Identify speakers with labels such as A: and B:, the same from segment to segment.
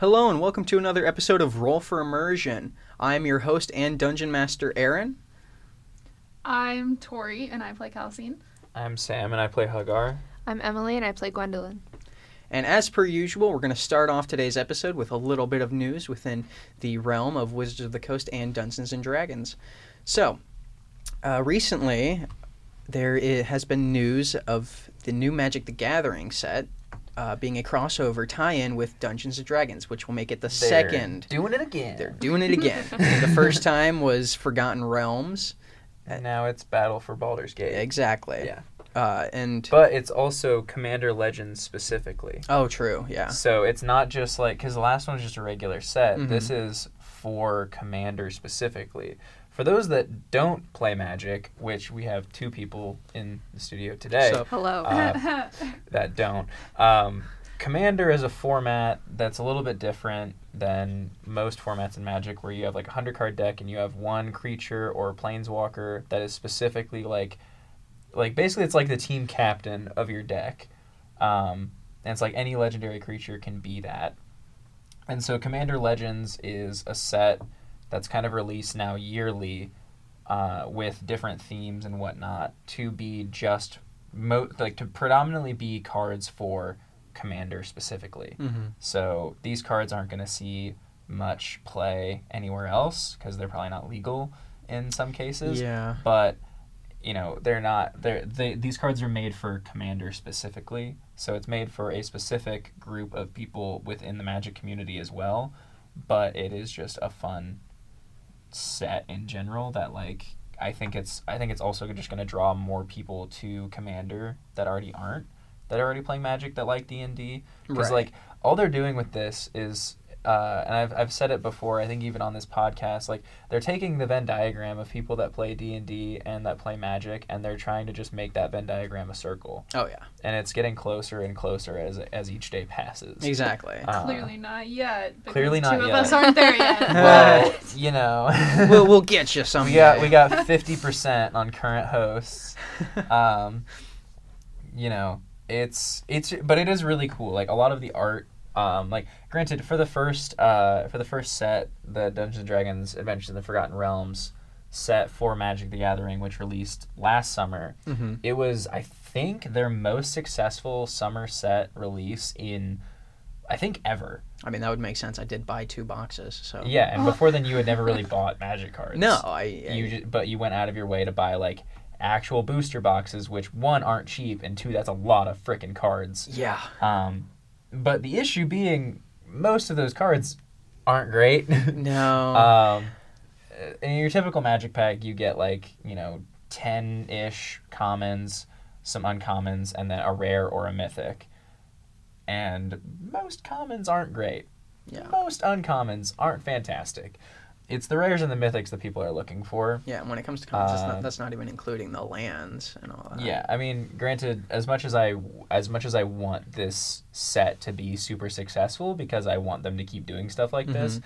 A: Hello, and welcome to another episode of Roll for Immersion. I'm your host and dungeon master, Aaron.
B: I'm Tori and I play Calcine.
C: I'm Sam and I play Hagar.
D: I'm Emily and I play Gwendolyn.
A: And as per usual, we're going to start off today's episode with a little bit of news within the realm of Wizards of the Coast and Dungeons and Dragons. So, uh, recently, there i- has been news of the new Magic the Gathering set uh, being a crossover tie in with Dungeons and Dragons, which will make it the second.
C: Doing it again.
A: They're doing it again. the first time was Forgotten Realms.
C: And now it's Battle for Baldur's Gate.
A: Exactly.
C: Yeah.
A: Uh, and
C: But it's also Commander Legends specifically.
A: oh, true. Yeah.
C: So it's not just like, because the last one was just a regular set.
A: Mhm.
C: This is for Commander specifically. For those that don't play Magic, which we have two people in the studio today
A: So
D: Hello.
C: Uh, that don't, um, Commander is a format that's a little bit different than most formats in Magic, where you have like a 100 card deck and you have one creature or planeswalker that is specifically like like basically it's like the team captain of your deck um, and it's like any legendary creature can be that and so commander legends is a set that's kind of released now yearly uh, with different themes and whatnot to be just mo- like to predominantly be cards for commander specifically
A: Mhm.
C: so these cards aren't going to see much play anywhere else because they're probably not legal in some cases
A: yeah.
C: but you know they're not they're they, these cards are made for commander specifically so it's made for a specific group of people within the magic community as well but it is just a fun set in general that like i think it's i think it's also just going to draw more people to commander that already aren't that are already playing magic that like d&d because
A: Right.
C: like all they're doing with this is uh, and I've, I've said it before i think even on this podcast like they're taking the venn diagram of people that play d&d and that play magic and they're trying to just make that venn diagram a circle
A: Oh yeah.
C: and it's getting closer and closer as, as each day passes
A: Exactly.
C: Uh,
B: clearly not yet. because
C: clearly not
B: Two of
C: yet.
B: us aren't there yet.
C: well you know
A: we'll we'll get you some.
C: we got uh, we got 50% on current hosts um, you know, it's it's but it is really cool. Like a lot of the art, um, like granted for the first uh, for the first set, the Dungeons and Dragons Adventures in the Forgotten Realms set for Magic the Gathering, which released last summer,
A: Mhm.
C: it was I think their most successful summer set release in. I think ever.
A: I mean, that would make sense. I did buy two boxes, so
C: Yeah, and before then you had never really bought magic cards.
A: Oh. No, I.
C: you ju- but you went out of your way to buy like actual booster boxes which one aren't cheap and two that's a lot of freaking cards
A: yeah.
C: um, but the issue being most of those cards aren't great
A: Uh-huh.
C: um, uh,
A: No.
C: in your typical magic pack you get like you know 10-ish commons some uncommons and then a rare or a mythic and most commons aren't great
A: yeah.
C: most uncommons aren't fantastic it's the rares and the mythics that people are looking for
A: Yeah. and When it comes to comics, that's,
C: uh,
A: not, that's not even including the lands and all that.
C: Yeah, I mean, granted, as much as I as much as I want this set to be super successful because I want them to keep doing stuff like this,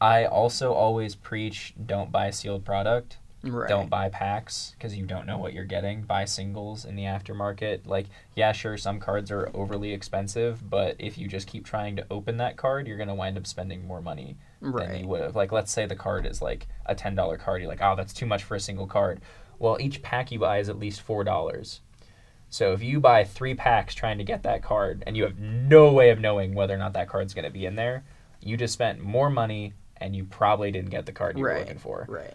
C: I also always preach don't buy sealed product,
A: Right.
C: don't buy packs because you don't know what you're getting. Buy singles in the aftermarket. Like, yeah, sure, some cards are overly expensive, but if you just keep trying to open that card, you're gonna wind up spending more money than
A: Right.
C: you would have. Like, let's say the card is like a ten dollar card. You're like, oh, that's too much for a single card. Well, each pack you buy is at least four dollars. So if you buy three packs trying to get that card, and you have no way of knowing whether or not that card's going to be in there, you just spent more money, and you probably didn't get the card you were
A: Right.
C: looking for.
A: Right.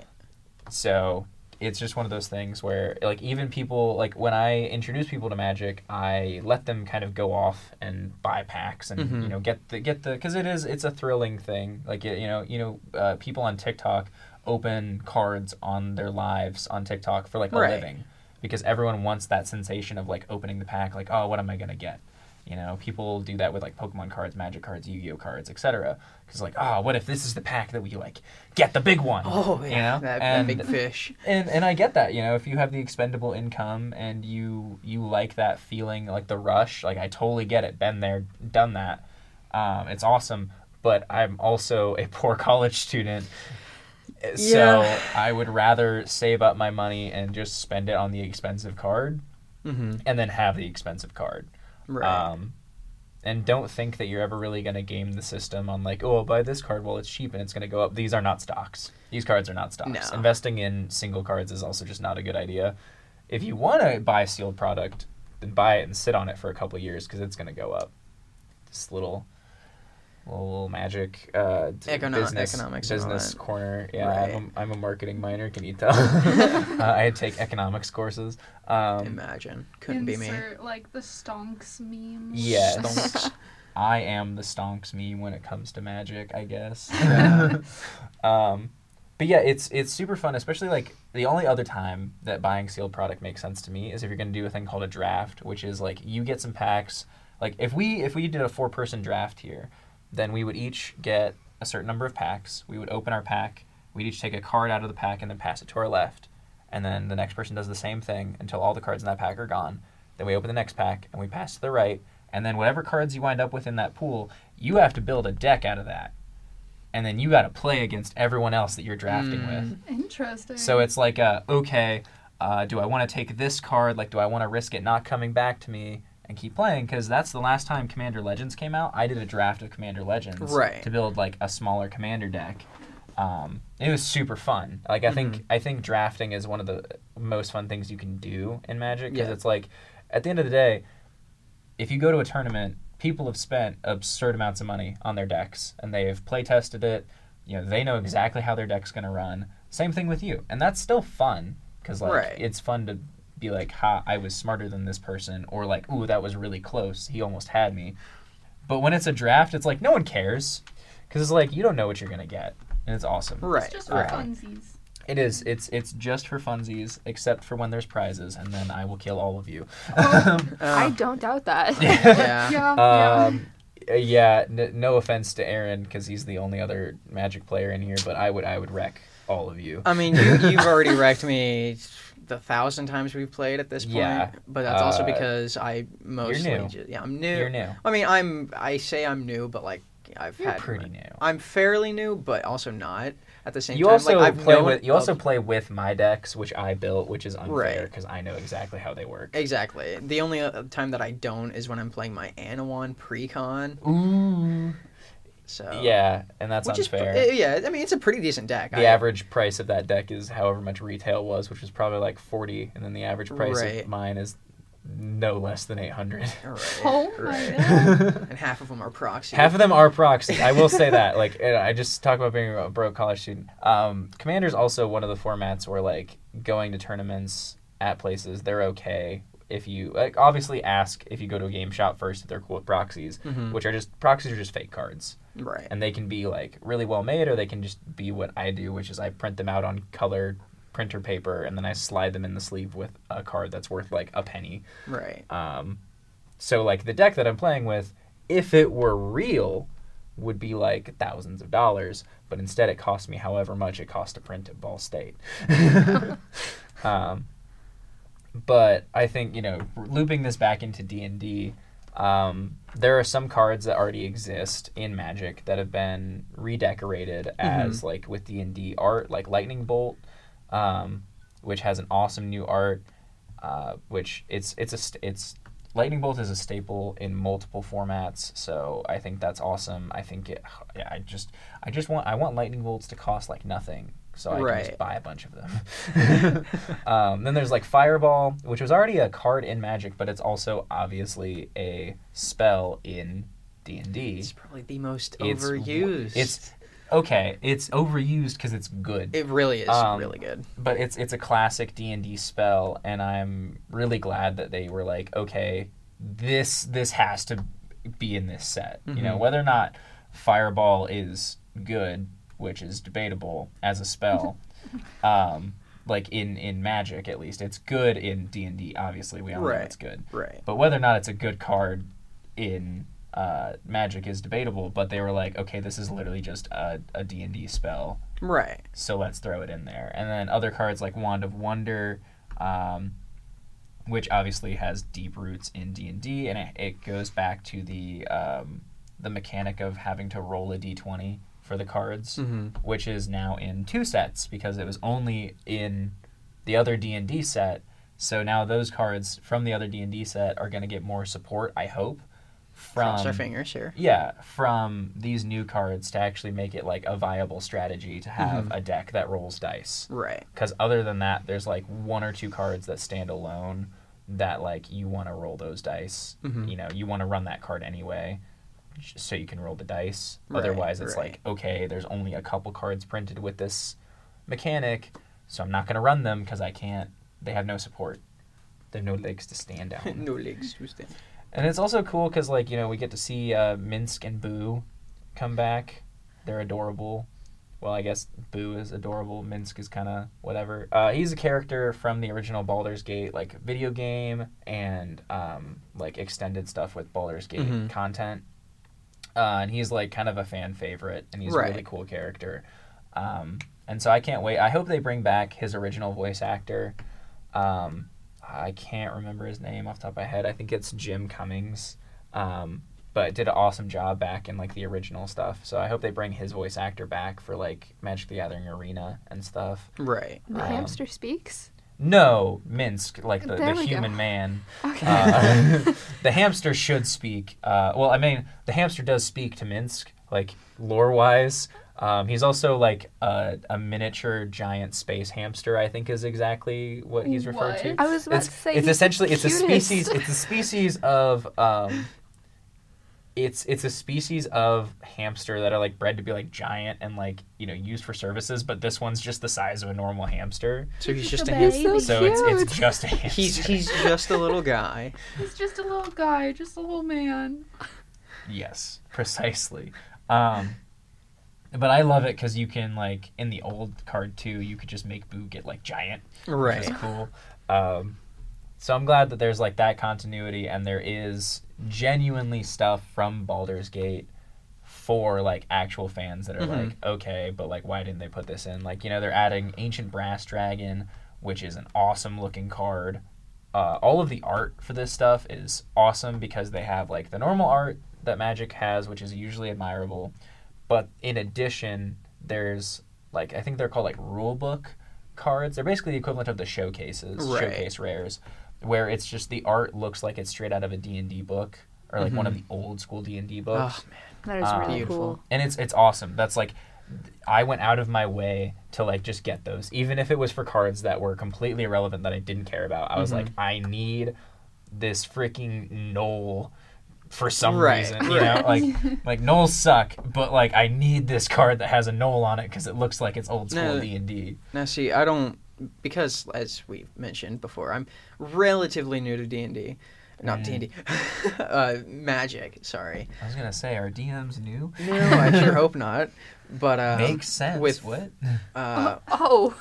C: So it's just one of those things where, like, even people, like, when I introduce people to Magic, I let them kind of go off and buy packs and
A: Mhm.
C: you know get the get the because it is it's a thrilling thing. Like, it, you know, you know, uh, people on TikTok open cards on their lives on TikTok for like a
A: Right.
C: living because everyone wants that sensation of like opening the pack, like, oh, what am I gonna get? You know, people do that with like Pokemon cards, Magic cards, Yu-Gi-Oh cards, etc. Because like, oh, what if this is the pack that we like get the big one?
A: Oh
C: you
A: yeah.
C: know?
A: That,
C: and,
A: that big fish.
C: and and I get that, you know, if you have the expendable income and you you like that feeling, like the rush, like I totally get it. Been there, done that. Um, it's awesome, but I'm also a poor college student.
A: Yeah.
C: So I would rather save up my money and just spend it on the expensive card
A: Mm-hmm.
C: and then have the expensive card.
A: Right.
C: Um, and don't think that you're ever really going to game the system on like, oh, I'll buy this card. Well, it's cheap and it's going to go up. These are not stocks. These cards are not stocks.
A: No.
C: Investing in single cards is also just not a good idea. If you want to buy a sealed product, then buy it and sit on it for a couple years because it's going to go up. This little, little magic uh, d-
A: Econo-
C: business,
A: economics and all
C: business
A: that.
C: corner. Yeah,
A: Right.
C: I'm, a, I'm a marketing minor. Can you tell? uh, I take economics courses. Um,
A: Imagine. Couldn't be me.
B: Insert, like the stonks meme.
C: Yes.
A: Stonks.
C: I am the stonks me when it comes to magic, I guess.
A: Yeah.
C: um, but yeah, it's it's super fun, especially like the only other time that buying sealed product makes sense to me is if you're gonna do a thing called a draft, which is like you get some packs. Like if we if we did a four person draft here, then we would each get a certain number of packs. We would open our pack. We'd each take a card out of the pack and then pass it to our left. And then the next person does the same thing until all the cards in that pack are gone. Then we open the next pack and we pass to the right. And then whatever cards you wind up with in that pool, you have to build a deck out of that. And then you got to play against everyone else that you're drafting
A: Mm.
C: with.
B: Interesting.
C: So it's like, uh, okay, uh, do I want to take this card? Like, do I want to risk it not coming back to me and keep playing? Because that's the last time Commander Legends came out. I did a draft of Commander Legends
A: Right.
C: to build like a smaller Commander deck. Um, it was super fun. Like, I
A: Mm-hmm.
C: think I think drafting is one of the most fun things you can do in Magic because
A: Yeah.
C: it's like, at the end of the day, if you go to a tournament, people have spent absurd amounts of money on their decks and they have play tested it. You know, they know exactly how their deck's going to run. Same thing with you. And that's still fun because like
A: Right.
C: it's fun to be like, "Ha, I was smarter than this person," or like, "Ooh, that was really close. He almost had me." But when it's a draft, it's like no one cares because it's like you don't know what you're going to get. And it's awesome.
A: Right.
B: It's just for
A: right.
B: funsies.
C: It is. It's it's just for funsies, except for when there's prizes, and then I will kill all of you. uh.
D: I
A: Oh,
D: don't doubt that.
A: yeah.
B: Yeah.
C: Um, uh, yeah. N- no offense to Aaron, because he's the only other Magic player in here, but I would I would wreck all of you.
A: I mean, you, you've already wrecked me the thousand times we've played at this point.
C: Yeah.
A: But that's also
C: Uh,
A: because I mostly
C: new.
A: ju- yeah, I'm new.
C: You're new.
A: I mean, I'm I say I'm new, but like I've
C: You're
A: had
C: pretty new.
A: I'm fairly new, but also not at the same
C: You
A: time.
C: also
A: like, I've
C: play
A: known
C: with you
A: of-
C: also play with my decks, which I built, which is unfair
A: Right.
C: because I know exactly how they work.
A: exactly. The only uh, time that I don't is when I'm playing my Anawan pre-con.
C: Ooh.
A: So
C: Yeah, and that's
A: uh, which is pr-
C: unfair.
A: uh, yeah. I mean, it's a pretty decent deck.
C: the
A: I-
C: average price of that deck is however much retail was, which was probably like forty, and then the average price
A: Right.
C: of mine is no less than eight hundred.
A: Right,
B: Oh
A: right.
B: my god.
A: And half of them are proxy.
C: Half of them are proxies. I will say that. Like, and I just talk about being a broke college student. Um, Commander's also one of the formats where, like, going to tournaments at places, they're okay if you, like, obviously ask if you go to a game shop first if they're cool with proxies,
A: Mhm.
C: which are just, proxies are just fake cards.
A: right.
C: And they can be, like, really well made or they can just be what I do, which is I print them out on color printer paper and then I slide them in the sleeve with a card that's worth, like, a penny.
A: Right.
C: Um, so like the deck that I'm playing with, if it were real, would be like thousands of dollars, but instead it cost me however much it cost to print at Ball State. um, but I think you know, looping this back into D and D, um, there are some cards that already exist in Magic that have been redecorated as like with D and D art, like Lightning Bolt, um, which has an awesome new art uh, which it's it's a st- it's lightning bolt is a staple in multiple formats so i think that's awesome i think it yeah, i just i just want i want lightning bolts to cost like nothing so i can
A: Right.
C: just buy a bunch of them um, then there's like fireball which was already a card in magic but it's also obviously a spell in d&d
A: It's probably the most
C: It's-
A: overused.
C: it's okay it's overused because it's good
A: it really is
C: um,
A: really good.
C: but it's it's a classic D&D spell and I'm really glad that they were like okay this this has to be in this set you know
A: Mhm.
C: whether or not fireball is good which is debatable as a spell um like in in magic at least it's good in D&D obviously we all know
A: Right.
C: it's good
A: Right.
C: but whether or not it's a good card in uh, magic is debatable but they were like okay this is literally just a, a D&D spell
A: Right.
C: so let's throw it in there. And then other cards like Wand of Wonder, um, which obviously has deep roots in D and D, and it, it goes back to the um, the mechanic of having to roll a d twenty for the cards,
A: Mhm.
C: which is now in two sets because it was only in the other D and D set. So now those cards from the other D and D set are going to get more support, I hope, from
A: Cross our fingers here.
C: yeah from these new cards to actually make it like a viable strategy to
A: Mm-hmm.
C: have a deck that rolls dice
A: Right.
C: because other than that there's like one or two cards that stand alone that like you want to roll those dice
A: Mhm.
C: you know you want to run that card anyway j- so you can roll the dice
A: Right,
C: otherwise it's
A: right.
C: like okay there's only a couple cards printed with this mechanic so i'm not going to run them because i can't they have no support they have no legs to stand on
A: no legs to stand.
C: and it's also cool because, like, you know, we get to see uh, Minsk and Boo come back. They're adorable. Well, I guess Boo is adorable. Minsk is kind of whatever. Uh, he's a character from the original Baldur's Gate, like video game and um, like extended stuff with Baldur's Gate
A: Mhm.
C: content. Uh, and he's like kind of a fan favorite, and he's a really
A: Right.
C: cool character. Um, and so I can't wait. I hope they bring back his original voice actor. Um, I can't remember his name off the top of my head. I think it's Jim Cummings. Um, but did an awesome job back in like the original stuff. So I hope they bring his voice actor back for like Magic the Gathering Arena and stuff.
A: Right.
D: The
C: Um,
D: hamster speaks.
C: No, Minsk, like the, the
D: There we go.
C: human man.
D: Okay.
C: Uh, the hamster should speak. Uh, well, I mean, the hamster does speak to Minsk, like lore wise. Um, he's also like a, a miniature giant space hamster. I think is exactly what he's referred to.
B: What?
D: I was about
C: It's,
D: to say.
C: it's
D: he's the
C: essentially it's a
D: cutest.
C: species. It's a species of. Um, it's it's a species of hamster that are like bred to be like giant and like you know used for services, but this one's just the size of a normal hamster.
A: So he's
B: He's
A: just a
B: a
A: ham-
D: He's so
C: So
D: cute.
C: it's it's just a hamster.
A: he's he's just a little guy.
B: He's just a little guy, just a little man.
C: Yes, precisely. Um, but I love it because you can like in the old card too, you could just make Boo get like giant.
A: Right.
C: Which is cool. Um, so I'm glad that there's like that continuity and there is genuinely stuff from Baldur's Gate for like actual fans that are
A: Mhm.
C: like, okay, but like why didn't they put this in? Like, you know, they're adding Ancient Brass Dragon, which is an awesome looking card. Uh, all of the art for this stuff is awesome because they have like the normal art that Magic has, which is usually admirable. But in addition, there's like I think they're called like rule book cards. They're basically the equivalent of the showcases,
A: Right.
C: showcase rares, where it's just the art looks like it's straight out of a D&D book or like one of the old school D&D books.
A: Oh,
D: That is
C: Ah.
D: really
A: Beautiful.
D: cool.
C: And it's it's awesome. That's like I went out of my way to like just get those even if it was for cards that were completely irrelevant that I didn't care about. I was
A: Mm-hmm.
C: like I need this freaking knoll for some
A: Right,
C: reason, you know, like like knolls suck, but like I need this card that has a knoll on it cuz it looks like it's old
A: No.
C: school D&D.
A: Now, see, I don't because as we mentioned before, I'm relatively new to D and D, not
C: Mm.
A: D and D, Magic. Sorry.
C: I was going to say our DMs new.
A: No, I sure hope not. But uh,
C: Makes sense.
A: With
C: what?
A: Uh,
D: Oh,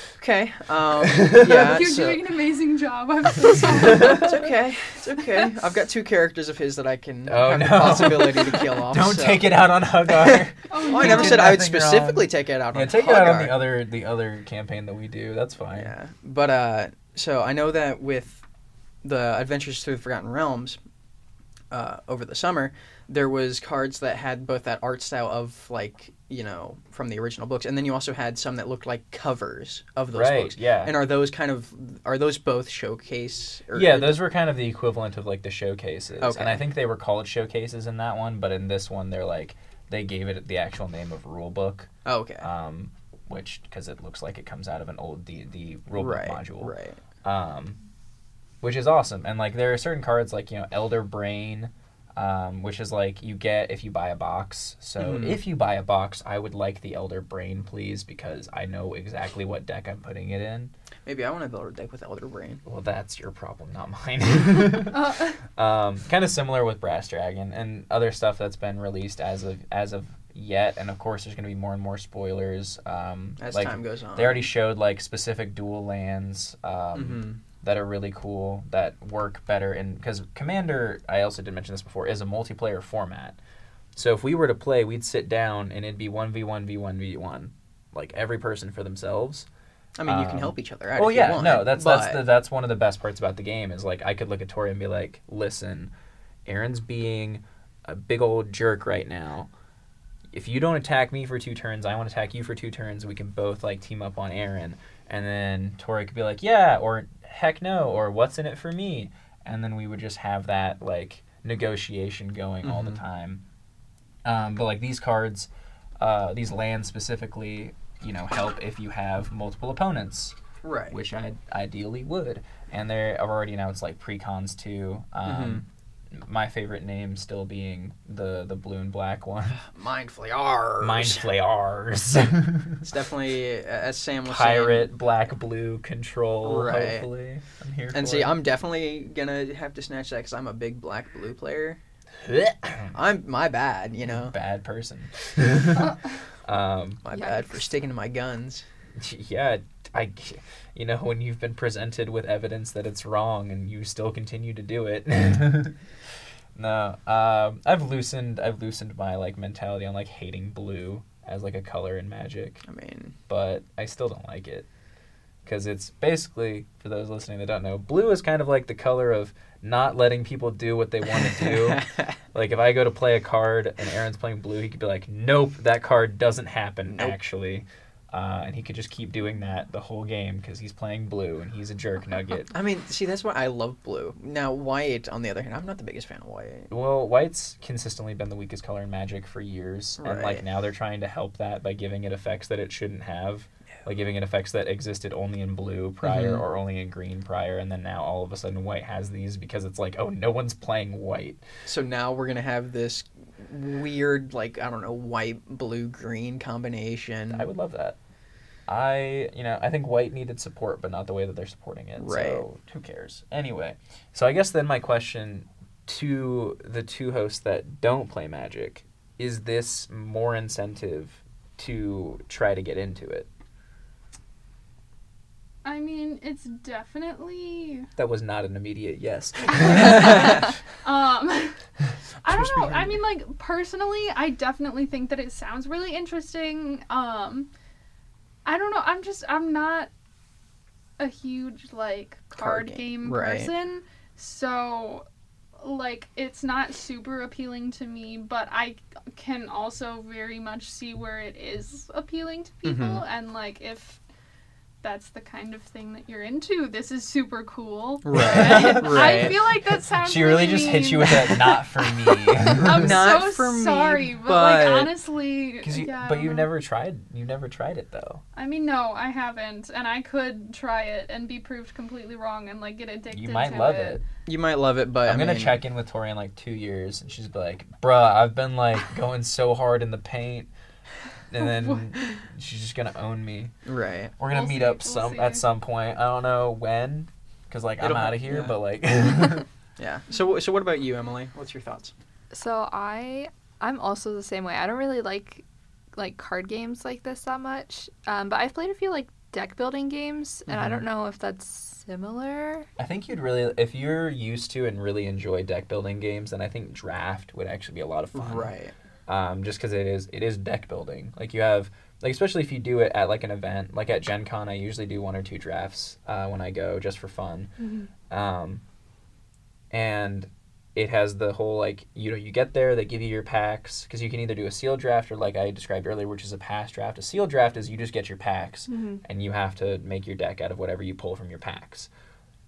A: okay. Um, yeah.
B: You're
A: so-
B: doing an amazing job. I'm so sorry.
A: it's okay. It's okay. I've got two characters of his that I can
C: Oh,
A: have the
C: no.
A: possibility to kill off.
C: Don't take it out on Hagar.
B: Oh,
A: Oh, I
C: You
B: no.
A: never
C: did
A: said I would
C: nothing wrong.
A: specifically take it out on.
C: yeah, take it out on
A: Hagar.
C: the other the other campaign that we do. That's fine.
A: Yeah, but uh, so I know that with the Adventures Through the Forgotten Realms uh, over the summer, there was cards that had both that art style of like you know from the original books, and then you also had some that looked like covers of those
C: right.
A: books.
C: Yeah.
A: And are those kind of are those both showcase? Or,
C: yeah, those were kind of the equivalent of like the showcases.
A: Okay.
C: And I think they were called showcases in that one, but in this one they're like they gave it the actual name of rule book,
A: Oh, okay.
C: um, which because it looks like it comes out of an old D and D rule
A: right.
C: book module.
A: Right.
C: um, which is awesome. And like there are certain cards like you know Elder Brain, um, which is like you get if you buy a box. So
A: Mhm.
C: if you buy a box, I would like the Elder Brain, please, because I know exactly what deck I'm putting it in.
A: Maybe I want to build a deck with Elder Brain.
C: Well, that's your problem, not mine.
B: Uh,
C: um, kind of similar with Brass Dragon and other stuff that's been released as of as of yet. And of course, there's going to be more and more spoilers. Um,
A: As
C: like,
A: time goes on.
C: They already showed like specific dual lands. Um,
A: Mhm.
C: that are really cool that work better in because commander i also did mention this before is a multiplayer format so if we were to play we'd sit down and it'd be 1v1 v1 v1 like every person for themselves
A: I mean, you can
C: um,
A: help each other out.
C: Oh
A: if you
C: yeah,
A: want,
C: no, that's that's
A: but-
C: the, that's one of the best parts about the game is like I could look at Tori and be like, listen, Aaron's being a big old jerk right now. If you don't attack me for two turns, I want to attack you for two turns. We can both like team up on Aaron, and then Tori could be like, yeah, or heck no, or what's in it for me, and then we would just have that like negotiation going all the
A: Mhm.
C: time. Um, but like these cards, uh, these lands specifically, you know, help if you have multiple opponents,
A: Right.
C: which I ideally would. And there I've already announced like precons too. Um, My favorite name still being the the blue and black one.
A: Mind Flayars.
C: Mind Flayers.
A: It's definitely, uh, as Sam was saying.
C: Pirate, black, blue, control.
A: Right.
C: Hopefully, I'm here.
A: And
C: for
A: see,
C: it.
A: I'm definitely gonna have to snatch that because I'm a big black blue player.
C: bad
A: I'm my bad, you know,
C: person. um,
A: my bad
D: Yikes.
A: for sticking to my guns.
C: yeah, I, you know, when you've been presented with evidence that it's wrong and you still continue to do it. no, um, I've loosened. I've loosened my like mentality on like hating blue as like a color in Magic.
A: I mean,
C: but I still don't like it. Because it's basically, for those listening that don't know, blue is kind of like the color of not letting people do what they want to do. like if I go to play a card and Aaron's playing blue, he could be like, nope, that card doesn't happen,
A: Nope.
C: actually. Uh, and he could just keep doing that the whole game because he's playing blue and he's a jerk nugget.
A: I mean, see, that's why I love blue. Now, white, on the other hand, I'm not the biggest fan of white.
C: Well, white's consistently been the weakest color in Magic for years, and like
A: Right.
C: now they're trying to help that by giving it effects that it shouldn't have, like giving it effects that existed only in blue prior
A: Mhm.
C: or only in green prior, and then now all of a sudden white has these because it's like, oh, no one's playing white.
A: So now we're gonna have this weird, like I don't know, white, blue, green combination.
C: I would love that. I, you know, I think white needed support, but not the way that they're supporting it. So who cares? Anyway, so I guess then my question to the two hosts that don't play Magic is this more incentive to try to get into it?
B: I mean, it's definitely.
C: That was not an immediate yes.
B: Um, I
A: Supposed to
B: don't know.
A: be
B: I mean, like personally, I definitely think that it sounds really interesting. Um, I don't know. I'm just I'm not a huge like
A: Card
B: card,
A: game,
B: game,
A: right.
B: person, so like it's not super appealing to me. But I can also very much see where it is appealing to people,
A: Mhm.
B: and like if that's the kind of thing that you're into, this is super cool.
A: Right,
B: I
A: right.
B: feel like that sounds.
C: she really just hit you with that not for me.
B: I'm
A: Not
B: so
A: for me,
B: sorry, but,
A: but-
B: like honestly,
C: Cause you,
B: yeah, I
C: but
B: don't
C: you've
B: know.
C: never tried you've never tried it though.
B: I mean, no, I haven't, and I could try it and be proved completely wrong and like get addicted.
C: You might
B: to
C: love
B: it.
C: it.
A: you might love it, but
C: I'm gonna
A: I mean,
C: check in with Tori in like two years, and she's be like, "Bruh, I've been like going so hard in the paint," and then she's just gonna own me.
A: Right.
C: We're gonna
B: We'll
C: meet
B: see,
C: up
B: we'll
C: some
B: see.
C: at some point. I don't know when, because like
A: It'll
C: I'm
A: ha-
C: out of here,
A: yeah.
C: but like
A: Yeah. So, so what about you, Emily? What's your thoughts?
D: So I I'm also the same way. I don't really like like card games like this that much. Um, but I've played a few like deck building games and I
C: Mm-hmm.
D: don't know if that's similar.
C: I think you'd really, if you're used to and really enjoy deck building games, then I think draft would actually be a lot of fun.
A: Right.
C: um, just because it is it is deck building. Like you have like especially if you do it at like an event, like at Gen Con, I usually do one or two drafts uh, when I go just for fun, um, and it has the whole like you know you get there they give you your packs because you can either do a seal draft or like I described earlier, which is a pass draft. A seal draft is you just get your packs and you have to make your deck out of whatever you pull from your packs.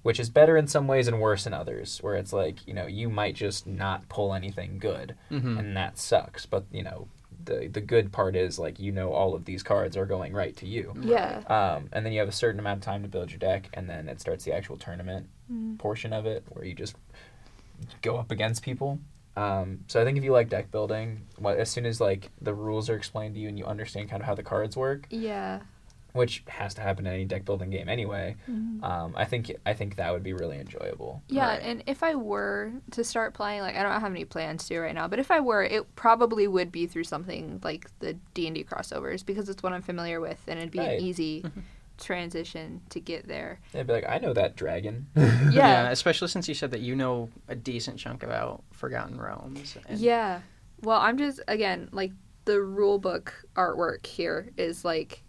C: Which is better in some ways and worse in others, where it's like, you know, you might just not pull anything good
A: Mm-hmm.
C: and that sucks. But you know, the the good part is like you know all of these cards are going right to you.
D: Yeah.
C: Um, and then you have a certain amount of time to build your deck, and then it starts the actual tournament portion of it, where you just go up against people. Um, so I think if you like deck building, wha- as soon as like the rules are explained to you and you understand kind of how the cards work,
D: Yeah.
C: which has to happen in any deck building game anyway, um, I think I think that would be really enjoyable.
D: Yeah,
A: Right.
D: and if I were to start playing, like I don't have any plans to right now, but if I were, it probably would be through something like the D and D crossovers because it's what I'm familiar with, and it'd be
C: Right.
D: an easy transition to get there.
C: They'd be like, I know that dragon.
A: Yeah.
D: Yeah,
A: Especially since you said that you know a decent chunk about Forgotten Realms.
D: yeah.
A: and-
D: Well, I'm just again like the rule book artwork here is like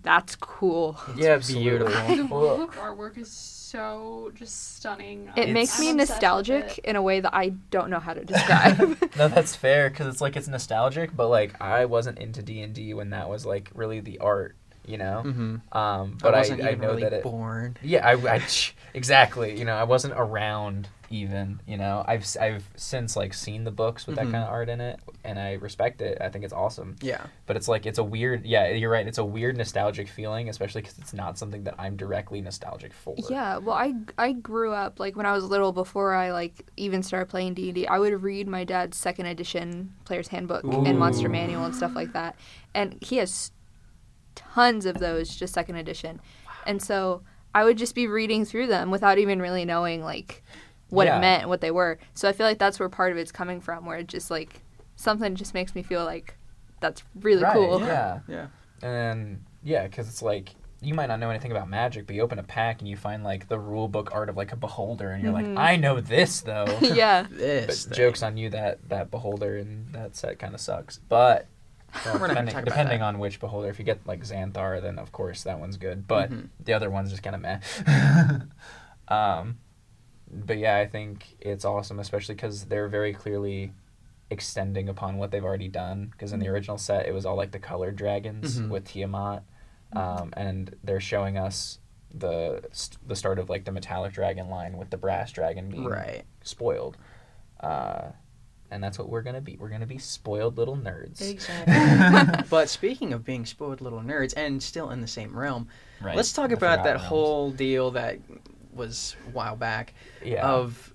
D: that's cool.
C: yeah,
A: beautiful.
B: The
C: absolutely. Well,
B: book artwork is so just stunning.
D: It
B: I'm-
D: makes
B: I'm
D: me
B: obsessed with
D: nostalgic
B: it.
D: in a way that I don't know how to describe.
C: no, that's fair because it's like it's nostalgic, but like I wasn't into D and D when that was like really the art, you know.
A: Mm-hmm.
C: Um, but I,
A: wasn't
C: I,
A: even
C: know
A: really
C: that it.
A: born.
C: Yeah, I, I- exactly. You know, I wasn't around even you know i've s- i've since like seen the books with
A: Mhm.
C: that kind of art in it and i respect it i think it's awesome
A: Yeah.
C: but it's like it's a weird yeah you're right it's a weird nostalgic feeling especially because it's not something that i'm directly nostalgic for
D: Yeah, well, I I grew up like when I was little before I like even started playing D and I would read my dad's second edition Player's Handbook and Monster
C: Ooh.
D: Manual and stuff like that, and he has tons of those just second edition, and so I would just be reading through them without even really knowing like what
C: Yeah.
D: it meant and what they were. So I feel like that's where part of it's coming from, where it just like something just makes me feel like that's really
C: Right,
D: cool.
C: yeah
A: Yeah.
C: and then yeah because it's like you might not know anything about magic but you open a pack and you find like the rule book art of like a beholder and you're
D: Mhm.
C: like i know this though
D: yeah.
A: This.
C: but
A: thing.
C: jokes on you that that beholder and that set kind of sucks but well,
A: We're not gonna
C: depending,
A: talk about
C: depending
A: that.
C: on which beholder if you get like xanthar then of course that one's good but
A: Mhm.
C: the other one's just kind of meh um, but yeah i think it's awesome especially because they're very clearly extending upon what they've already done because in the
A: Mm-hmm.
C: original set it was all like the colored dragons
A: Mhm.
C: with tiamat
A: Mm-hmm.
C: um, and they're showing us the st- the start of like the metallic dragon line with the brass dragon being
A: Right.
C: spoiled. Uh, and that's what we're gonna be. We're gonna be spoiled little nerds.
A: But speaking of being spoiled little nerds and still in the same realm,
C: Right.
A: let's talk
C: The
A: about that
C: Forgotten Realms.
A: whole deal that was a while back
C: yeah.
A: of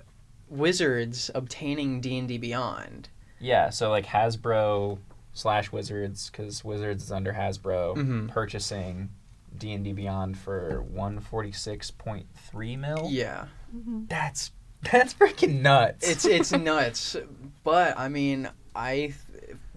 A: wizards obtaining D&D Beyond.
C: yeah. So like Hasbro slash Wizards, because Wizards is under Hasbro,
A: Mhm.
C: purchasing D and D Beyond for one forty six point three mil.
A: Yeah.
C: That's that's freaking nuts.
A: It's it's nuts, but I mean, I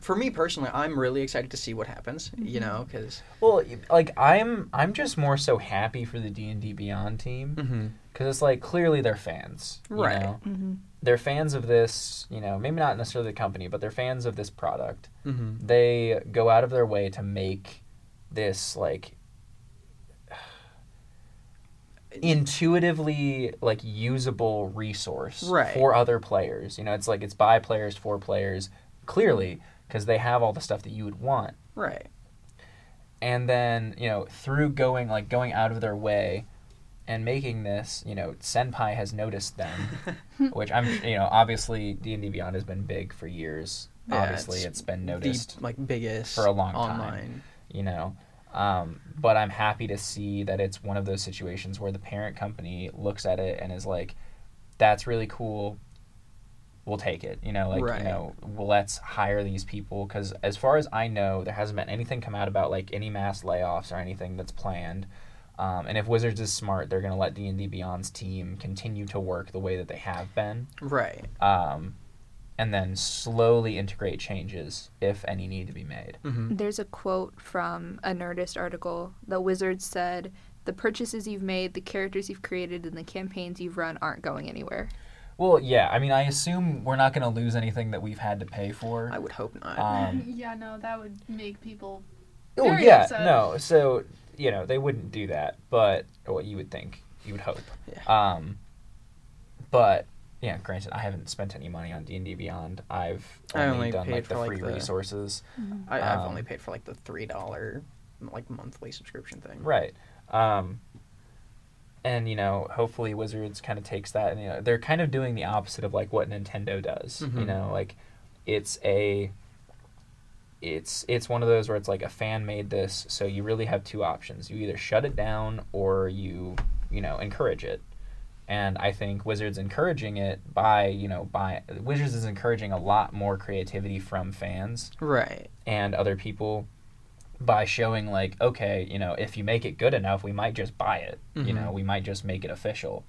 A: for me personally, I'm really excited to see what happens, you
C: Mm-hmm.
A: know, cuz
C: well, like I'm I'm just more so happy for the D and D Beyond team
A: Mm-hmm.
C: because it's like clearly they're fans, you
A: Right.
C: know?
D: Mhm.
C: They're fans of this, you know, maybe not necessarily the company, but they're fans of this product.
A: mm-hmm.
C: They go out of their way to make this like intuitively like usable resource
A: Right.
C: for other players. You know, it's like it's by players for players clearly because they have all the stuff that you would want
A: right.
C: and then you know through going like going out of their way and making this you know senpai has noticed them which i'm you know obviously d&d beyond has been big for years
A: Yeah,
C: obviously
A: it's
C: it's been noticed
A: the like biggest
C: for a long time.
A: online.
C: you know um, but i'm happy to see that it's one of those situations where the parent company looks at it and is like that's really cool we'll take it you know like
A: Right.
C: you know well, let's hire these people because as far as i know there hasn't been anything come out about like any mass layoffs or anything that's planned um, and if wizards is smart they're going to let d&d beyond's team continue to work the way that they have been
A: Right.
C: um, and then slowly integrate changes if any need to be made
A: Mm-hmm.
D: There's a quote from a Nerdist article. The wizard said, "The purchases you've made, the characters you've created, and the campaigns you've run aren't going anywhere."
C: Well, yeah. I mean, I assume we're not going to lose anything that we've had to pay for.
A: I would hope not.
C: Um,
B: yeah, no, that would make people.
C: oh
B: Very
C: yeah,
B: upset.
C: no. So you know they wouldn't do that, but what you would think, you would hope. Um, but yeah, granted, I haven't spent any money on D and D Beyond. I've
A: I
C: only,
A: only
C: done
A: paid
C: like the
A: for, like,
C: free
A: the-
C: resources.
A: I, I've
C: um,
A: only paid for like the three dollar like monthly subscription thing.
C: Right. Um, and you know, hopefully Wizards kind of takes that and you know, they're kind of doing the opposite of like what Nintendo does. You
A: Mhm.
C: know, like it's a it's it's one of those where it's like a fan made this, so you really have two options. You either shut it down or you, you know, encourage it. And I think Wizards encouraging it by, you know, by Wizards is encouraging a lot more creativity from fans
A: Right.
C: and other people by showing like okay you know if you make it good enough we might just buy it you
A: Mhm.
C: know we might just make it official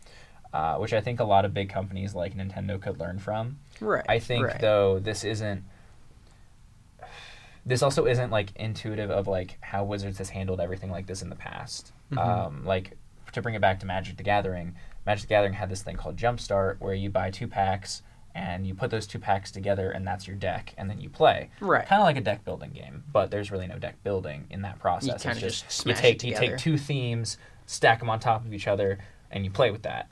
C: uh, which i think a lot of big companies like nintendo could learn from
A: Right.
C: i think
A: right.
C: though this isn't this also isn't like intuitive of like how wizards has handled everything like this in the past
A: Mhm.
C: um, like to bring it back to magic the gathering magic the gathering had this thing called jumpstart where you buy two packs and you put those two packs together and that's your deck and then you play
A: Right.
C: kind of like a deck building game, but there's really no deck building in that process.
A: kinda
C: it's just,
A: just
C: you
A: smash
C: take
A: it
C: you
A: together.
C: take two themes, stack them on top of each other, and you play with that.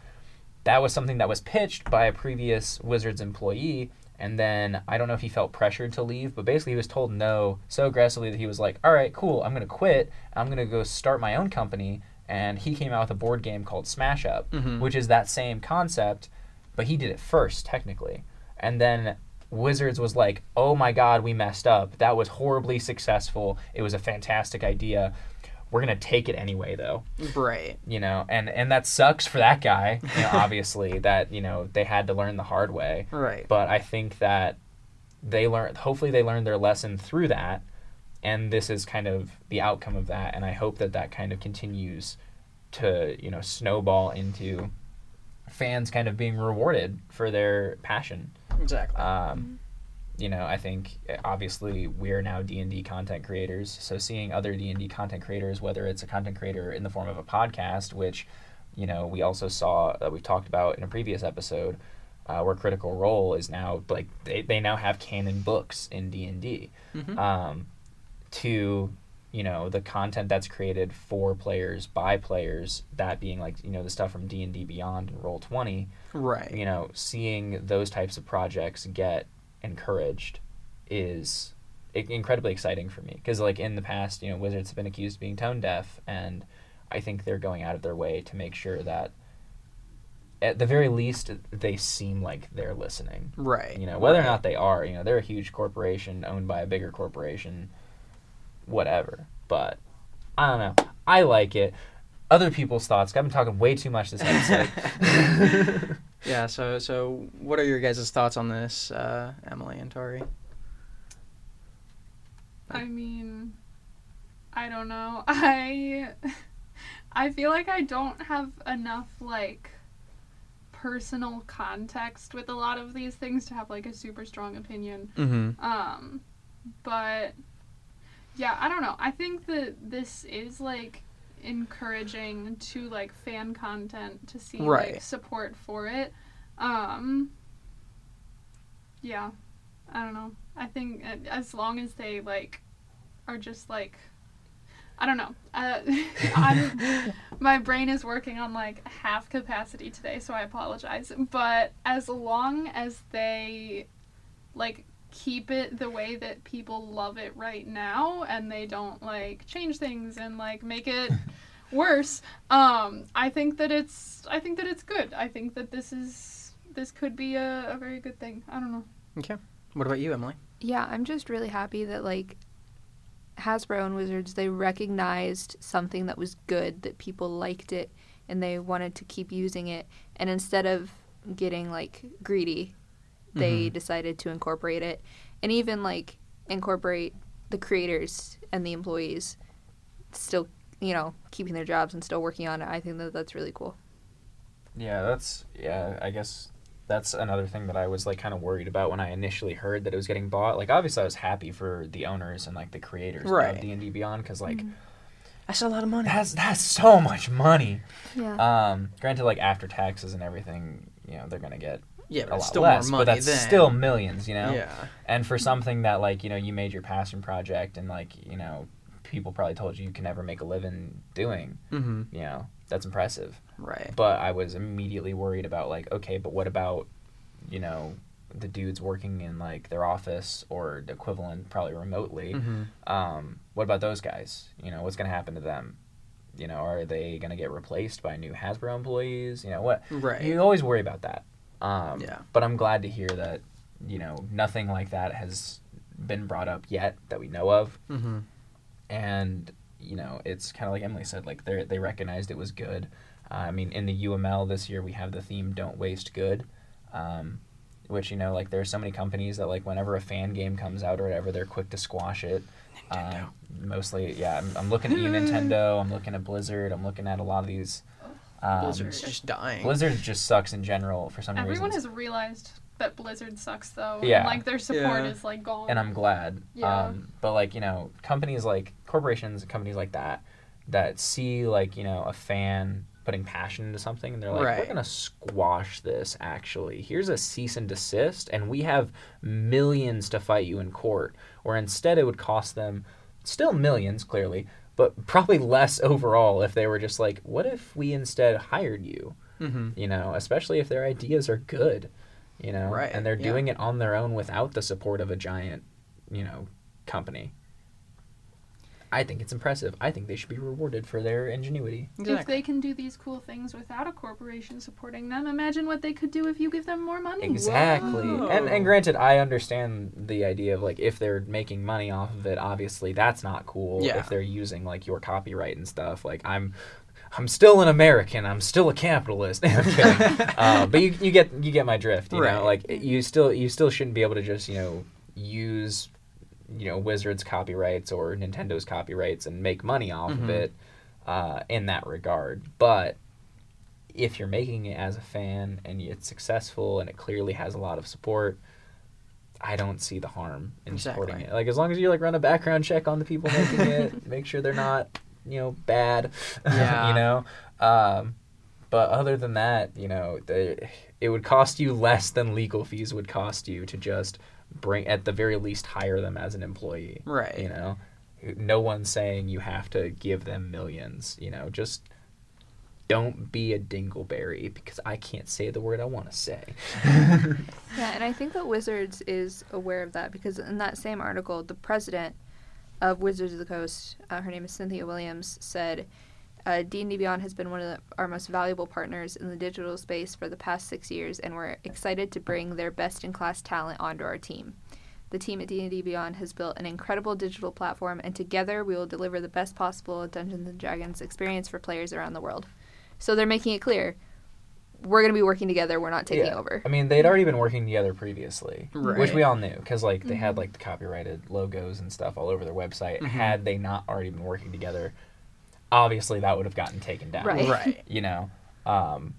C: That was something that was pitched by a previous Wizards employee, and then I don't know if he felt pressured to leave, but basically he was told no so aggressively that he was like, "All right, cool, I'm gonna quit. I'm gonna go start my own company." And he came out with a board game called Smash Up,
A: Mhm.
C: which is that same concept, but he did it first technically, and then Wizards was like, "Oh my God, we messed up. That was horribly successful. It was a fantastic idea. We're gonna take it anyway, though."
A: Right.
C: you know and and that sucks for that guy you know, obviously that you know they had to learn the hard way
A: Right.
C: but i think that they learned hopefully they learned their lesson through that and this is kind of the outcome of that and i hope that that kind of continues to you know snowball into fans kind of being rewarded for their passion
A: Exactly.
C: um, you know i think eh, obviously we're now d&d content creators so seeing other d&d content creators whether it's a content creator in the form of a podcast which you know we also saw that we talked about in a previous episode uh, where critical role is now like they, they now have canon books in d&d
A: Mhm.
C: um, to you know the content that's created for players by players that being like you know the stuff from d&d beyond and roll 20
A: right.
C: you know, seeing those types of projects get encouraged is i- incredibly exciting for me because like in the past, you know, Wizards have been accused of being tone deaf, and I think they're going out of their way to make sure that at the very least they seem like they're listening.
A: Right.
C: You know, whether or not they are, you know, they're a huge corporation owned by a bigger corporation, whatever. But I don't know. I like it. Other people's thoughts. I've been talking way too much this episode.
A: Yeah. So, so what are your guys' thoughts on this, uh, Emily and Tori?
B: I mean, I don't know. I I feel like I don't have enough like personal context with a lot of these things to have like a super strong opinion.
A: Mm-hmm.
B: Um, but yeah, I don't know. I think that this is like encouraging to like fan content to see
A: Right.
B: like support for it. Um, yeah, I don't know. I think a- as long as they like are just like. I don't know. Uh, I'm, my brain is working on like half capacity today, so I apologize. But as long as they like keep it the way that people love it right now and they don't like change things and like make it worse um i think that it's i think that it's good i think that this is this could be a, a very good thing i don't know
A: What about you, Emily?
D: Yeah, I'm just really happy that like Hasbro and Wizards they recognized something that was good that people liked it and they wanted to keep using it and instead of getting like greedy
A: Mm-hmm.
D: they decided to incorporate it and even like incorporate the creators and the employees still you know keeping their jobs and still working on it i think that that's really cool
C: Yeah, that's yeah. I guess that's another thing that I was like kind of worried about when I initially heard that it was getting bought. Like, obviously, I was happy for the owners and like the creators
A: Right.
C: of D and D Beyond because like
A: That's a lot of money.
C: that's that's so much money.
D: yeah
C: Um, granted, like after taxes and everything, you know, they're gonna get
A: Yeah,
C: a
A: but
C: lot
A: it's still
C: less,
A: more money
C: but that's
A: than
C: still millions, you know.
A: Yeah.
C: And for something that like you know you made your passion project and like you know people probably told you you can never make a living doing,
A: Mm-hmm.
C: you know, that's impressive
A: Right.
C: but I was immediately worried about like, okay, but what about, you know, the dudes working in like their office or the equivalent, probably remotely.
A: Mm-hmm.
C: Um, what about those guys? You know, what's gonna happen to them? You know, are they gonna get replaced by new Hasbro employees? You know, what?
A: Right.
C: You always worry about that. Um,
A: Yeah.
C: But I'm glad to hear that, you know, nothing like that has been brought up yet that we know of
A: Mm-hmm.
C: and you know it's kind of like Emily said, like they they recognized it was good. Uh, I mean, in the UML this year we have the theme "Don't Waste Good," um, which you know like there are so many companies that like whenever a fan game comes out or whatever, they're quick to squash it. Uh,
A: Nintendo.
C: mostly, yeah. I'm, I'm looking at you, Nintendo. I'm looking at Blizzard. I'm looking at a lot of these. Um,
A: Blizzard's
C: Blizzard.
A: just dying.
C: just sucks in general for some reason.
B: everyone has realized that blizzard sucks though
C: Yeah.
B: and, like their support
A: Yeah.
B: is like gone
C: and I'm glad.
B: Yeah.
C: Um, but like you know, companies like corporations, companies like that, that see like you know a fan putting passion into something, and they're like, we're
A: Right.
C: gonna squash this. Actually, here's a cease and desist, and we have millions to fight you in court. Or instead, it would cost them still millions, clearly, but probably less overall if they were just like, what if we instead hired you?
A: mm-hmm.
C: you know, especially if their ideas are good, you know,
A: Right,
C: and they're
A: yeah.
C: doing it on their own without the support of a giant, you know, company. I think it's impressive. I think they should be rewarded for their ingenuity.
B: If they can do these cool things without a corporation supporting them, imagine what they could do if you give them more money.
C: Exactly.
A: Whoa.
C: And and granted, I understand the idea of like if they're making money off of it, obviously that's not cool.
A: Yeah.
C: If they're using like your copyright and stuff, like I'm. I'm still an American. I'm still a capitalist. I'm kidding. uh, but you, you get you get my drift. You
A: Right.
C: know, like you still you still shouldn't be able to just you know use you know Wizards copyrights or Nintendo's copyrights and make money off
A: Mhm.
C: of it uh, in that regard. But if you're making it as a fan and it's successful and it clearly has a lot of support, I don't see the harm in supporting
A: Exactly.
C: it. Like as long as you like run a background check on the people making it, make sure they're not you know bad.
A: Yeah.
C: you know. Um, but other than that, you know, they, it would cost you less than legal fees would cost you to just bring, at the very least, hire them as an employee.
A: Right.
C: You know, no one's saying you have to give them millions. You know, just don't be a dingleberry because I can't say the word I want to say.
D: Yeah, and I think that Wizards is aware of that because in that same article, the president of Wizards of the Coast, uh, her name is Cynthia Williams, said uh, D&D Beyond has been one of the, our most valuable partners in the digital space for the past six years, and we're excited to bring their best-in-class talent onto our team. The team at D&D Beyond has built an incredible digital platform, and together we will deliver the best possible Dungeons & Dragons experience for players around the world. So they're making it clear, we're going to be working together, we're not taking
C: Yeah.
D: over.
C: I mean, they'd already been working together previously, which
A: Right.
C: we all knew because like they had like the copyrighted logos and stuff all over their website. Had they not already been working together, obviously that would have gotten taken down.
D: Right.
A: Right.
C: You know, um,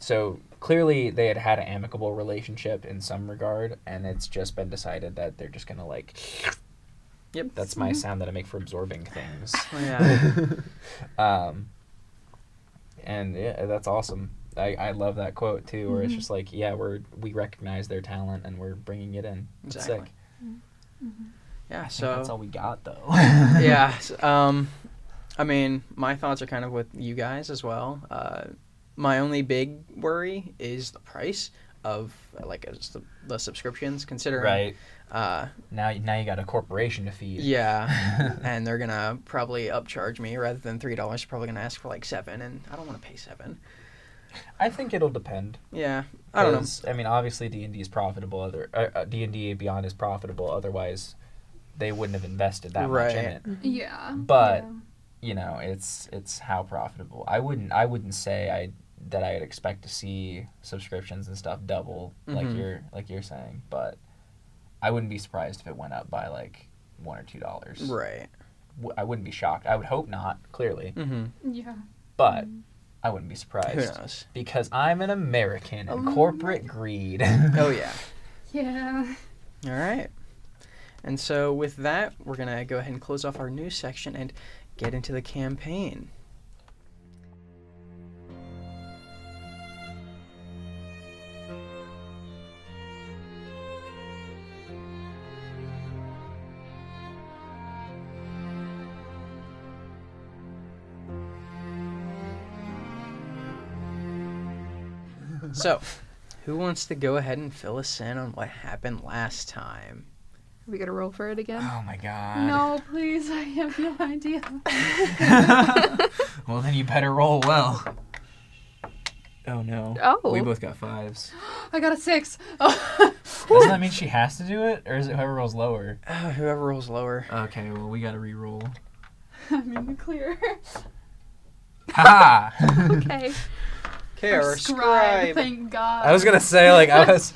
C: so clearly they had had an amicable relationship in some regard, and it's just been decided that they're just gonna like.
A: Yep.
C: That's my sound that I make for absorbing things.
A: Yeah.
C: Um, and yeah, that's awesome. I, I love that quote too, where
A: Mm-hmm.
C: it's just like, yeah, we're we recognize their talent and we're bringing it in. It's
A: Exactly.
C: sick.
A: Yeah.
C: So that's
A: So
C: all we got though.
A: yeah. s- Um, I mean, my thoughts are kind of with you guys as well. Uh, my only big worry is the price of uh, like uh, just the, the subscriptions, considering. Uh,
C: now, now you got a corporation to feed.
A: yeah, and they're gonna probably upcharge me rather than three dollars. They're probably gonna ask for like seven, and I don't want to pay seven.
C: I think it'll depend.
A: Yeah, I don't know.
C: 'cause, I mean, obviously D and D is profitable. Other uh, D and D Beyond is profitable. Otherwise, they wouldn't have invested that much in
A: Right.
C: it.
B: Yeah.
C: But-
B: yeah.
C: you know it's it's how profitable i wouldn't i wouldn't say i that i'd expect to see subscriptions and stuff double like
A: Mhm.
C: you're like you're saying but i wouldn't be surprised if it went up by like one or two dollars
A: Right.
C: W- i wouldn't be shocked i would hope not clearly
A: Mm-hmm.
B: yeah.
C: but i wouldn't be
A: Who
C: surprised
A: knows?
C: because i'm an american and
B: Oh.
C: corporate greed
A: Oh yeah.
B: Yeah.
A: All right. And so with that, we're going to go ahead and close off our news section and get into the campaign. So, who wants to go ahead and fill us in on what happened last time?
D: Are we gonna roll for it again?
C: oh my god
B: No, please. I have no idea.
C: well then you better roll well oh no
D: Oh.
C: we both got fives
B: I got a six. Oh.
C: Does that mean she has to do it, or is it whoever rolls lower?
A: Uh, whoever rolls lower.
C: Okay, well we gotta re-roll.
B: I'm in the clear.
C: Ha!
D: Okay.
A: Okay, our
B: Scribe.
A: scribe.
B: Thank God.
C: I was gonna say like I was.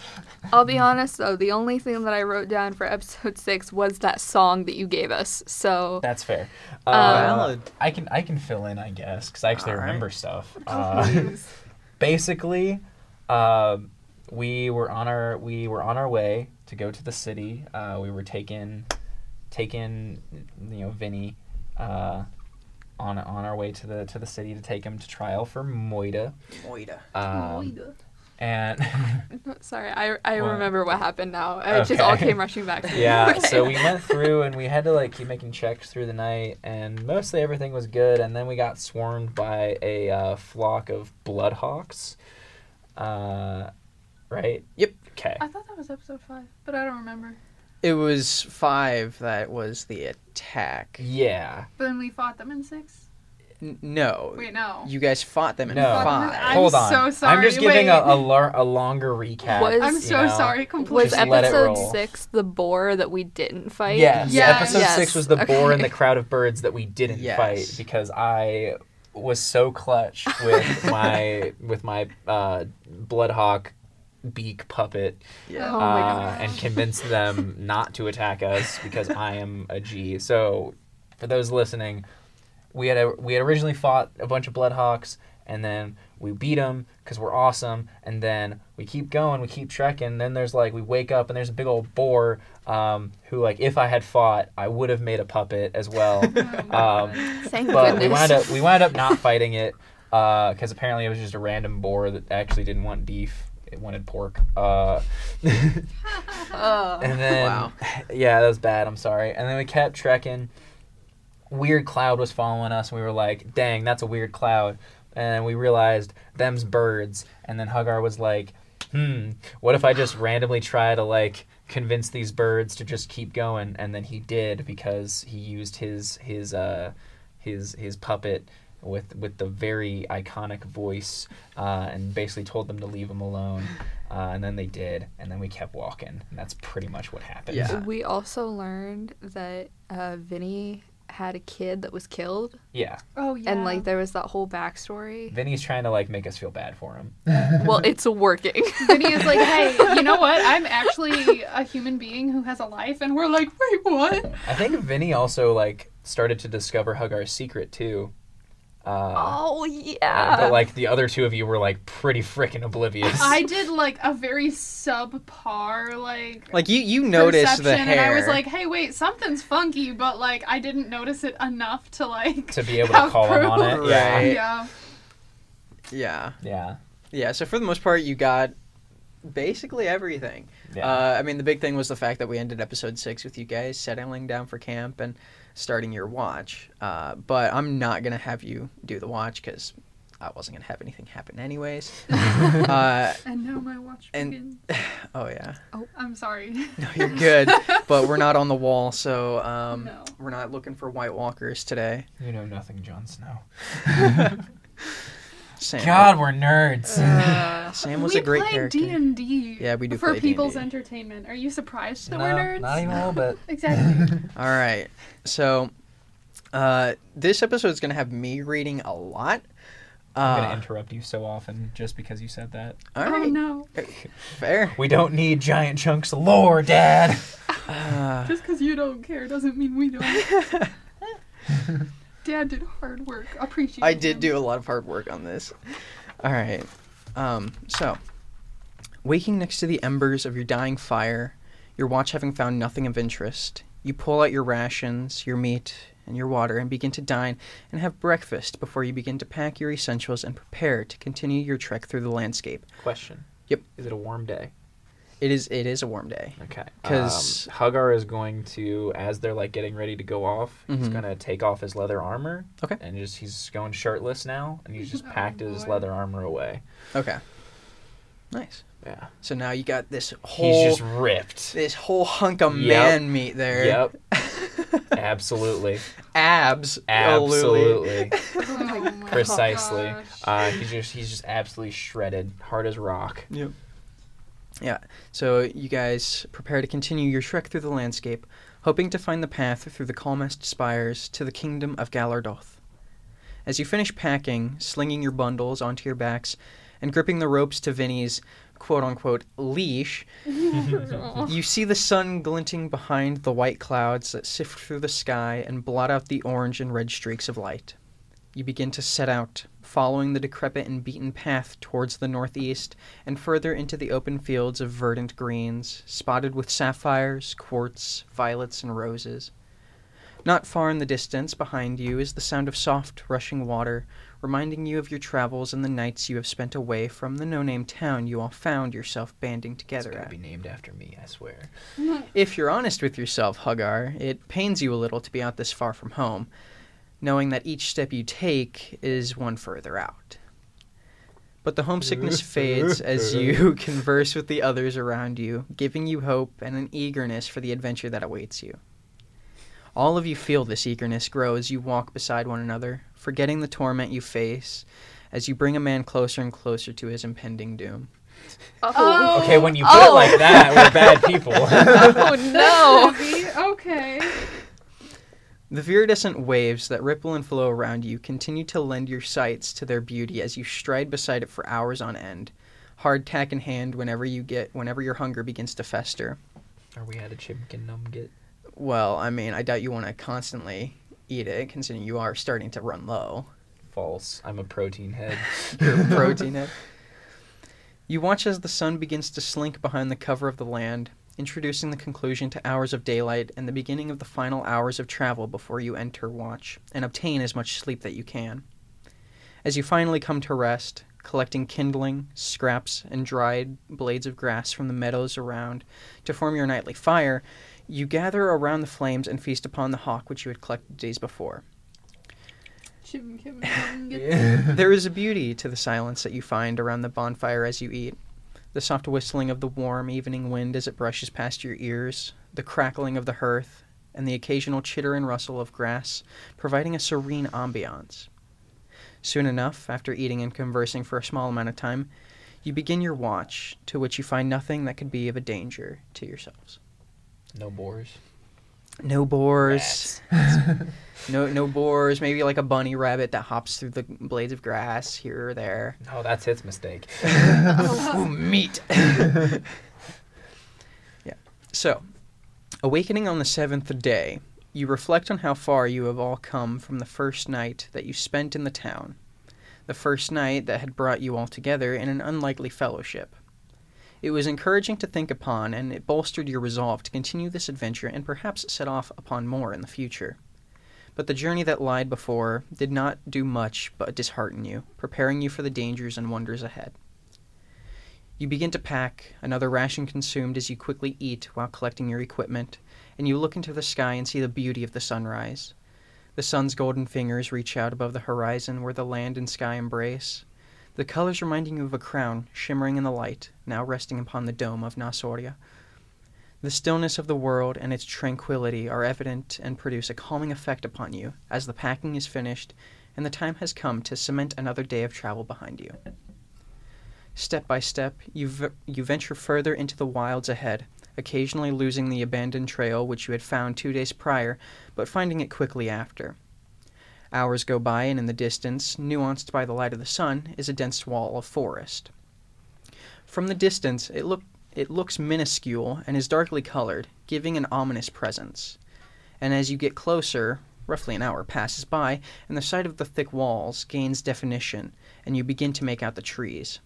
D: I'll be honest though, the only thing that I wrote down for episode six was that song that you gave us. So
C: That's fair. Uh,
A: Valid.
C: I can I can fill in I guess because I actually
A: All right.
C: remember stuff. Uh,
B: Please.
C: basically, um, we were on our we were on our way to go to the city. Uh, we were taken taken you know Vinny uh, on on our way to the to the city to take him to trial for Moida.
A: Moida.
C: Um, and
D: sorry, I I
C: What?
D: remember what happened now. It just
C: Okay.
D: all came rushing back to me.
C: Yeah,
D: Okay.
C: so we went through and we had to like keep making checks through the night, and mostly everything was good. And then we got swarmed by a uh, flock of bloodhawks, uh, right?
A: Yep.
C: Okay.
B: I thought that was episode five, but I don't remember.
A: It was five that was the attack.
C: Yeah.
B: But then we fought them in six.
A: N- no,
B: Wait, no.
A: you guys fought them in
C: No.
B: Fought them in-
A: five.
B: I'm
C: Hold on.
B: so
C: I'm
B: sorry,
C: just giving a,
B: wait.
C: a, lar- a longer recap.
D: Was-
B: I'm
D: you
B: so
C: know.
B: sorry. Completely.
D: Was
C: Just let it
D: episode
C: roll.
D: six the boar that we didn't fight?
C: Yes.
B: Yes.
C: Episode
D: Yes.
C: six was the boar and the
D: Okay.
C: crowd of birds that we didn't
A: Yes.
C: fight because I was so clutch with my with my uh, bloodhawk beak puppet
A: Yeah.
D: Oh my
C: uh,
D: gosh.
C: and convinced them not to attack us because I am a G. So for those listening, we had we had originally fought a bunch of bloodhawks and then we beat them because we're awesome and then we keep going we keep trekking then there's like we wake up and there's a big old boar um, who like if i had fought i would have made a puppet as well um,
D: Thank
C: but we
D: goodness.
C: wound up we wound up not fighting it because apparently it was just a random boar that actually didn't want beef it wanted pork uh,
D: Oh.
C: And then,
A: Wow.
C: yeah, that was bad. I'm sorry. And then we kept trekking. Weird cloud was following us. And we were like, dang, that's a weird cloud. And we realized them's birds. And then Hagar was like, hmm, what if I just randomly try to like convince these birds to just keep going? And then he did because he used his his uh, his his puppet with with the very iconic voice uh, and basically told them to leave him alone. Uh, and then they did, and then we kept walking. And that's pretty much what happened.
A: Yeah.
D: We also learned that uh, Vinny had a kid that was killed,
C: Yeah.
B: oh yeah.
D: and like there was that whole backstory.
C: Vinny's trying to like make us feel bad for him.
D: well, it's working.
B: Vinny is like, hey, you know what? I'm actually a human being who has a life, and we're like, wait, what?
C: I think Vinny also like started to discover Hagar's secret too. Uh,
D: oh yeah.
C: But like the other two of you were like pretty freaking oblivious.
B: I did like a very subpar like.
A: Like you, you noticed the
B: perception,
A: hair.
B: and I was like, "Hey, wait, something's funky," but like, I didn't notice it enough to like
C: to be able to
B: have
C: call him on
B: proof.
C: it. Yeah.
A: Right.
B: Yeah,
A: yeah,
C: Yeah.
A: yeah. So for the most part, you got basically everything.
C: Yeah.
A: Uh, I mean, the big thing was the fact that we ended episode six with you guys settling down for camp and starting your watch. Uh, but I'm not gonna have you do the watch because I wasn't gonna have anything happen anyways. uh,
B: and now my watch
A: And-
B: begins.
A: oh yeah,
B: I'm sorry.
A: no, you're good. but we're not on the wall, so um,
B: No.
A: we're not looking for White Walkers today.
C: you know nothing, Jon Snow.
A: Sam,
C: God, we're nerds.
D: Uh,
A: Sam was
B: we
A: a great
B: play
A: character.
B: D and D.
A: Yeah, we do
B: for
A: play
B: people's
A: D&D.
B: entertainment. Are you surprised that
C: No,
B: we're nerds?
C: Not even a little bit.
B: Exactly.
A: All right. So uh, this episode is going to have me reading a lot. Uh,
C: I'm gonna interrupt you so often just because you said that.
A: all
B: Oh
A: right.
B: no!
A: Fair.
C: We don't need giant chunks of lore, Dad.
A: Uh,
B: Just because you don't care doesn't mean we don't. Dad did hard work. Appreciate.
A: I did
B: him.
A: do a lot of hard work on this. All right. Um, so, waking next to the embers of your dying fire, your watch having found nothing of interest, you pull out your rations, your meat, and your water and begin to dine and have breakfast before you begin to pack your essentials and prepare to continue your trek through the landscape.
C: Question.
A: Yep.
C: Is it a warm day?
A: It is it is a warm day.
C: Okay.
A: 'Cause-
C: um, Hagar is going to, as they're like getting ready to go off, he's
A: Mhm.
C: gonna take off his leather armor.
A: Okay.
C: And just he's going shirtless now, and he's just
B: Oh,
C: packed his
B: Lord.
C: leather armor away.
A: Okay. Nice.
C: Yeah.
A: So now you got this whole
C: He's just ripped.
A: this whole hunk of
C: Yep.
A: man meat there.
C: Yep. Absolutely.
A: Abs.
C: Absolutely.
B: Oh my Oh,
C: Precisely.
B: gosh.
C: Uh, he's just he's just absolutely shredded, hard as rock.
A: Yep. Yeah. So you guys prepare to continue your trek through the landscape, hoping to find the path through the calmest spires to the kingdom of Galardoth. As you finish packing, slinging your bundles onto your backs, and gripping the ropes to Vinny's quote unquote leash, You see the sun glinting behind the white clouds that sift through the sky and blot out the orange and red streaks of light. You begin to set out, following the decrepit and beaten path towards the northeast and further into the open fields of verdant greens, spotted with sapphires, quartz, violets, and roses. Not far in the distance behind you is the sound of soft, rushing water, reminding you of your travels and the nights you have spent away from the no name town you all found yourself banding
C: It's
A: together
C: gonna
A: at.
C: be named after me, I swear.
A: If you're honest with yourself, Hagar, it pains you a little to be out this far from home, knowing that each step you take is one further out. But the homesickness fades as you converse with the others around you, giving you hope and an eagerness for the adventure that awaits you. All of you feel this eagerness grow as you walk beside one another, forgetting the torment you face as you bring a man closer and closer to his impending doom.
B: Oh.
C: Okay, when you put it like that, we're bad people.
D: oh
B: That's
D: no!
B: heavy. Okay.
A: The viridescent waves that ripple and flow around you continue to lend your sights to their beauty as you stride beside it for hours on end, hard tack in hand whenever you get whenever your hunger begins to fester.
C: Are we at a chimkin numget?
A: Well, I mean, I doubt you want to constantly eat it considering you are starting to run low.
C: False. I'm a protein head.
A: You're a protein head. You watch as the sun begins to slink behind the cover of the land, introducing the conclusion to hours of daylight and the beginning of the final hours of travel before you enter watch and obtain as much sleep that you can. As you finally come to rest, collecting kindling, scraps, and dried blades of grass from the meadows around to form your nightly fire, you gather around the flames and feast upon the hawk which you had collected days before.
B: Chim, chim, chim, get-
A: There is a beauty to the silence that you find around the bonfire as you eat. The soft whistling of the warm evening wind as it brushes past your ears, the crackling of the hearth, and the occasional chitter and rustle of grass, providing a serene ambiance. Soon enough, after eating and conversing for a small amount of time, you begin your watch, to which you find nothing that could be of a danger to yourselves.
C: No boars.
A: No boars, no no boars. Maybe like a bunny rabbit that hops through the blades of grass here or there.
C: No, that's its mistake.
A: Ooh, meat. yeah. So, awakening on the seventh day, you reflect on how far you have all come from the first night that you spent in the town, the first night that had brought you all together in an unlikely fellowship. It was encouraging to think upon, and it bolstered your resolve to continue this adventure and perhaps set off upon more in the future. But the journey that lied before did not do much but dishearten you, preparing you for the dangers and wonders ahead. You begin to pack, another ration consumed as you quickly eat while collecting your equipment, and you look into the sky and see the beauty of the sunrise. The sun's golden fingers reach out above the horizon where the land and sky embrace, the colors reminding you of a crown shimmering in the light, now resting upon the dome of Nasoria. The stillness of the world and its tranquility are evident and produce a calming effect upon you as the packing is finished and the time has come to cement another day of travel behind you. Step by step, you, v- you venture further into the wilds ahead, occasionally losing the abandoned trail which you had found two days prior, but finding it quickly after. Hours go by, and in the distance, nuanced by the light of the sun, is a dense wall of forest. From the distance, it, look, it looks minuscule and is darkly colored, giving an ominous presence. And as you get closer, roughly an hour passes by, and the sight of the thick walls gains definition, and you begin to make out the trees.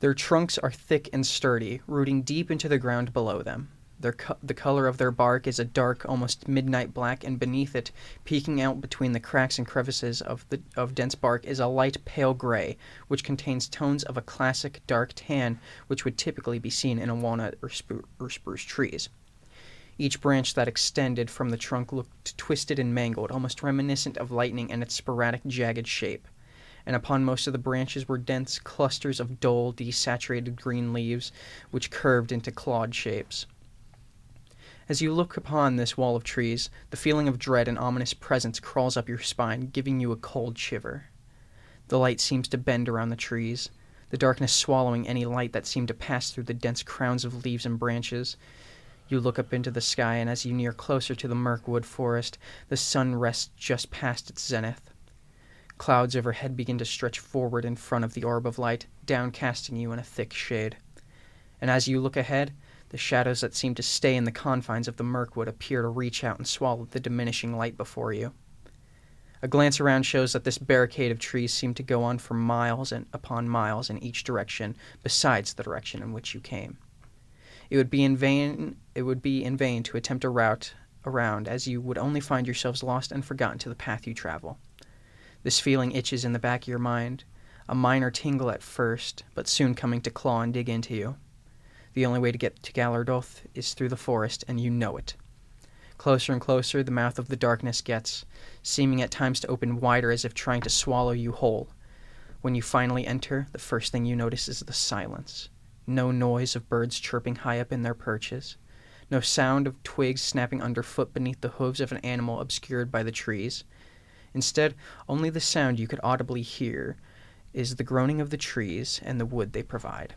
A: Their trunks are thick and sturdy, rooting deep into the ground below them. Their co- the color of their bark is a dark, almost midnight black, and beneath it, peeking out between the cracks and crevices of the of dense bark, is a light pale gray, which contains tones of a classic dark tan, which would typically be seen in a walnut or, spru- or spruce trees. Each branch that extended from the trunk looked twisted and mangled, almost reminiscent of lightning in its sporadic, jagged shape and upon most of the branches were dense clusters of dull, desaturated green leaves, which curved into clawed shapes. As you look upon this wall of trees, the feeling of dread and ominous presence crawls up your spine, giving you a cold shiver. The light seems to bend around the trees, the darkness swallowing any light that seemed to pass through the dense crowns of leaves and branches. You look up into the sky, and as you near closer to the Mirkwood forest, the sun rests just past its zenith. Clouds overhead begin to stretch forward in front of the orb of light, downcasting you in a thick shade. And as you look ahead, the shadows that seem to stay in the confines of the Mirkwood appear to reach out and swallow the diminishing light before you. A glance around shows that this barricade of trees seemed to go on for miles and upon miles in each direction besides the direction in which you came. It would be in vain it would be in vain to attempt a route around as you would only find yourselves lost and forgotten to the path you travel. This feeling itches in the back of your mind, a minor tingle at first, but soon coming to claw and dig into you. The only way to get to Galardoth is through the forest, and you know it. Closer and closer the mouth of the darkness gets, seeming at times to open wider as if trying to swallow you whole. When you finally enter, the first thing you notice is the silence. No noise of birds chirping high up in their perches, no sound of twigs snapping underfoot beneath the hooves of an animal obscured by the trees. Instead, only the sound you could audibly hear is the groaning of the trees and the wood they provide.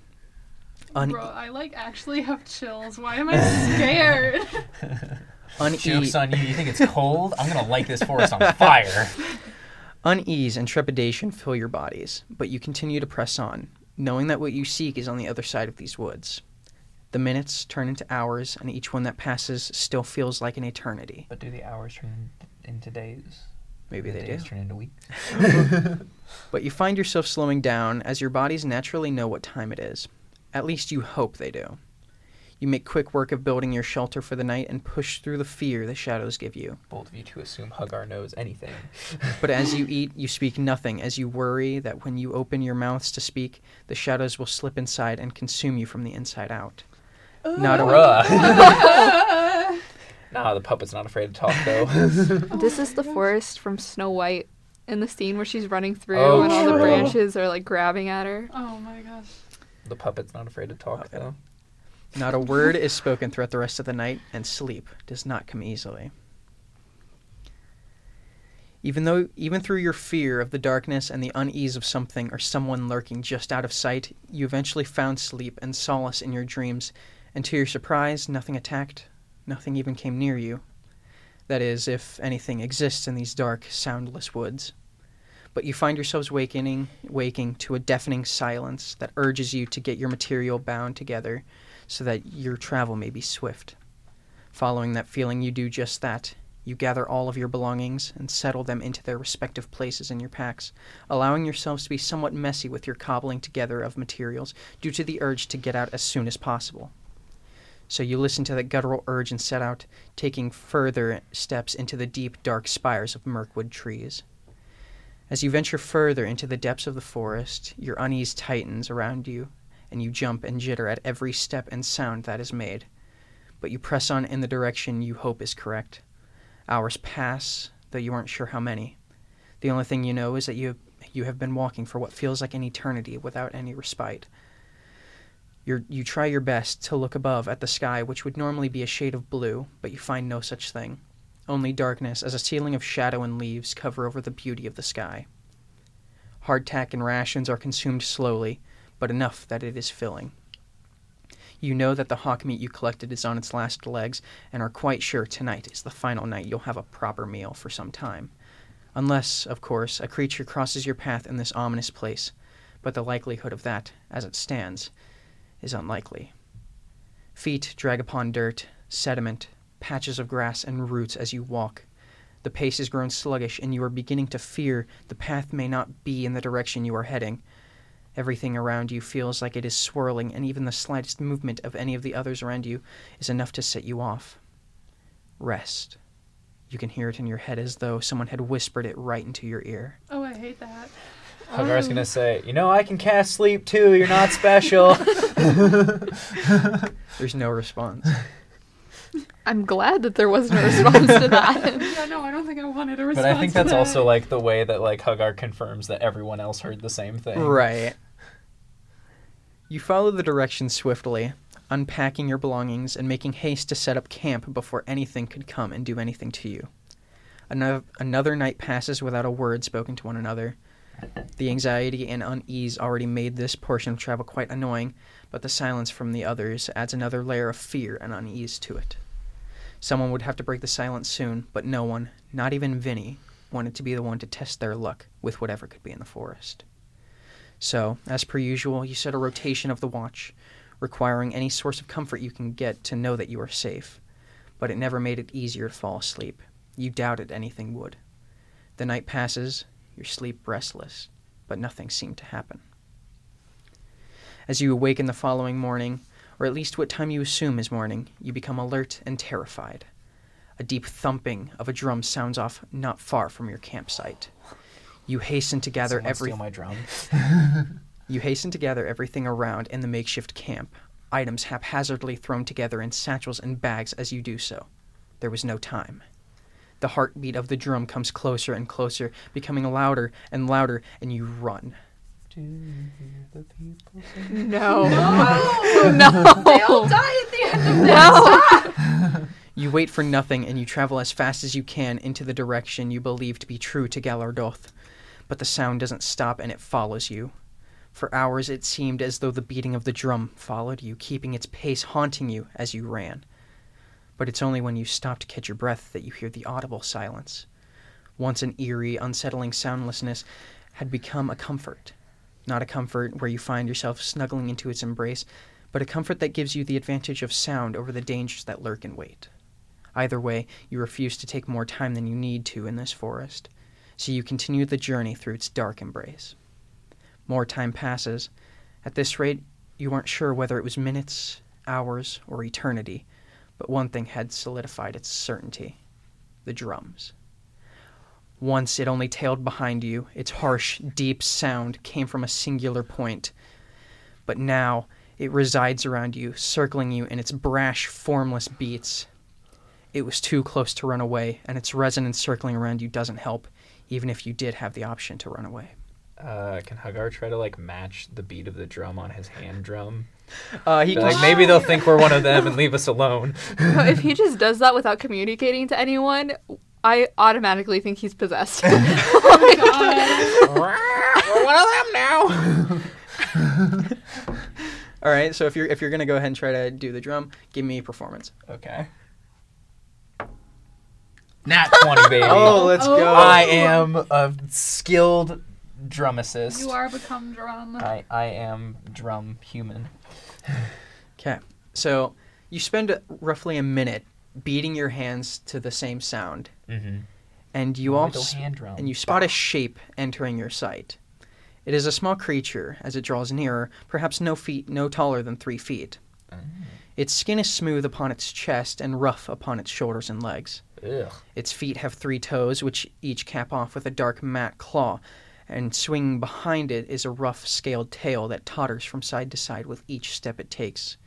A: Un-
B: Bro, I like actually have chills. Why am I scared?
A: une-
C: Jokes on you. You think it's cold? I'm gonna light this forest on fire.
A: Unease and trepidation fill your bodies, but you continue to press on, knowing that what you seek is on the other side of these woods. The minutes turn into hours, and each one that passes still feels like an eternity.
C: But do the hours turn in- into days?
A: Maybe
C: the
A: they do.
C: days turn into weeks.
A: But you find yourself slowing down as your bodies naturally know what time it is. At least you hope they do. You make quick work of building your shelter for the night and push through the fear the shadows give you.
C: Bold of you to assume Hagar knows anything.
A: But as you eat, you speak nothing, as you worry that when you open your mouths to speak, the shadows will slip inside and consume you from the inside out. Not a
C: Oh, Bruh. nah, the puppet's not afraid to talk though.
D: this is the forest from Snow White in the scene where she's running through
C: Oh,
D: and all the
B: true.
D: branches are like grabbing at her.
B: oh my gosh.
C: the puppet's not afraid to talk
A: Okay.
C: though.
A: Not a word is spoken throughout the rest of the night, and sleep does not come easily. Even though even through your fear of the darkness and the unease of something or someone lurking just out of sight, you eventually found sleep and solace in your dreams, and to your surprise, nothing attacked, nothing even came near you. That is, if anything exists in these dark, soundless woods. But you find yourselves wakening waking to a deafening silence that urges you to get your material bound together so that your travel may be swift. Following that feeling, you do just that. You gather all of your belongings and settle them into their respective places in your packs, allowing yourselves to be somewhat messy with your cobbling together of materials due to the urge to get out as soon as possible. So you listen to that guttural urge and set out, taking further steps into the deep, dark spires of mirkwood trees. As you venture further into the depths of the forest, your unease tightens around you, and you jump and jitter at every step and sound that is made. But you press on in the direction you hope is correct. Hours pass, though you aren't sure how many. The only thing you know is that you you have been walking for what feels like an eternity without any respite. you you try your best to look above at the sky, which would normally be a shade of blue, but you find no such thing. Only darkness as a ceiling of shadow and leaves cover over the beauty of the sky. Hardtack and rations are consumed slowly, but enough that it is filling. You know that the hawk meat you collected is on its last legs and are quite sure tonight is the final night you'll have a proper meal for some time. Unless, of course, a creature crosses your path in this ominous place, but the likelihood of that, as it stands, is unlikely. Feet drag upon dirt, sediment, patches of grass, and roots as you walk. The pace has grown sluggish, and you are beginning to fear the path may not be in the direction you are heading. Everything around you feels like it is swirling, and even the slightest movement of any of the others around you is enough to set you off. Rest. You can hear it in your head as though someone had whispered it right into your ear.
B: Oh, I hate that. Oh,
C: Hagar's gonna say, you know, I can cast sleep too. You're not special.
A: There's no response.
D: I'm glad that there wasn't a response to that.
B: Yeah, no, I don't think I wanted a
C: but
B: response.
C: I think
B: to
C: that's
B: that.
C: also like the way that like Hagar confirms that everyone else heard the same thing.
A: Right. You follow the directions swiftly, unpacking your belongings and making haste to set up camp before anything could come and do anything to you. Another, another night passes without a word spoken to one another. The anxiety and unease already made this portion of travel quite annoying, but the silence from the others adds another layer of fear and unease to it. Someone would have to break the silence soon, but no one, not even Vinny, wanted to be the one to test their luck with whatever could be in the forest. So, as per usual, you set a rotation of the watch, requiring any source of comfort you can get to know that you are safe. But it never made it easier to fall asleep. You doubted anything would. The night passes, your sleep restless, but nothing seemed to happen. As you awaken the following morning, or at least what time you assume is morning, you become alert and terrified. A deep thumping of a drum sounds off not far from your campsite. You hasten to gather
C: Someone
A: every
C: steal my drum.
A: you hasten to gather everything around in the makeshift camp, items haphazardly thrown together in satchels and bags as you do so. There was no time. The heartbeat of the drum comes closer and closer, becoming louder and louder, and you run.
C: you hear the people sing?
D: No.
B: No.
D: no.
E: They all die at the end of this.
D: No.
A: You wait for nothing and you travel as fast as you can into the direction you believe to be true to Galardoth. But the sound doesn't stop and it follows you. For hours it seemed as though the beating of the drum followed you, keeping its pace haunting you as you ran. But it's only when you stop to catch your breath that you hear the audible silence. Once an eerie, unsettling soundlessness had become a comfort. Not a comfort where you find yourself snuggling into its embrace, but a comfort that gives you the advantage of sound over the dangers that lurk in wait. Either way, you refuse to take more time than you need to in this forest, so you continue the journey through its dark embrace. More time passes. At this rate, you weren't sure whether it was minutes, hours, or eternity, but one thing had solidified its certainty the drums. Once it only tailed behind you, its harsh, deep sound came from a singular point. But now it resides around you, circling you in its brash, formless beats. It was too close to run away, and its resonance circling around you doesn't help, even if you did have the option to run away.
C: Uh, can Hagar try to like match the beat of the drum on his hand drum?
A: Uh, he
C: Be Like maybe they'll think we're one of them and leave us alone.
D: No, if he just does that without communicating to anyone, I automatically think he's possessed. Like,
B: God.
C: we're one of them now.
A: All right, so if you're if you're gonna go ahead and try to do the drum, give me performance.
C: okay. Nat twenty, baby.
A: let's
B: go.
C: I am a skilled drumicist.
B: you are become drum.
C: I, I am drum human.
A: Okay, so you spend roughly a minute beating your hands to the same sound,
C: Mm-hmm.
A: and you
C: Little
A: also
C: hand drum.
A: and you spot a shape entering your sight. It is a small creature as it draws nearer, perhaps no feet, no taller than three feet.
C: Oh.
A: Its skin is smooth upon its chest and rough upon its shoulders and legs.
C: Ugh.
A: Its feet have three toes, which each cap off with a dark matte claw, and swinging behind it is a rough scaled tail that totters from side to side with each step it takes.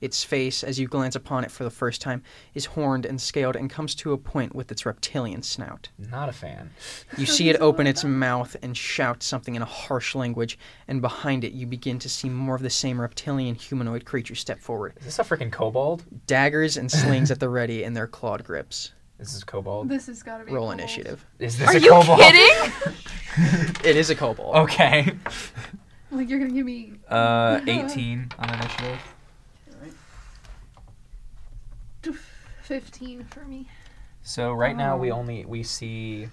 A: Its face, as you glance upon it for the first time, is horned and scaled and comes to a point with its reptilian snout.
C: Not a fan.
A: You see it open its mouth and shout something in a harsh language, and behind it you begin to see more of the same reptilian humanoid creature step forward,
C: Is this a freaking kobold?
A: daggers and slings at the ready in their clawed grips.
C: This is kobold.
B: This has got to be.
A: Roll
B: cool.
A: initiative.
C: Is this
D: Are
C: a
D: you
C: kobold?
D: kidding?
A: It is a kobold.
C: Okay.
B: Like you're gonna give me.
C: Uh, eighteen on initiative.
B: Fifteen for me.
C: So right now we only we see.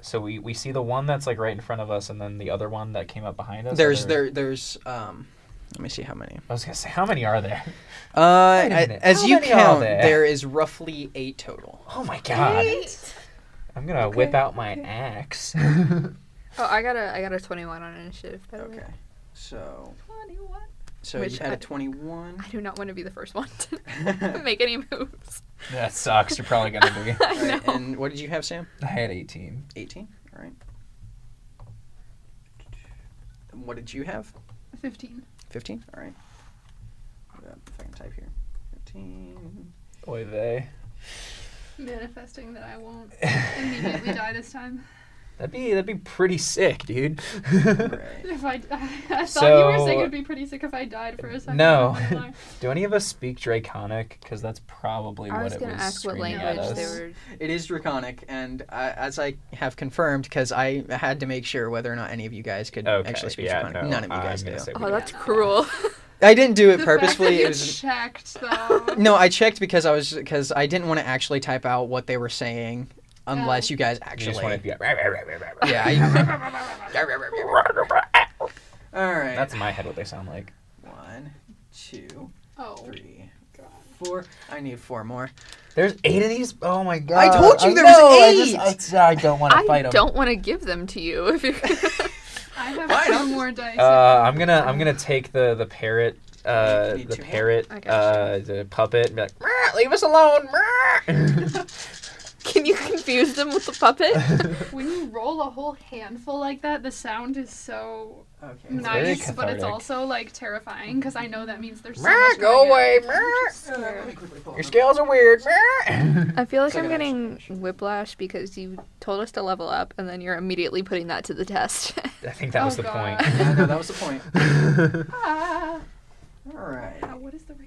C: So we, we see the one that's like right in front of us, and then the other one that came up behind us.
A: There's
C: Are
A: there there's um let me see how many.
C: I was gonna say how many are there?
A: Uh
C: Wait a minute.
A: as
C: How
A: you
C: many are
A: count
C: there?
A: there is roughly 8 total.
C: Oh my god! I'm gonna whip out my
B: okay.
C: axe.
D: Oh, I got a I got a 21 on initiative. By the way.
A: Okay. So
B: Twenty-one.
A: so
D: Oh. Which
A: you had a
D: I-
A: 21.
D: I do not want to be the first one to make any moves.
C: that sucks. You're probably gonna be.
D: I
A: All right,
D: know.
A: and what did you have Sam?
C: I had eighteen.
A: 18. All right. And what did you have?
B: Fifteen.
A: 15. All right. Hold up, if I can type here. 15.
C: Oy vey.
B: Manifesting that I won't immediately die this time.
C: That'd be that'd be pretty sick, dude.
A: Right.
B: If I, d- I thought you were saying
C: So-
B: it'd be pretty sick if I died for a second.
C: No.
B: I'm like,
C: Do any of us speak Draconic? Because that's probably
D: I
C: what
D: was
C: it
D: gonna
C: was
D: ask what
C: screaming at
D: language they
C: us.
D: were.
A: It is draconic, and uh, as I have confirmed, because I had to make sure whether or not any of you guys could
C: Okay,
A: actually speak
C: yeah,
A: draconic.
C: no,
A: None of you
C: I'm
A: guys
C: gonna
A: do.
C: say we
D: Oh,
C: don't.
D: that's cruel.
A: I didn't do it
B: the
A: purposefully.
B: Fact that
A: it was
B: you checked though.
A: no. I checked because I was because I didn't want to actually type out what they were saying
B: Oh.
A: unless you guys
C: You
A: actually.
C: just wanted to be-
A: yeah. I... All right.
C: That's in my head what they sound like.
A: one, two,
B: Oh.
A: three, four. I need four more.
C: There's eight of these. Oh my god!
A: told you there was eight!
C: I, just, I, I don't want to
D: I
C: fight them.
D: don't want to give them to you if you're.
B: I have
A: Why
B: some
A: not?
B: more dice.
C: Uh, I'm gonna I'm gonna take the the parrot uh,
A: You need
C: the
A: two more?
C: parrot
D: I got
C: uh, the puppet and be like, "Meow, leave us alone. meow."
D: Can you confuse them with the puppet?
B: When you roll a whole handful like that, the sound is so
A: Okay.
C: It's very
B: nice, but it's
C: cathartic.
B: also like terrifying because I know that means there's so
C: Meh,
B: much
C: go
B: going on.
C: away. meh. Your scales are weird. meh.
D: I feel like
A: Second
D: I'm getting
A: action.
D: whiplash because you told us to level up and then you're immediately putting that to the test.
C: I think that
B: Oh,
C: was the
B: God.
A: yeah, no, that was the point.
C: point.
B: Ah,
A: All right.
B: ah, what is the range?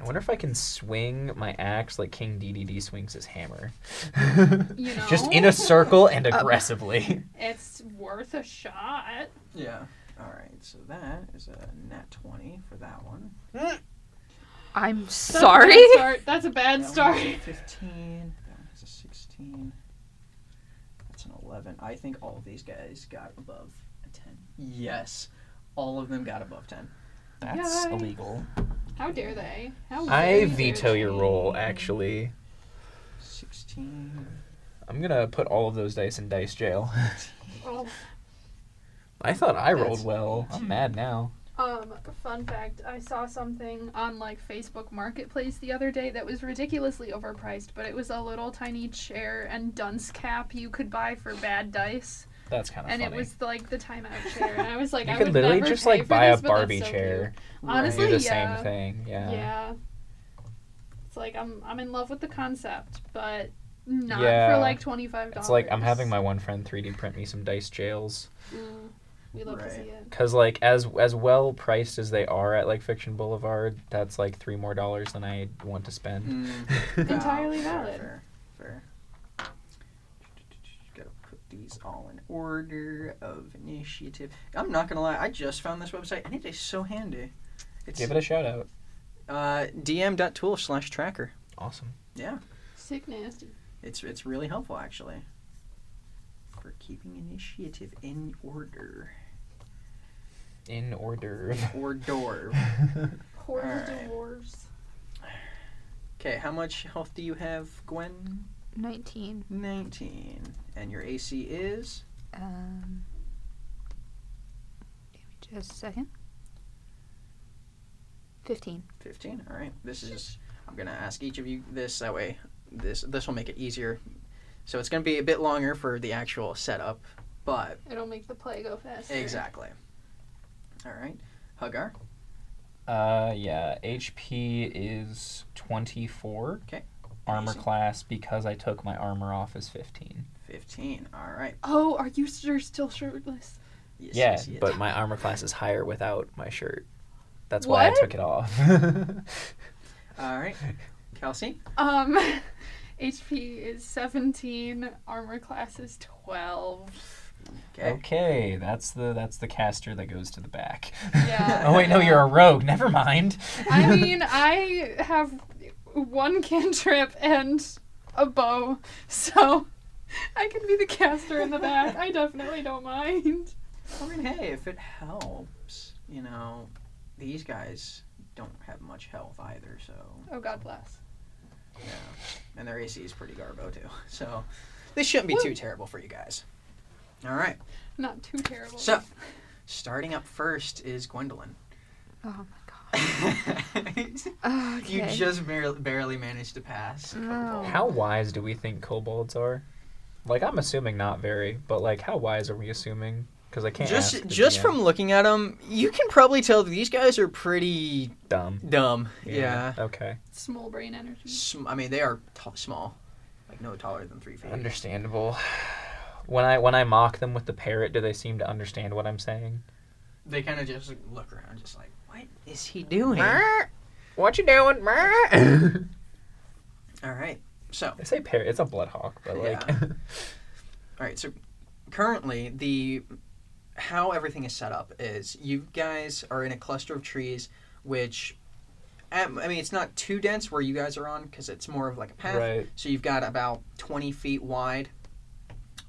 C: I wonder if I can swing my axe like King DDD swings his hammer.
B: You know,
C: Just in a circle and aggressively.
B: it's worth a shot.
A: Yeah. All right. So that is a nat twenty for that one.
D: I'm
B: That's
D: sorry.
B: A bad start. That's a
A: That
B: bad
A: one's
B: start.
A: a Fifteen. That one is a sixteen. That's an eleven. I think all of these guys got above a ten. Yes, all of them got above ten.
C: That's
B: Yay.
C: illegal.
B: How dare they? How
C: I
B: dare
C: veto
B: they?
C: your roll, actually.
A: Sixteen.
C: I'm gonna put all of those dice in dice jail.
B: Oh,
C: I thought I rolled
A: That's-
C: well. I'm mad now.
B: Um, fun fact, I saw something on like Facebook Marketplace the other day that was ridiculously overpriced, but it was a little tiny chair and dunce cap you could buy for bad dice.
C: That's kind of
B: and
C: funny.
B: it was like the timeout chair. And I was like,
C: you
B: I
C: could
B: would
C: literally
B: never
C: just
B: pay
C: like
B: for
C: buy a
B: this, but that's
C: Barbie
B: so cute.
C: chair.
B: Honestly,
C: do the
B: yeah.
C: same thing. Yeah.
B: Yeah. It's like I'm I'm in love with the concept, but not
C: Yeah.
B: for like twenty five dollars.
C: It's like I'm having my one friend 3D print me some dice jails.
B: we love to see
A: Right.
B: it.
C: Cause like as as well priced as they are at like Fiction Boulevard, that's like three more dollars than I want to spend.
B: Entirely
A: fair,
B: valid.
A: Mm, Fair, fair. Gotta put these all in order of initiative. I'm not gonna lie, I just found this website and it is so handy. It's
C: Give it a shout out.
A: uh, dm.tool slash tracker.
C: Awesome.
B: Sick nasty.
A: It's it's really helpful actually for keeping initiative in order
C: In order.
A: or door.
B: Horror
A: Alright.
B: dwarves.
A: Okay, how much health do you have, Gwen?
D: 19.
A: 19. And your AC is
D: Um, give me just a second. 15.
A: 15 all right this is i'm gonna ask each of you this that way this this will make it easier so it's gonna be a bit longer for the actual setup but
B: It'll make the play go faster.
A: exactly all right Hagar.
C: Uh yeah. HP is twenty four.
A: 'Kay.
C: Armor
A: Amazing.
C: class because I took my armor off is fifteen.
A: 15 all right
B: Oh, are you sure still shirtless?
A: yes,
C: yeah,
A: yes, yes.
C: but my armor class is higher without my shirt. That's why I
B: What?
C: took it off.
A: all right kelsey
B: Um, HP is 17, armor class is 12.
C: Oh.
A: okay
C: okay, that's the that's the caster that goes to the back.
B: Yeah.
C: oh wait, no, you're a rogue. Never mind.
B: I mean, I have one cantrip and a bow, so I can be the caster in the back. I definitely don't mind.
A: i mean hey if it helps you know these guys don't have much health either so
B: Oh, God bless.
A: and their ac is pretty garbo too so this shouldn't be too terrible for you guys all right
B: Not too terrible.
A: So, starting up first is Gwendolyn.
D: Oh my god. Okay.
A: You just barely, barely managed to pass. a couple
D: No.
A: of-
C: How wise do we think kobolds are? Like I'm assuming not very, but like how wise are we assuming? Because I can't. ask
A: Just
C: the
A: just
C: GM.
A: from looking at them, you can probably tell that these guys are pretty
C: dumb.
A: dumb. Yeah.
C: Okay.
B: Small brain energy.
A: Sm- I mean, they are t- small, like no taller than three feet.
C: Understandable. When I when I mock them with the parrot, do they seem to understand what I'm saying?
A: They kind of just like, look around, just like, what is he doing?
C: What you doing? I
A: All right. So,
C: say parrot. It's a bloodhawk, but like.
A: All right, so currently the how everything is set up is you guys are in a cluster of trees, which at, I mean it's not too dense where you guys are on because it's more of like a path.
C: Right.
A: So you've got about twenty feet wide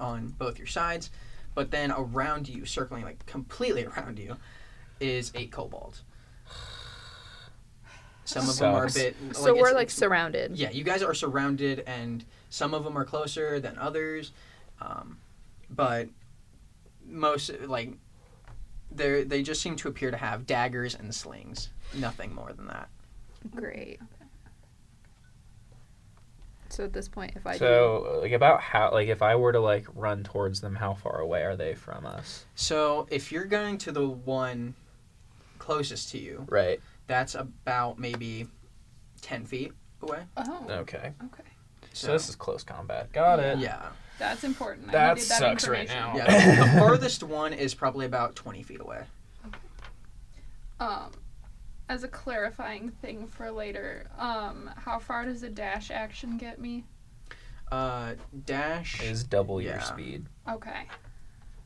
A: on both your sides, but then around you, circling like completely around you, is eight kobolds. Some of them are a
C: Sucks.
A: bit.
D: so
A: it's-
D: we're like
A: it's-
D: surrounded.
A: yeah, you guys are surrounded, and some of them are closer than others, um, but most like they they just seem to appear to have daggers and slings, nothing more than that.
D: Great. So at this point, if I
C: so like about how like if I were to like run towards them, how far away are they from us?
A: So if you're going to the one closest to you,
C: Right.
A: that's about maybe ten feet away.
B: Oh.
C: Okay.
B: Okay.
C: So, this is close combat. Got it.
A: yeah,
B: That's important. I
C: That
B: needed
C: sucks right
B: information.
C: now.
A: yeah. the farthest one is probably about twenty feet away.
B: Um, as a clarifying thing for later, um, how far does a dash action get me?
A: Uh, dash.
C: Is double your
A: Yeah.
C: speed,
B: Okay.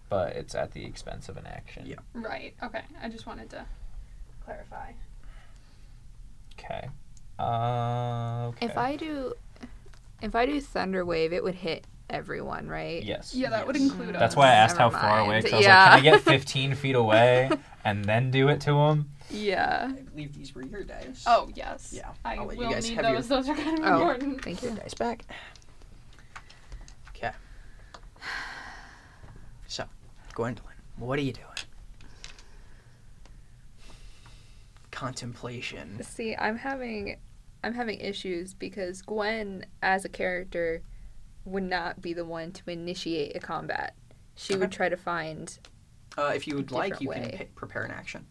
C: but it's at the expense of an action.
A: Yeah.
B: Right. Okay. I just wanted to clarify.
C: Okay. Uh, okay.
D: if I do, if I do thunder wave, it would hit everyone, right?
C: yes.
B: Yeah, that would
A: Yes.
B: include
C: That's
B: us.
C: why I asked how
D: Never
C: far away.
D: mind.
C: Because I was
D: Yeah.
C: like, can I get 15 feet away and then do it to him?
D: Yeah.
A: I believe these were your dice.
B: Oh yes.
A: Yeah,
B: I
A: I'll
B: will
A: let you guys
B: need
A: have your-
B: those. Those are kind of
D: Oh.
B: important.
D: Thank
A: your
D: you.
A: dice back. Okay. So, Gwendolyn, what are you doing? Contemplation.
D: See, I'm having, I'm having issues because Gwen, as a character, would not be the one to initiate a combat. She would
A: Okay.
D: try to find.
A: Uh, if you would like, you can
D: Different way.
A: p- prepare an action.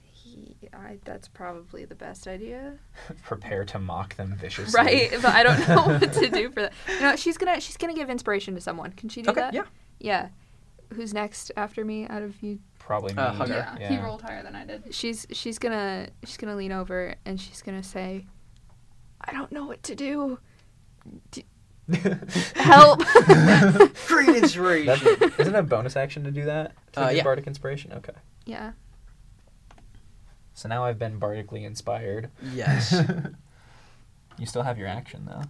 D: He, I, that's probably the best idea.
C: Prepare to mock them viciously.
D: Right, but I don't know what to do for that. No, she's gonna she's gonna give inspiration to someone. Can she do
A: okay.
D: that?
A: Yeah.
D: Yeah. Who's next after me out of you?
C: Probably me.
A: Uh, hugger.
B: Yeah, he rolled higher than I did.
D: She's she's gonna she's gonna lean over and she's gonna say, "I don't know what to do. Help!"
A: Great inspiration.
C: That's, isn't that a bonus action to do that? To
A: Uh,
C: do
A: yeah.
C: Bardic Inspiration? Okay.
D: yeah.
C: So now I've been bardically inspired.
A: yes.
C: you still have your action, though.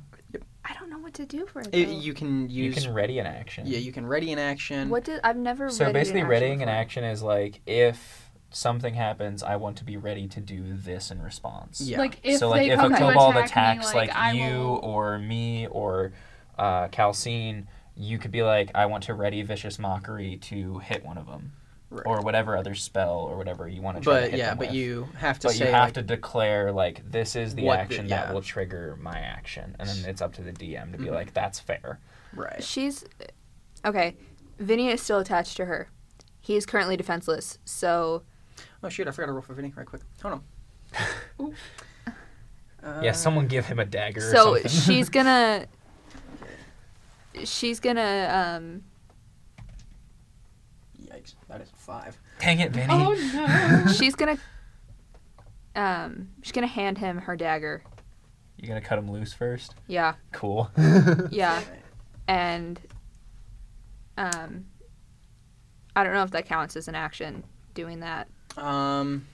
D: I don't know what to do for it.
A: It-
D: though.
A: you can use.
C: You can ready an action.
A: yeah, you can ready an action.
D: what did I've never
C: so
D: readied
C: basically,
D: an action
C: readying an
D: before.
C: action is like if something happens, I want to be ready to do this in response.
A: Yeah.
B: Like if
C: so like
B: they
C: if
B: come
D: a
B: to
C: Cobalt
B: attack
C: attacks
B: me, like,
C: like,
B: I
C: you
B: will...
C: or me or uh, Calcine, you could be like, I want to ready vicious mockery to hit one of them,
A: Right.
C: or whatever other spell or whatever you want to try to
A: but
C: hit
A: yeah,
C: them
A: but
C: with.
A: you have to
C: But
A: say
C: you have
A: like,
C: to declare like this is the
A: what the-
C: action
A: yeah.
C: that will trigger my action, and then it's up to the DM to be
A: Mhm.
C: like, that's fair.
A: right.
D: She's okay. Vinny is still attached to her. He is currently defenseless, so
A: Oh shoot! I forgot to roll for Vinny right quick. Hold on.
B: Ooh.
A: Uh,
C: yeah, someone give him a dagger.
D: so
C: or something.
D: she's gonna she's gonna um
A: Uh, Yikes! That is a five.
C: Dang it, Vinny.
B: Oh no.
D: she's gonna um she's gonna hand him her dagger
C: You gonna cut him loose first?
D: yeah
C: Cool.
D: yeah and um i don't know if that counts as an action doing that
A: Um.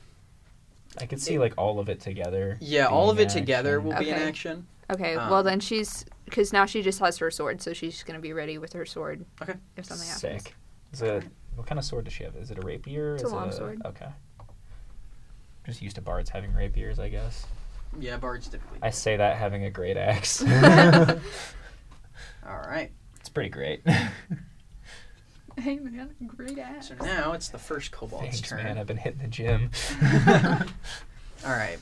C: I could see like all of it together.
A: Yeah, all of
C: being
A: it
C: an
A: together
C: action.
A: will be an
D: Okay.
A: action.
D: okay
A: Um,
D: well then she's because now she just has her sword so she's gonna be ready with her sword
A: Okay.
D: if something happens
C: Sick. Is it what kind of sword does she have? Is it a rapier?
D: It's a
C: Is it
D: long sword.
C: Okay. Just used to bards having rapiers, I guess.
A: Yeah, bards typically.
C: I say that having a great axe.
A: All right.
C: it's pretty great.
B: hey man, great ass.
A: So now it's the first kobold's
C: Thanks,
A: turn.
C: man. I've been hitting the gym.
A: All right.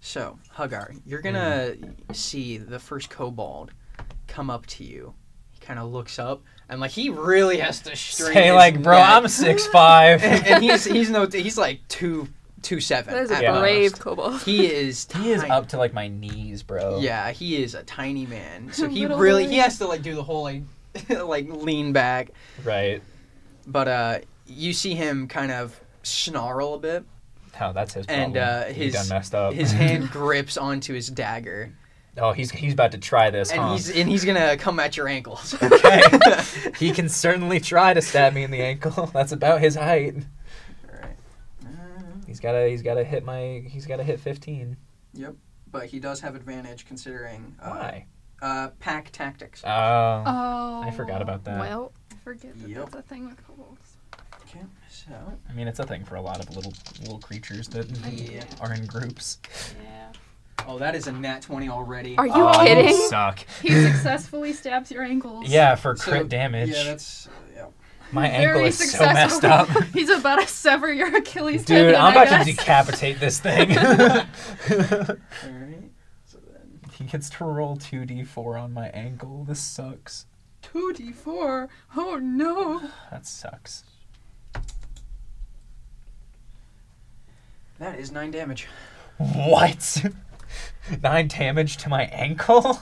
A: So Hagar, you're gonna
C: Mm.
A: see the first kobold come up to you. He kind of looks up and like he really has to strain.
C: Say
A: his
C: like, bro,
A: neck."
C: I'm six five.
A: and, and he's he's no he's like two two seven.
D: that is a
A: at
C: Yeah.
D: brave
A: most.
D: kobold
A: He is.
C: he is
A: tiny.
C: up to like my knees, bro.
A: Yeah, he is a tiny man, so he
B: Little
A: really he
B: man.
A: has to like do the whole like like lean back.
C: Right.
A: But uh, you see him kind of snarl a bit.
C: Oh, that's his problem.
A: And, uh,
C: he
A: his-
C: done messed up.
A: His hand grips onto his dagger,
C: oh, he's he's about to try this.
A: and
C: huh?
A: he's and he's gonna come at your ankles.
C: Okay. he can certainly try to stab me in the ankle. That's about his height.
A: Alright. Uh,
C: He's gotta he's gotta hit my he's gotta hit fifteen.
A: But he does have advantage considering uh,
C: Why?
A: uh, pack tactics.
C: Oh,
B: Oh.
C: I forgot about that.
D: well
B: I forget that
A: Yep.
B: that's a thing with kobolds.
A: Okay, so
C: I mean, it's a thing for a lot of little little creatures that
A: Yeah.
C: are in groups.
B: Yeah.
A: oh, that is a nat twenty already.
D: are you
C: Oh,
D: kidding
C: suck.
B: He successfully stabs your ankles.
C: Yeah, for
A: So,
C: crit damage.
A: Yeah, that's yeah.
C: my
B: Very
C: ankle is
B: successful.
C: so messed up.
B: He's about to sever your Achilles
C: Dude,
B: tendon.
C: I'm
B: I
C: about to
B: guess.
C: decapitate this thing.
A: All right. So then,
C: He gets to roll 2d4 on my ankle. This sucks.
B: 2d4. Oh no.
C: That sucks.
A: That is nine damage.
C: What? Nine damage to my ankle?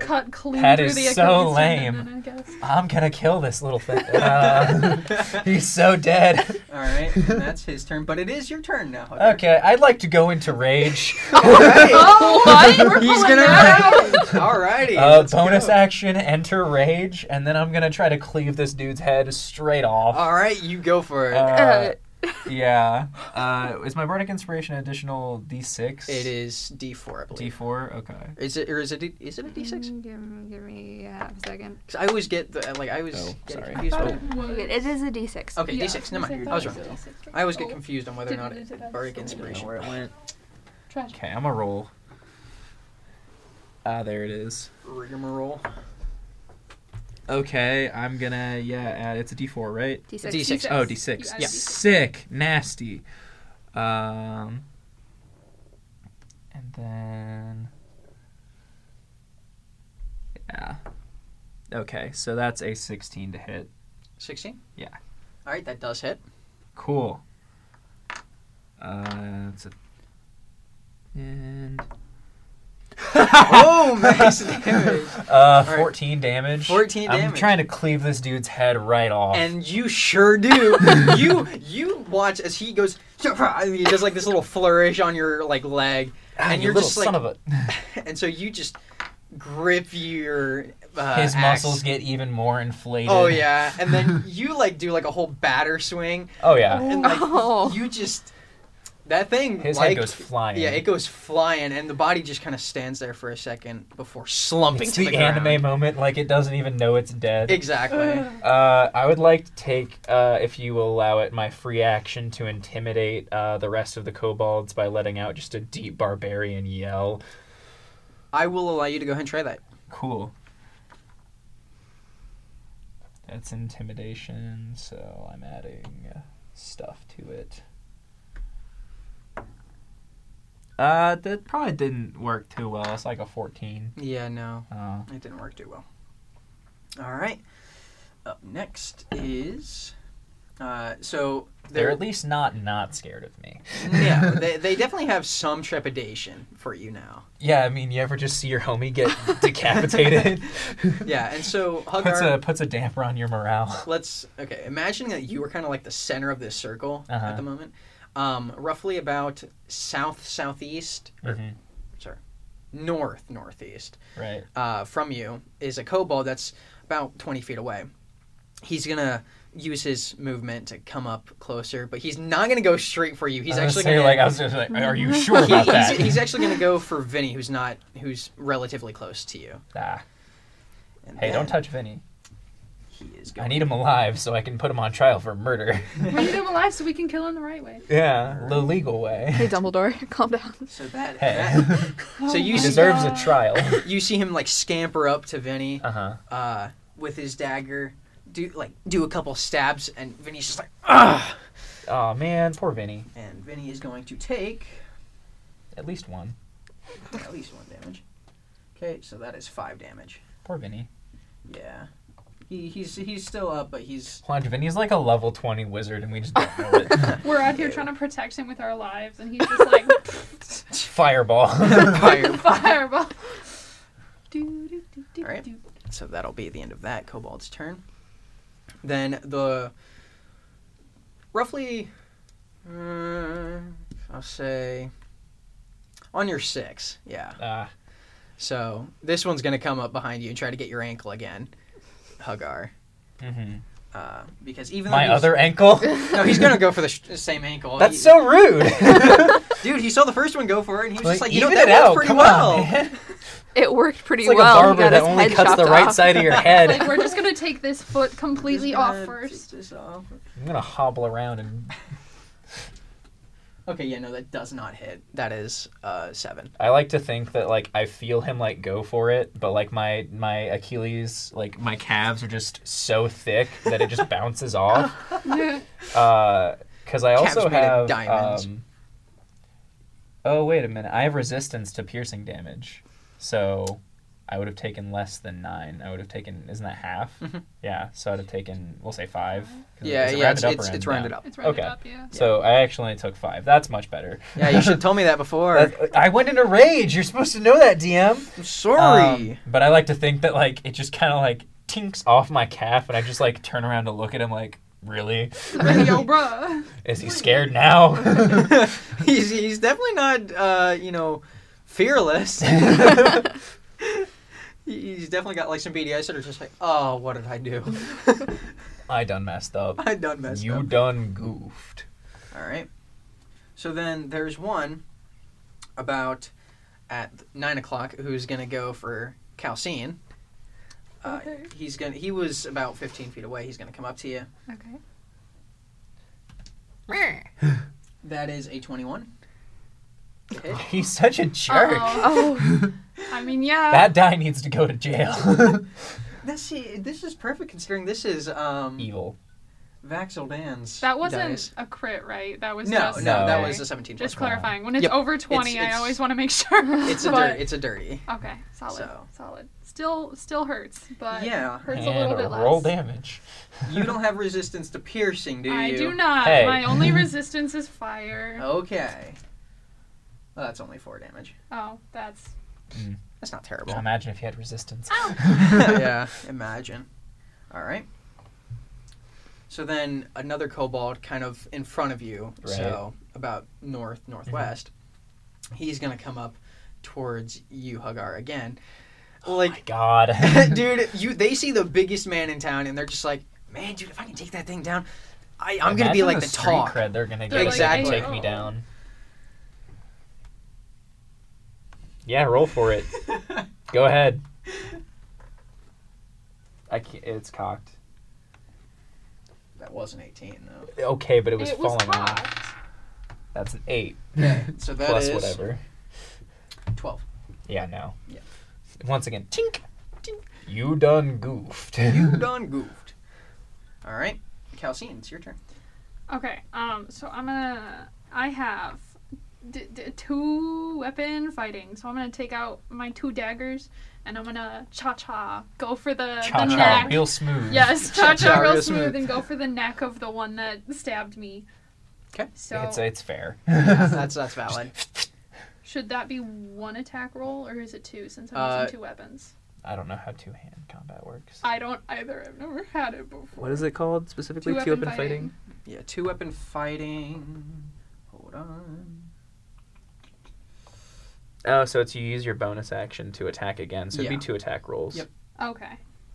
B: Cut clean
C: That
B: through
C: is
B: the
C: so
B: Achilles tendon, I guess.
C: I'm gonna kill this little thing. Uh, he's so dead.
A: All right, and that's his turn. But it is your turn now. Hutter.
C: Okay, I'd like to go into rage.
A: All right.
B: Oh, what? We're
A: He's
B: pulling
A: gonna.
B: that out?
A: All righty.
C: Uh, bonus action, enter rage, and then I'm gonna try to cleave this dude's head straight off.
A: All right, you go for it.
C: Uh,
D: Uh,
C: yeah. Uh, is my bardic inspiration additional d6?
A: it is D4, I believe.
C: D4. Okay.
A: Is it or is it? a- Is it a D6?
D: mm, Give, me- give me a half a second.
A: 'Cause I always get the like I always
C: Oh,
A: get
C: sorry.
A: confused.
B: Thought
A: With
B: it was-
D: Okay, it is a d6.
A: Okay,
B: Yeah,
A: D6. Never mind.
B: thought
A: I was
B: it
A: wrong.
B: was a D6.
A: I always get
B: Oh,
A: confused on whether or not it
B: Did- did- did-
A: bardic
B: did-
A: inspiration.
C: Where it went.
B: Tragic.
C: Okay, I'm gonna roll. Ah, there it is.
A: Rigmarole.
C: Okay, I'm gonna yeah. Add, it's a D4, right?
D: D6.
A: D6.
B: Six.
C: Oh, D6.
B: You add
A: Yeah.
C: Sick, nasty. Um, and then yeah. Okay, so that's a 16 to hit.
A: 16?
C: Yeah.
A: All right, that does hit.
C: Cool. Uh, it's a and
A: oh, nice damage.
C: Uh,
A: right.
C: 14 damage.
A: 14
C: I'm
A: damage.
C: trying to cleave this dude's head right off.
A: And you sure do. you you watch as he goes and he does like this little flourish on your like leg
C: Ah,
A: and
C: you
A: you're
C: little
A: just, like-
C: son of a.
A: and so you just grip your uh,
C: His
A: axe.
C: muscles get even more inflated.
A: Oh yeah, and then you like do like a whole batter swing
C: Oh yeah.
A: and like
D: Oh.
A: you just that thing
C: His
A: like
C: head goes flying.
A: yeah, it goes flying, and the body just kind of stands there for a second before slumping
C: It's
A: to the,
C: the,
A: ground.
C: anime moment, like it doesn't even know it's dead.
A: Exactly.
C: uh, I would like to take, uh, if you will allow it, my free action to intimidate uh, the rest of the kobolds by letting out just a deep barbarian yell.
A: I will allow you to go ahead and try that.
C: Cool. That's intimidation, so I'm adding uh, stuff to it. Uh, that probably didn't work too well. It's like a 14.
A: Yeah, no,
C: Uh,
A: it didn't work too well. All right. Up next is, uh, so
C: they're
A: they're
C: at least not not scared of me.
A: yeah, they, they definitely have some trepidation for you now.
C: Yeah, I mean, you ever just see your homie get decapitated?
A: Yeah, and so
C: puts
A: Huggar,
C: a puts a damper on your morale.
A: let's okay. Imagine that you were kind of like the center of this circle
C: Uh-huh.
A: at the moment. Um, roughly about south southeast, or
C: Mhm,
A: north northeast
C: Right.
A: uh, from you is a kobold that's about 20 feet away. He's going to use his movement to come up closer, but he's not going to go straight for you. He's
C: I was
A: actually
C: gonna
A: going
C: say, like I was just like, are you sure about
A: he's,
C: that?
A: he's actually going to go for Vinny, who's not, who's relatively close to you.
C: Ah,
A: And
C: hey,
A: then
C: don't touch Vinny.
A: He is
C: I
A: going.
C: need him alive so I can put him on trial for murder.
B: We need him alive so we can kill him the right way.
C: Yeah, the legal way.
D: Hey, Dumbledore, calm down.
A: so that,
C: Hey,
B: Oh
A: So you
C: he
A: see-
C: deserves a trial.
A: that- you see him like scamper up to Vinny
C: Uh huh.
A: uh, with his dagger, do like do a couple stabs, and Vinny's just like ah.
C: Oh man, poor Vinny.
A: And Vinny is going to take
C: At least one.
A: at least one damage. Okay, so that is five damage.
C: Poor Vinny.
A: Yeah. He, he's he's still up, but he's
C: Hold on, Vinny's like a level twenty wizard, and we just don't know it.
B: We're out here trying to protect him with our lives, and he's just like
C: Fireball.
A: fired.
B: fireball. Do, do, do, do,
A: Alright.
B: do.
A: so that'll be the end of that kobold's turn. Then the roughly, uh, I'll say, on your six, yeah.
C: Ah,
A: So this one's gonna come up behind you and try to get your ankle again, Hagar.
C: mhm.
A: Uh, because even though
C: My
A: he's-
C: other ankle.
A: no, he's gonna go for the sh- same ankle.
C: That's
A: He-
C: so rude.
A: dude. He saw the first one go for it, and he was just like, "You know
C: even
A: that
C: it out.
A: worked pretty
C: Come
A: well."
C: on, man.
D: It worked pretty
C: It's like
D: well.
C: a
D: He
C: barber
D: got
C: that
D: his
C: only
D: head
C: cuts
D: chopped
C: the right
D: off.
C: side of your head.
B: Like we're just gonna take this foot completely
A: Just
B: off
A: gonna
B: first.
A: take this off.
C: I'm gonna hobble around and
A: Okay, yeah, no, that does not hit. That is uh, seven.
C: I like to think that like I feel him like go for it, but like my my Achilles like my calves are just so thick that it just bounces off. Because I
A: Calves
C: also
A: made of
C: have.
A: diamonds.
C: um, oh wait a minute! I have resistance to piercing damage. So I would have taken less than nine. I would have taken, isn't that half?
A: Mhm.
C: Yeah. So I'd have taken, we'll say five. 'cause
A: Yeah,
C: is it
A: yeah, it's,
C: rounded up
A: it's,
C: or
A: it's
C: rounded
A: rounded
C: down?
A: up.
B: It's rounded
C: Okay.
B: up, yeah.
C: So I actually only took five. That's much better.
A: Yeah, you should have told me that before.
C: That- I went into rage. You're supposed to know that, DM.
A: I'm sorry.
C: Um, but I like to think that like it just kind of like tinks off my calf, and I just like turn around to look at him like, really?
B: Really, yo, bruh.
C: Is he scared now? um,
A: he's he's definitely not uh, you know fearless. He- he's definitely got like some BDS that are just like, oh, what did I do?
C: I done messed up.
A: I done messed
C: you
A: up.
C: done goofed.
A: All right. So then there's one about at nine o'clock who's gonna go for calcine. Uh,
D: Okay.
A: He's gonna. He was about 15 feet away. He's gonna come up to you.
D: Okay.
A: That is a 21. Okay.
C: He's such a jerk.
B: Uh-oh.
D: Oh,
B: I mean, yeah.
C: That guy needs to go to jail.
A: This see, this is perfect considering this is um
C: Evil.
A: Vaxel Dan's.
B: that wasn't
A: dice.
B: a crit, right? That was
A: No, no,
B: just
C: No.
A: that
B: okay.
A: was a 17.
B: Just
A: plus one.
B: clarifying. When it's
A: Yep.
B: over 20,
A: it's-
B: I always want to make sure.
A: It's a
B: But-
A: dirty. It's a dirty.
B: Okay, solid.
A: So.
B: Solid. Still still hurts, but
A: Yeah.
B: hurts a
C: and
B: little bit less.
C: roll damage.
A: You don't have resistance to piercing, do you?
B: I do not.
C: Hey.
B: My only resistance is fire. Oh,
A: Okay. Well, that's only four damage.
B: Oh, that's
A: That's not terrible.
C: Well, imagine if he had resistance.
A: yeah. Imagine. All right. So then another kobold kind of in front of you,
C: Right.
A: so about north northwest. He's gonna come up towards you, Hagar, again. Like
C: My God.
A: dude, you they see the biggest man in town and they're just like, man, dude, if I can take that thing down, I, I'm gonna be
C: Imagine
A: like the,
C: street
A: talk.
C: cred they're gonna
B: They're oh."
C: get
A: Exactly.
C: take me down. Yeah, roll for it. Go ahead. I can't, it's cocked.
A: That wasn't 18 though.
C: Okay, but it was
B: it was
C: falling off.
B: cocked.
C: That's an eight
A: Okay, so that is
C: plus whatever.
A: 12.
C: Yeah, no.
A: Yeah.
C: Once again, tink, tink. You done goofed.
A: You done goofed. All right, Calcine, it's your turn.
B: Okay. Um. So I'm gonna. I have d- d- two weapon fighting. So I'm gonna take out my two daggers and I'm gonna cha cha go for the,
C: Cha
B: the
C: cha,
B: neck.
C: real smooth.
B: Yes, cha
A: Cha-cha
B: cha
A: real
B: real smooth
A: smooth.
B: and go for the neck of the one that stabbed me.
A: 'Kay.
B: So
C: It's it's fair.
A: that's that's valid.
B: should that be one attack roll or is it two? Since I'm
A: Uh,
B: using two weapons,
C: I don't know how two hand combat works.
B: I don't either. I've never had it before.
F: What is it called specifically?
B: Two
F: Two,
B: weapon
F: weapon fighting.
A: Yeah, two weapon fighting. Hold on.
C: Oh, so it's you use your bonus action to attack again. So it'd
A: Yeah.
C: be two attack rolls.
A: Yep.
B: Okay.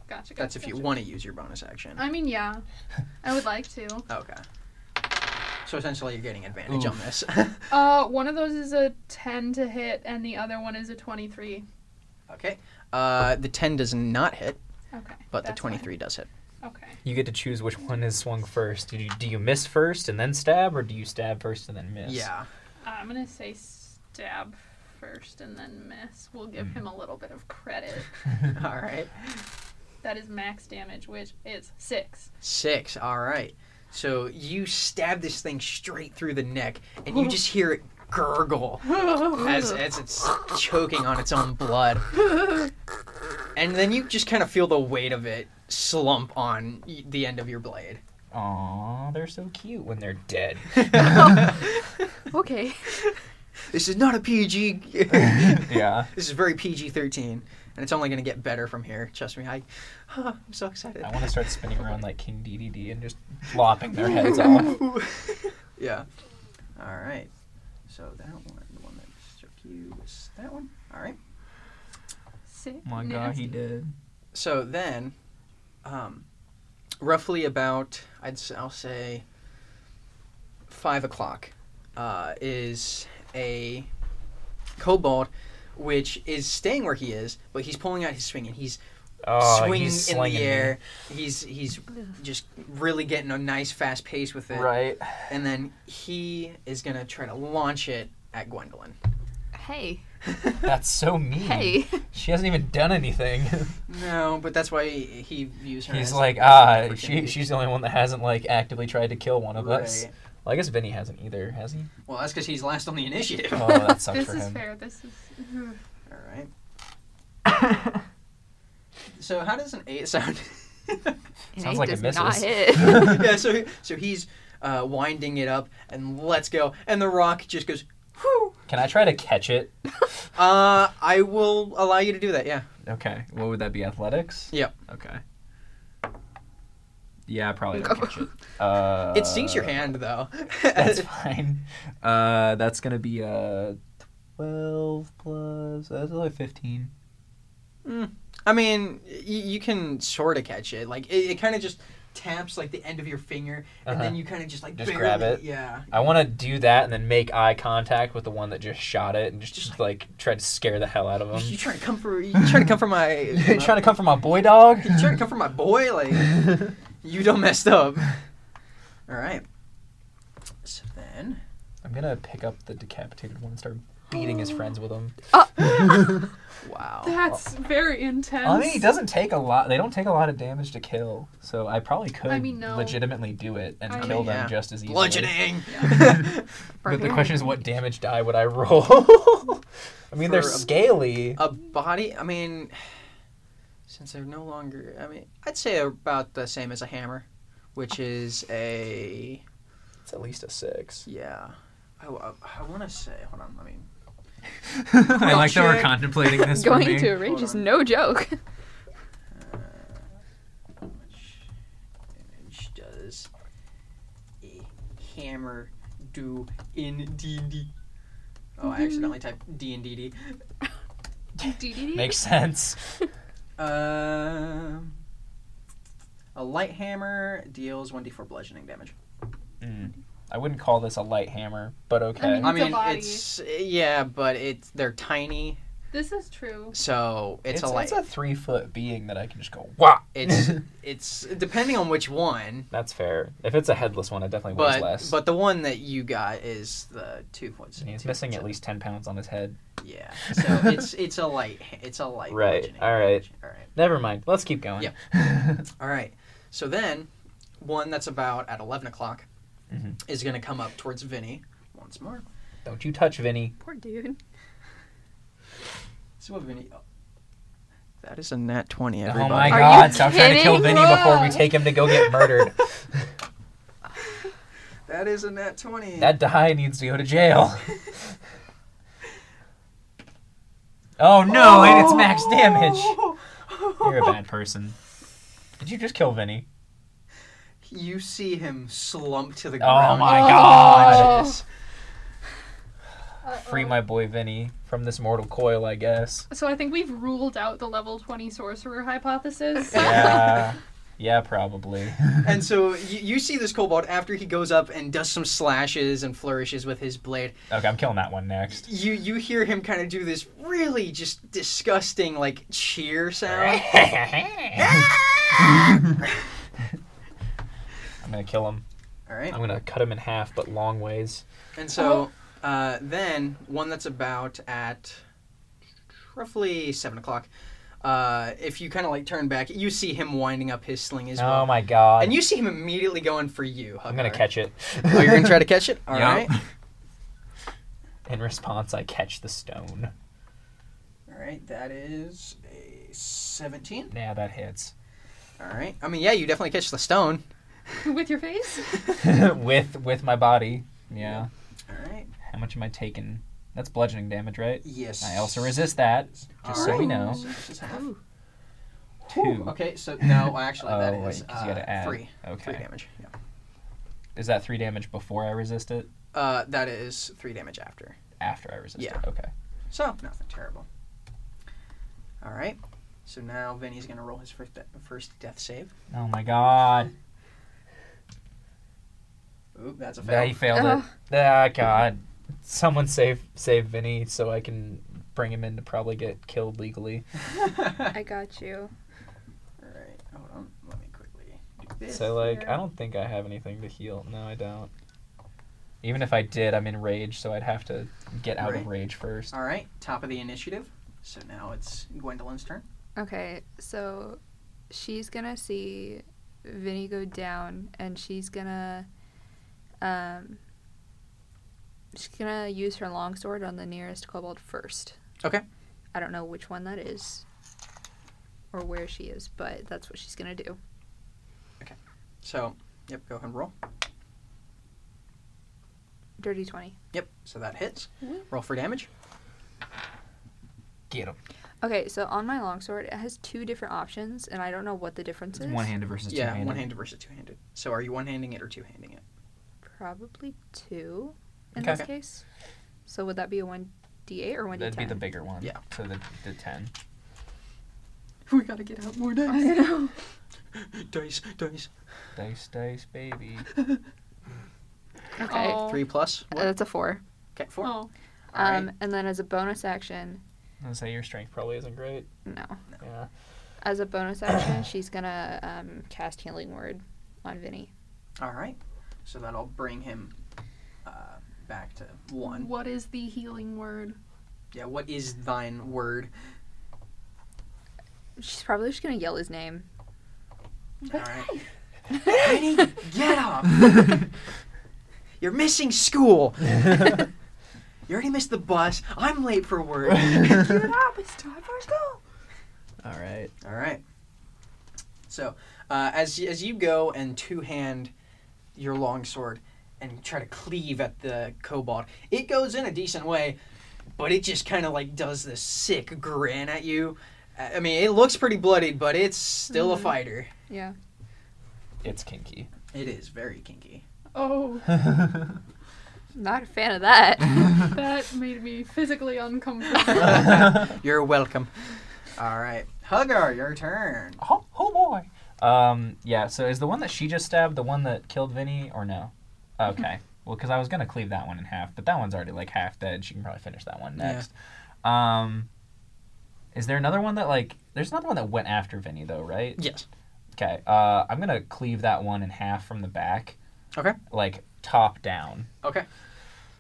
B: Gotcha. gotcha
A: That's if you
B: gotcha.
A: want to use your bonus action.
B: I mean, yeah. I would like to.
A: Okay. So essentially, you're getting advantage on this.
B: Uh, one of those is a 10 to hit, and the other one is a 23.
A: okay. Uh, the 10 does not hit,
B: Okay.
A: but the
B: that's
A: 23 does hit.
B: fine. Okay.
C: You get to choose which one is swung first. Do you, do you miss first and then stab, or do you stab first and then miss?
A: Yeah.
B: Uh, I'm gonna say stab first and then miss. We'll
F: Mm.
B: give him a little bit of credit.
A: All right.
B: That is max damage, which is six.
A: Six. All right. So you stab this thing straight through the neck, and you just hear it gurgle as, as it's choking on its own blood. And then you just kind of feel the weight of it slump on y- the end of your blade.
C: Aw, they're so cute when they're dead.
D: okay.
A: This is not a PG.
C: yeah.
A: this is very PG 13, and it's only going to get better from here. Trust me, I, I'm so excited.
C: I want to start spinning around like King DDD and just flopping their heads
F: Oh
C: off.
A: yeah. All right. So that one, the one that struck you, was that one. All right.
B: Sick.
F: My God, he did.
A: So then, um, roughly about I'd s- I'll say five o'clock uh, is a kobold, which is staying where he is, but he's pulling out his swing and he's
C: Oh,
A: swinging
C: he's
A: in the
C: slinging
A: air. He's he's just really getting a nice fast pace with
C: me.
A: it,
C: Right.
A: and then he is gonna try to launch it at Gwendolyn.
D: Hey.
C: That's so mean.
D: Hey.
C: She hasn't even done anything.
A: No, but that's why he, he views her.
C: He's
A: as
C: like,
A: an
C: ah, she,
A: opportunity."
C: she's the only one that hasn't like actively tried to kill one of us.
A: Right.
C: Well, I guess Vinny hasn't either, has he?
A: Well, that's because he's last on the initiative.
C: Oh, that Oh, sucks
B: This
C: for
B: is
C: him.
B: fair. This is.
A: All right. So how does an eight sound?
D: And
C: Sounds
D: eight
C: like it
D: does not
C: misses.
D: hit.
A: yeah. So so he's uh, winding it up and let's go. And the rock just goes. Whew.
C: Can I try to catch it?
A: Uh, I will allow you to do that. Yeah.
C: Okay. What would that be? Athletics.
A: Yep.
C: Okay. Yeah, I probably don't catch it. Uh,
A: It stings your hand though.
C: That's fine. Uh, that's gonna be a twelve plus. uh, That's like fifteen.
A: I mean, y- you can sort of catch it. Like it, it kind of just taps like the end of your finger, and
C: Uh-huh.
A: then you kind of just like
C: Just grab
A: barely-
C: it.
A: Yeah.
C: I want to do that and then make eye contact with the one that just shot it and just, just like try to scare the hell out of
A: you
C: him.
A: trying to come for? You trying to come for my?
C: You trying to come for my boy dog?
A: You trying to come for my boy? Like you done messed up. All right. So then,
C: I'm gonna pick up the decapitated one and start beating his friends with him.
A: wow.
B: That's very intense.
C: I mean, he doesn't take a lot. They don't take a lot of damage to kill, so I probably could
B: I mean, no.
C: legitimately do it and
B: I
C: kill
A: mean,
C: them
A: yeah.
C: just as easily.
A: Bludgeoning.
C: But the
D: Barbarian.
C: question is, what damage die would I roll? I mean, they're
A: For a-
C: scaly.
A: a body. I mean, since they're no longer. I mean, I'd say about the same as a hammer, which is a.
C: It's at least a six.
A: Yeah. I, want to say, hold on, I mean,
C: I like that we're
A: Check.
C: contemplating this. for
D: Going
C: me.
D: to a rage is
A: on.
D: no joke.
A: uh, which image does a hammer do in D&D? Oh, I accidentally typed D&D.
B: DDD?
C: makes sense.
A: Um, a light hammer deals 1d4 bludgeoning damage.
C: Mm. I wouldn't call this a light hammer, but okay.
B: mean-
A: I
B: It's a
A: mean,
B: body.
A: it's, yeah, but it's, they're tiny,
B: This is true.
A: so it's,
C: it's,
A: a light.
C: it's a three foot being that I can just go wah.
A: It's, it's, depending on which one,
C: That's fair. If it's a headless one, it definitely weighs
A: but,
C: less.
A: but the one that you got is the two points.
C: And he's
A: two
C: missing
A: points
C: at
A: of-
C: least ten pounds on his head.
A: Yeah. So it's it's a light it's a light.
C: Right,
A: bludgeoning
C: all right.
A: damage. All right.
C: Never mind. Let's keep going.
A: Yep. All right. So then, one that's about at eleven o'clock
C: Mhm.
A: is going to come up towards Vinny once more.
C: Don't you touch Vinny.
D: Poor dude.
A: So what Vinny? oh. That is a nat twenty.
C: Oh my
A: Everybody.
D: Are
C: god,
D: you
C: stop trying to kill
D: kidding?
C: Vinny before we
D: Whoa.
C: take him to go get murdered.
A: That is a nat twenty.
C: that die needs to go to jail. Oh no, and it's max damage. You're a bad person. Did you just kill Vinny?
A: You see him slump to the
C: Oh
A: ground.
C: my
D: Oh.
C: god.
A: Conscious.
C: Free my boy Vinny from this mortal coil, I guess.
B: So I think we've ruled out the level 20 sorcerer hypothesis.
C: Yeah. yeah, probably.
A: And so you, you see this kobold after he goes up and does some slashes and flourishes with his blade.
C: Okay, I'm killing that one next.
A: you you hear him kind of do this really just disgusting like cheer sound.
C: I'm gonna kill him.
A: All right,
C: I'm gonna cut him in half, but long ways.
A: and so
C: oh.
A: uh, then one that's about at roughly seven o'clock. Uh, if you kind of like turn back, you see him winding up his sling as
C: Oh
A: well,
C: my god.
A: and you see him immediately going for you.
C: I'm gonna
A: Huckar.
C: catch it.
A: Oh, you're gonna try to catch it. All
F: Yeah.
A: right,
C: In response, I catch the stone.
A: all right. That is a seventeen.
C: Yeah, that hits.
A: All right. I mean, yeah, you definitely catch the stone.
B: With your face?
C: with with my body. Yeah.
A: All right.
C: How much am I taking? That's bludgeoning damage, right?
A: Yes.
C: I also resist that. Just
A: All
C: so you
A: right.
C: know.
A: So this is half.
C: Two.
A: Okay, so no, actually, that
C: Oh, wait,
A: is
C: 'cause you gotta
A: uh,
C: add.
A: three. Three
C: Okay.
A: damage. Yeah.
C: Is that three damage before I resist it?
A: Uh, that is three damage after.
C: After I resist
A: Yeah.
C: it. Okay.
A: So nothing terrible. All right. So now Vinny's gonna roll his first de- first death save.
C: Oh my god.
A: Oop, that's a
C: Yeah, he
A: fail.
C: failed it. Ah, god. Someone save save Vinny so I can bring him in to probably get killed legally.
D: I got you.
A: All right, hold on. Let me quickly do this.
C: So like,
A: here.
C: I don't think I have anything to heal. No, I don't. Even if I did, I'm in rage, so I'd have to get out of rage first.
A: All right, top of the initiative. So now it's Gwendolyn's turn.
D: Okay, so she's gonna see Vinny go down, and she's gonna, um, she's gonna use her longsword on the nearest kobold first.
A: Okay.
D: I don't know which one that is. or where she is, but that's what she's gonna do.
A: So, yep, go ahead and roll.
D: Dirty twenty.
A: Yep, so that hits.
D: Woo.
A: Roll for damage.
C: Get him.
D: Okay, so on my longsword, it has two different options, and I don't know what the difference
F: It's
D: is.
F: one handed versus
A: yeah,
F: two handed.
A: one handed versus two handed. So, are you one handing it or two handing it?
D: Probably two in
C: Okay.
D: this case. So would that be a one d eight or one d ten?
C: That'd be the bigger one.
A: Yeah.
C: So the, the 10.
B: We gotta get out more
D: I
B: dice.
D: know.
A: Dice, dice.
C: Dice, dice, baby.
D: Okay,
B: Oh.
A: Three plus.
D: Uh, that's a four.
A: Okay, four.
B: Oh,
A: All
D: Um, and then as a bonus action,
C: I'm going to say your strength probably isn't great.
D: no.
C: Yeah.
D: As a bonus action, she's gonna um, cast Healing Word on Vinny.
A: All right. So that'll bring him uh, back to one.
B: what is the healing word?
A: Yeah. What is thine word?
D: She's probably just gonna yell his name.
A: All right. Penny, get up! You're missing school. You already missed the bus. I'm late for work.
E: Get up, it's time for school.
C: All right.
A: All right. So, uh, as as you go and two hand your longsword and try to cleave at the kobold, it goes in a decent way, but it just kind of like does this sick grin at you. I I mean, it looks pretty bloodied, but it's still a fighter.
D: Yeah.
C: It's kinky.
A: It is very kinky.
B: Oh,
D: Not a fan of that.
B: that made me physically uncomfortable.
A: You're welcome. All right, Hugger, your turn.
C: Oh, oh boy. Um, yeah, so is the one that she just stabbed the one that killed Vinny or no?
A: Mm-hmm.
C: Okay. well, because I was going to cleave that one in half, but that one's already like half dead. She can probably finish that one
A: Yeah.
C: next. Um, is there another one that like. There's another one that went after Vinny though, right?
A: Yes.
C: Okay. Uh, I'm going to cleave that one in half from the back.
A: Okay.
C: Like top down.
A: Okay.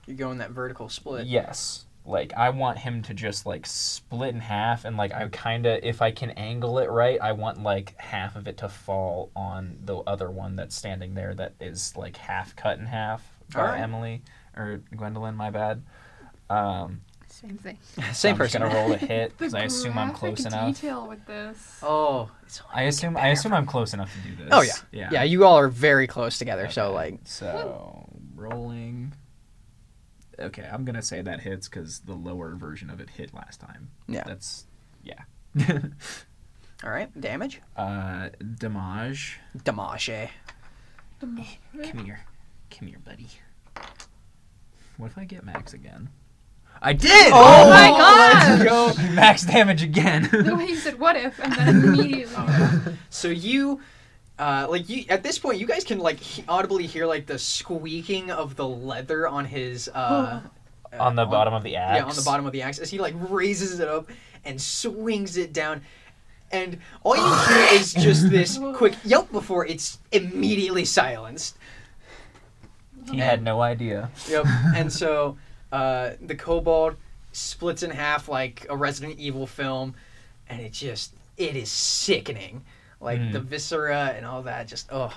A: You're going that vertical split.
C: Yes. Like I want him to just like split in half and like I kind of if I can angle it right, I want like half of it to fall on the other one that's standing there that is like half cut in half by
A: Alright.
C: Emily or Gwendolyn, my bad. Um
D: Same thing.
A: Same
C: I'm just
A: person.
C: gonna roll a hit
B: The
C: because I assume I'm close
B: graphic
C: enough.
B: detail with this.
A: Oh, it's
C: I assume I assume I'm close enough to do this.
A: Oh,
C: yeah,
A: Yeah, you all are very close together, so
C: Okay,
A: like
C: so rolling. Okay, I'm gonna say that hits because the lower version of it hit last time.
A: Yeah.
C: that's yeah.
A: all right, damage.
C: uh, damage.
A: Damage.
C: Come here, come here, buddy. What if I get max again? I did.
A: Oh
B: my God!
C: Go max damage
B: The
C: again.
B: way you said "what if" and then immediately.
A: So you uh, like you at this point you guys can like he- audibly hear like the squeaking of the leather on his uh uh,
C: on the bottom of the axe.
A: Yeah, on the bottom of the axe as he like raises it up and swings it down and all you hear is just this quick yelp before it's immediately silenced.
C: He had no idea.
A: Yep. And so uh, the kobold splits in half like a Resident Evil film, and it just it is sickening. Like
C: Mm.
A: the viscera and all that, just oh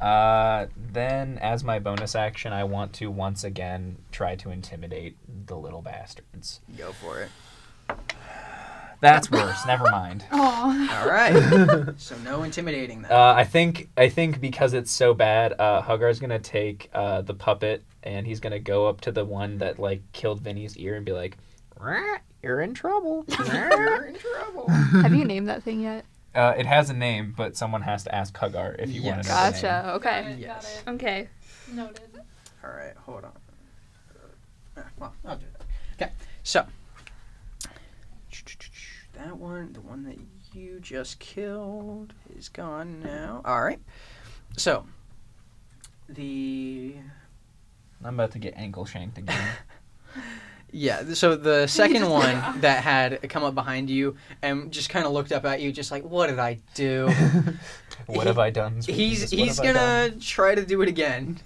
C: Uh, then, as my bonus action, I want to once again try to intimidate the little bastards.
A: go for it.
C: That's worse. Never mind.
B: Oh,
A: All right. so no intimidating that.
C: Uh, I think I think because it's so bad, uh, Huggar's gonna take uh, the puppet and he's gonna go up to the one that like killed Vinny's ear and be like, "Rah, "You're in trouble." Rah."
A: You're in trouble.
D: Have you named that thing yet?
C: uh, it has a name, but someone has to ask Huggar if you want
A: Yes.
C: to know. the name.
D: Gotcha. Okay.
B: Got it, got
A: Yes.
B: it.
D: Okay.
E: Noted.
A: All right, hold on. Ah, well, I'll do that. Okay, so that one, the one that you just killed, is gone now. All right, so the
C: I'm about to get ankle shanked again.
A: yeah, th- so the second one that had come up behind you and just kind of looked up at you, just like, what did I do?
C: what have I done? sweet
A: he's
C: Jesus? What
A: he's
C: have I done?
A: gonna try to do it again.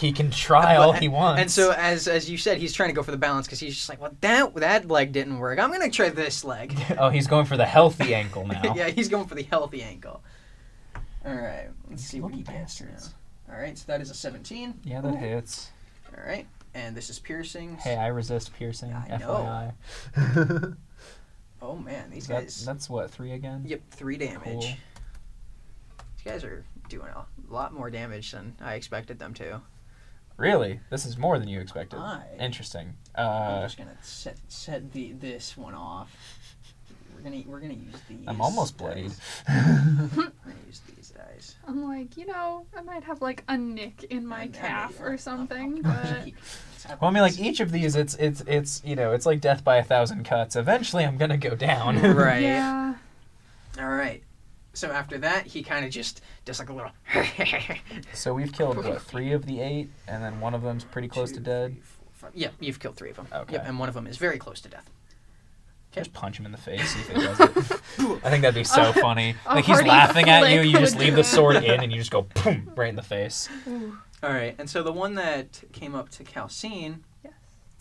C: He can try all
A: But-
C: he wants.
A: And so, as as you said, he's trying to go for the balance because he's just like, well, that that leg didn't work. I'm gonna try this leg.
C: oh, he's going for the healthy ankle now.
A: yeah, he's going for the healthy ankle. All right, let's see what he
C: Lucky
A: gets now.
C: bastards.
A: All right, so that is a 17.
C: Yeah, that hits.
A: All right, and this is piercing.
C: Hey, I resist piercing.
A: I
C: FYI.
A: Oh man, these
C: That-
A: guys.
C: that's what three again.
A: Yep, three damage.
C: Cool.
A: These guys are doing a lot more damage than I expected them to.
C: Really, this is more than you expected.
A: Why?
C: Interesting.
A: I'm
C: Uh,
A: just gonna set set the this one off. We're gonna we're gonna use these.
C: I'm almost bloodied.
A: dice. We're gonna use these dice.
B: I'm like, you know, I might have like a nick in my
A: And- and
B: calf
A: they-
B: or
A: I'll-
B: something,
A: I'll- I'll
B: but
A: keep-
C: well, I mean, like each of these, it's it's it's you know, it's like death by a thousand cuts. Eventually, I'm gonna go down.
A: right.
B: yeah.
A: All right. So after that, he kind of just does like a little.
C: So we've killed what three of the eight, and then one of them's pretty close to
A: Two,
C: dead.
A: three, four, five. Yep, you've killed three of them.
C: Okay.
A: Yep, and one of them is very close to death.
C: Just punch him in the face. See if he does it. I think that'd be so
B: A-
C: funny.
B: a
C: Like he's
B: hearty
C: laughing at you,
B: flick
C: you just
B: would
C: leave
B: do
C: the
B: it.
C: sword in, and you just go boom right in the face.
A: All right, and so the one that came up to Calcine,
D: Yes.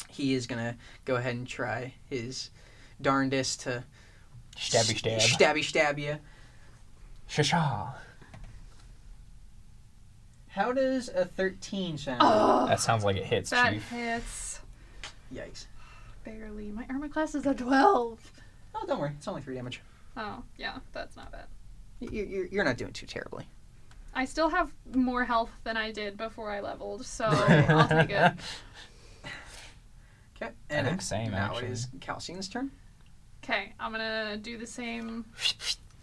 A: he is gonna go ahead and try his darndest to
C: Stabby
A: s-
C: stab.
A: stabby stab you.
C: Shasha.
A: How does a thirteen sound?
B: Oh,
C: That sounds like it hits,
B: that
C: Chief.
B: hits
A: Yikes!
B: barely. My armor class is a 12.
A: Oh, don't worry, it's only three damage.
B: Oh, yeah, that's not bad.
A: You, you, you're not doing too terribly.
B: I still have more health than I did before I leveled, so I'll take it.
A: Okay,
C: think same,
A: Now
C: actually.
A: it is Calcine's turn.
B: Okay, I'm gonna do the same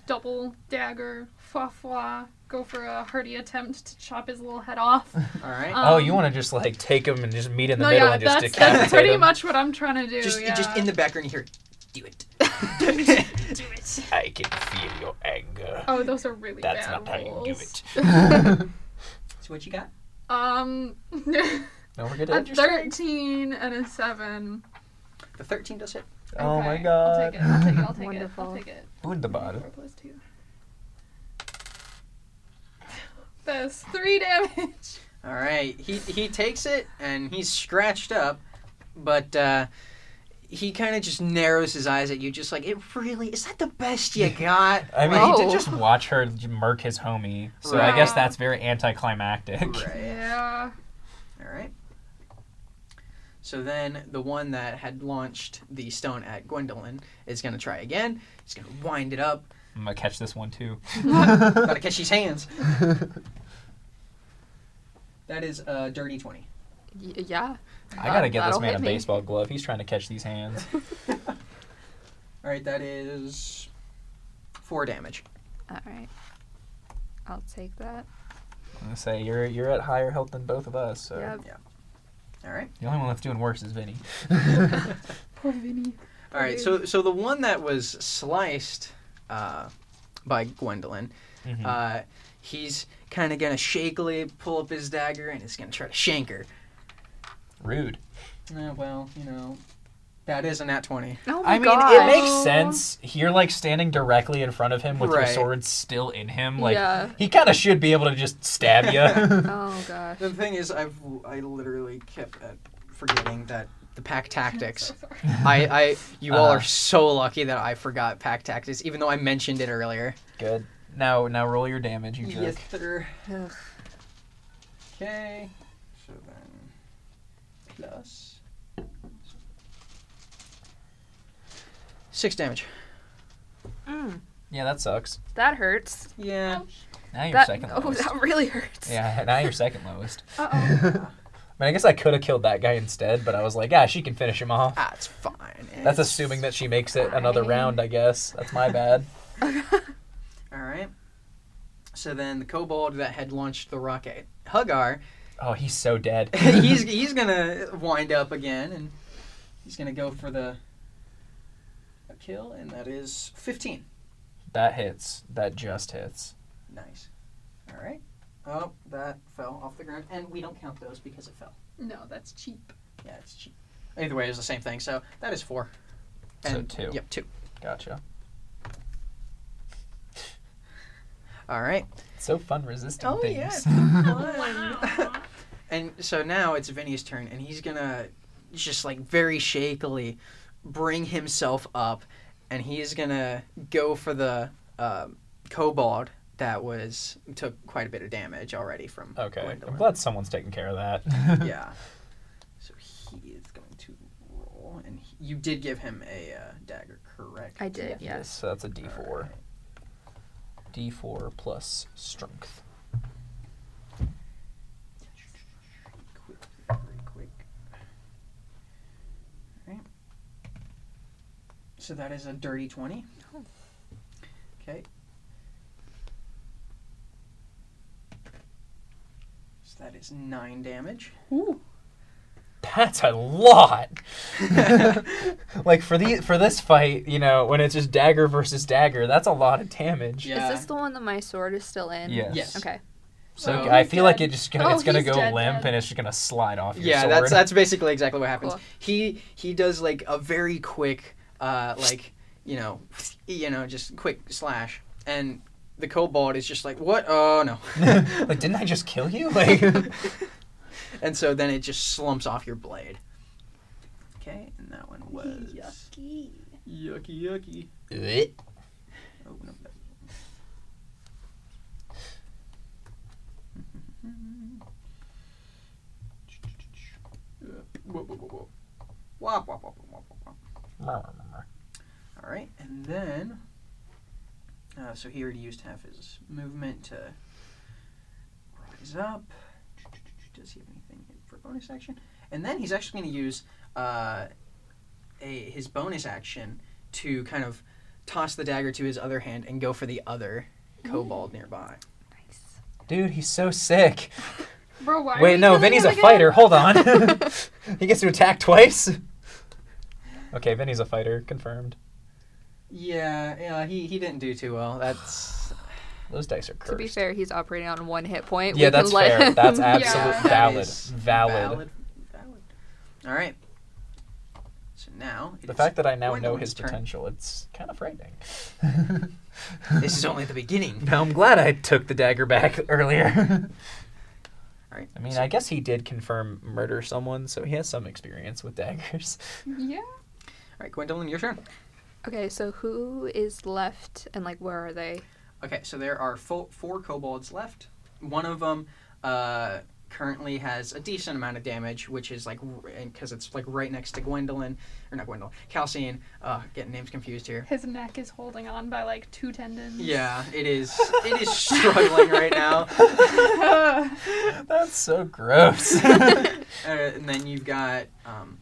B: double dagger, foie foie, go for a hearty attempt to chop his little head off.
A: All right.
B: Um,
C: oh, you want to just like take him and just meet in the
B: no,
C: middle
B: yeah,
C: and just
B: that's,
C: decapitate
B: that's pretty
C: him?
B: much what I'm trying to do.
A: just
B: yeah.
A: just in the background, you hear, "Do it."
B: do it.
C: I can feel your anger.
B: Oh, those are really
C: that's
B: bad
C: not how you do
B: rolls.
C: it.
A: so what you got?
B: Um,
C: Don't forget
B: a
C: it.
B: thirteen and a seven.
A: The thirteen does hit.
C: Oh my
B: Okay, I'll
C: god.
B: take it. I'll take it. I'll take it.
D: Wonderful.
B: I'll take it.
C: Wunderbar.
B: Four plus two. That's three damage.
A: All right, he he takes it and he's scratched up, but uh, he kind of just narrows his eyes at you, just like it really is that the best you got?
C: I mean,
A: Like,
C: he
D: Oh.
C: did just watch her j- murk his homie, so I
A: Right.
C: guess that's very anticlimactic.
A: right.
B: Yeah.
A: All right. So then the one that had launched the stone at Gwendolyn is gonna try again. He's gonna wind it up.
C: I'm gonna catch this one too.
A: Gotta catch these hands. That is a dirty twenty.
D: Y- yeah.
C: I gotta get this
D: That'll
C: man
D: hit
C: a
D: me.
C: baseball glove. He's trying to catch these hands.
A: All right, that is four damage.
D: All right. I'll take that.
C: I'm gonna say you're you're at higher health than both of us. So
D: Yep.
A: All right.
C: the only one that's doing worse is Vinny.
B: Poor Vinny.
A: All right, so so the one that was sliced uh, by Gwendolyn,
C: Mhm.
A: uh, he's kind of gonna shakily pull up his dagger and he's gonna try to shank her.
C: Rude.
A: Uh, well, you know, that is a nat twenty.
D: Oh my
C: I mean,
D: god.
C: it makes sense. You're like standing directly in front of him with your
A: Right.
C: sword still in him. Like
D: Yeah.
C: he kind of should be able to just stab you.
D: Oh gosh.
A: The thing is, I've I literally kept uh, forgetting that the pack tactics. I, I you all
C: Uh-huh.
A: are so lucky that I forgot pack tactics, even though I mentioned it earlier.
C: Good. Now, now roll your damage, you jerk.
A: sir.
D: Ugh.
A: Okay. So then, plus. Six damage.
C: Hmm.
D: Mm,
C: Yeah, that sucks.
D: that hurts.
A: Yeah.
C: Now you're
D: That,
C: second
D: oh,
C: lowest.
D: that really hurts.
C: Yeah, now you're second lowest.
B: Uh
C: I mean, I guess I could have killed that guy instead, but I was like, yeah, she can finish him off.
A: That's fine.
C: That's assuming that she makes it another
D: fine.
C: round, I guess. That's my bad.
A: All right. So then the kobold that had launched the rocket, Hugar,
C: Oh, he's so dead.
A: he's he's gonna wind up again, and he's gonna go for the a kill, and that is fifteen.
C: That hits. That just hits.
A: Nice. All right. Oh, that fell off the ground, and we don't count those because it fell.
B: oh. No, that's cheap.
A: Yeah, it's cheap. Either way, it's the same thing. So that is four.
C: So two.
A: Yep, two.
C: Gotcha.
A: All right.
C: So fun resisting
A: Oh, yeah,
C: things.
B: Wow.
A: And so now it's Vinny's turn, and he's gonna just like very shakily bring himself up, and he's gonna go for the um kobold that was took quite a bit of damage already from
C: okay. I'm
A: Gwendolyn.
C: glad someone's taking care of that.
A: yeah. So he is going to roll, and he you did give him a uh, dagger, correct?
D: I did,
C: Yes,
D: yes.
C: so that's a D4.
A: Alright.
C: D4 plus strength.
A: Quick, very quick. Alright. So that is a dirty 20. Okay. So that is 9 damage.
C: That's a lot. like for the for this fight, you know, when it's just dagger versus dagger, that's a lot of damage.
A: Yeah.
D: Is this the one that my sword is still in?
C: Yes.
A: Yes.
D: Okay.
C: So
A: Oh,
C: I
B: he's
C: feel like
B: dead.
C: it just gonna,
B: Oh,
C: it's gonna
B: he's
C: go
B: dead,
C: limp
B: dead.
C: and it's just gonna slide off your
A: yeah,
C: sword.
A: that's that's basically exactly what happens.
D: Cool.
A: He he does like a very quick uh like, you know, you know, just quick slash and the kobold is just like, "What? Oh no."
C: like, didn't I just kill you? Like,
A: and so then it just slumps off your blade. Okay, and that one was
E: Yucky.
A: yucky, yucky. Oh no. that- Whoa, whoa, whoa, whoa. Wop, wop, wop, wop, wop, wop, wop. All right, and then. Uh, so he already used half his movement to rise up. Does he have anything here for bonus action? And then he's actually going to use uh, a his bonus action to kind of toss the dagger to his other hand and go for the other kobold nearby.
D: Nice.
C: Dude, he's so sick.
B: Bro, why? are we
C: Wait, no,
B: killing
C: Vinny's
B: him
C: a
B: again?
C: fighter. Hold on. he gets to attack twice. Okay, Vinny's a fighter. Confirmed.
A: Yeah, yeah, he, he didn't do too well. That's
C: Those dice are cursed.
D: To be fair, he's operating on one hit point.
C: yeah,
D: We can
C: that's
D: let
C: fair.
D: him-
C: That's absolute
B: Yeah.
A: That
C: valid.
A: is
C: Valid.
A: valid. valid. All right. So now it
C: The
A: is-
C: fact that I now
A: Wonder
C: know
A: Woman's
C: his
A: turn.
C: potential, it's kind of frightening.
A: this is only the beginning.
C: Now I'm glad I took the dagger back earlier.
A: All right.
C: I mean, I guess he did confirm murder someone, so he has some experience with daggers.
B: Yeah.
A: All right, Gwendolyn, your turn.
D: Okay, so who is left and like where are they?
A: Okay, so there are fo- four kobolds left. One of them uh, currently has a decent amount of damage, which is like because it's like right next to Gwendolyn or not Gwendolyn, Calcine. Uh, getting names confused here.
B: His neck is holding on by like two tendons.
A: Yeah, it is. It is struggling right now.
C: That's so gross.
A: Uh, and then you've got um,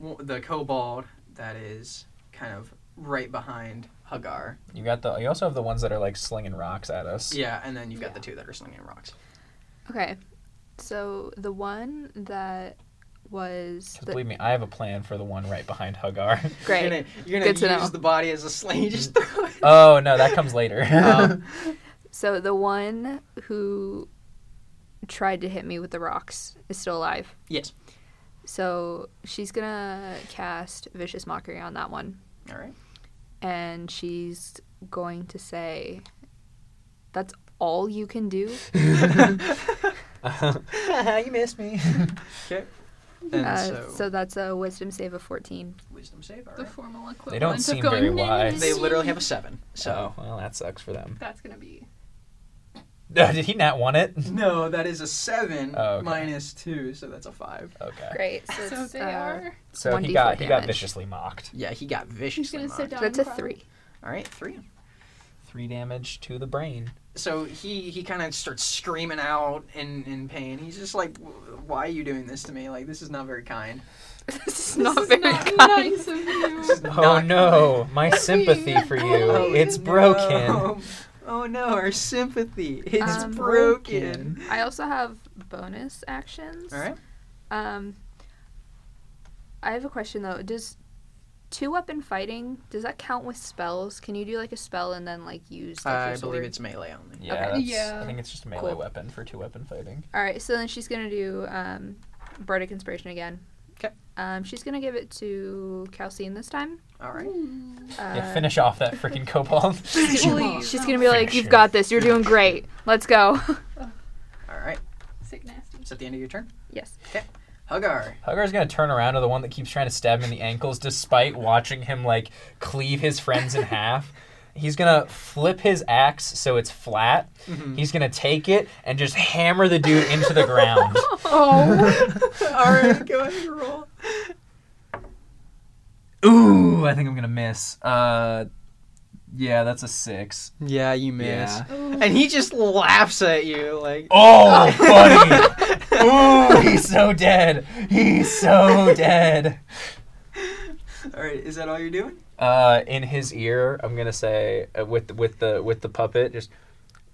A: w- the kobold that is kind of right behind Hagar.
C: you got the. You also have the ones that are like slinging rocks at us.
A: Yeah, and then you've got
B: Yeah.
A: the two that are slinging rocks.
D: Okay. So the one that was
C: 'Cause
D: the-
C: believe me, I have a plan for the one right behind Hagar.
D: great.
A: You're gonna, you're gonna
D: Good to
A: use
D: know.
A: the body as a sling. You just throw it.
C: oh no, that comes later.
A: Um,
D: So the one who tried to hit me with the rocks is still alive.
A: yes.
D: So she's gonna cast vicious mockery on that one,
A: All right.
D: and she's going to say, "That's all you can do."
C: you missed me.
A: Okay. And
D: Uh,
A: so,
D: that's a wisdom save of fourteen.
A: wisdom save. All
B: The
A: right.
B: formal equivalent
C: They don't
B: of
C: seem
B: going.
C: very wise.
A: They literally have a seven. So
C: So Oh, well, that sucks for them.
B: That's gonna be.
C: Oh, Did he not want it?
A: no, that is a seven
C: Oh, okay.
A: minus two, so that's a five.
C: Okay.
D: Great. So,
B: So
D: it's,
B: they
D: uh,
B: are.
C: So he
D: 1d4
C: got he got
D: damage.
C: viciously mocked.
A: Yeah, he got viciously.
B: gonna sit
A: mocked.
B: down.
D: That's a three.
A: All right, three.
C: Three damage to the brain.
A: So he he kind of starts screaming out in in pain. He's just like, "W- "Why are you doing this to me? Like this is not very kind."
D: this is
B: This
D: not
B: is
D: very
B: not
D: kind.
B: nice of you.
A: This is
C: Oh
A: not
C: no, my sympathy for you.
A: kind.
C: It's
A: Oh, No.
C: broken.
A: Oh no, our sympathy. It's
D: Um,
A: broken.
D: I also have bonus actions.
A: All right.
D: Um, I have a question though. Does two weapon fighting does that count with spells? Can you do like a spell and then like use? Like,
A: I
D: your
A: believe
D: sword?
A: it's melee only.
C: Yeah,
D: Okay.
C: that's-
B: Yeah.
C: I think it's just a melee
D: Cool.
C: weapon for two weapon fighting.
D: All right, so then she's gonna do um, bardic inspiration again.
A: 'Kay.
D: Um, she's gonna give it to Calcine this time.
A: All right.
D: Uh,
C: yeah, finish off that freaking kobold.
B: Please.
D: She's gonna be like,
C: Finish
D: "You've
C: her.
D: got this. You're doing great. Let's go."
A: All right.
B: Sick nasty.
A: Is that the end of your turn?
D: yes.
A: Hagar.
C: Hugger's gonna turn around to the one that keeps trying to stab him in the ankles, despite watching him like cleave his friends in half. He's gonna flip his axe so it's flat.
F: Mm-hmm.
C: He's gonna take it and just hammer the dude into the ground. Oh.
A: All right, go ahead and roll.
F: Ooh, I think I'm gonna miss. Uh, yeah, that's a six.
A: Yeah, you miss.
F: Yeah.
A: And he just laughs at you like
F: Oh, buddy! Ooh, he's so dead. He's so dead. Oh.
A: All right, is that all you're doing?
C: Uh, in his ear, I'm gonna say uh, with with the with the puppet, just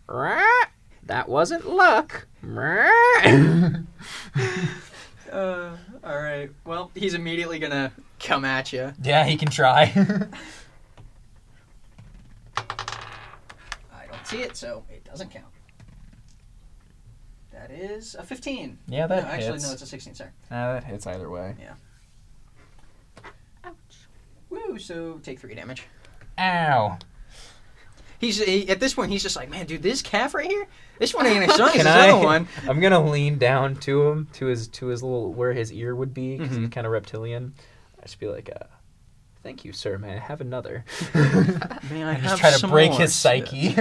C: "Rah, that wasn't luck. Rah."
A: Uh, all right. Well, he's immediately going to come at you.
F: Yeah, he can try.
A: I don't see it, so it doesn't count. That is a 15.
F: yeah,
A: No,
F: that
A: actually,
F: hits.
A: no, it's a 16, sorry.
F: Nah, that hits either way.
A: Woo, so take three damage.
F: Ow!
A: He's he, At this point, he's just like, man, dude, this calf right here, this one ain't as strong as
C: Can
A: this
C: I-
A: other one.
C: I'm gonna lean down to him to his to his little where his ear would be, 'cause he's
F: Mhm.
C: kind of reptilian. I just be like, uh, "Thank you, sir. May I have another?"
A: May I
F: I
A: have
F: just try to
A: some
F: break
A: more,
F: his
A: sir?
F: psyche.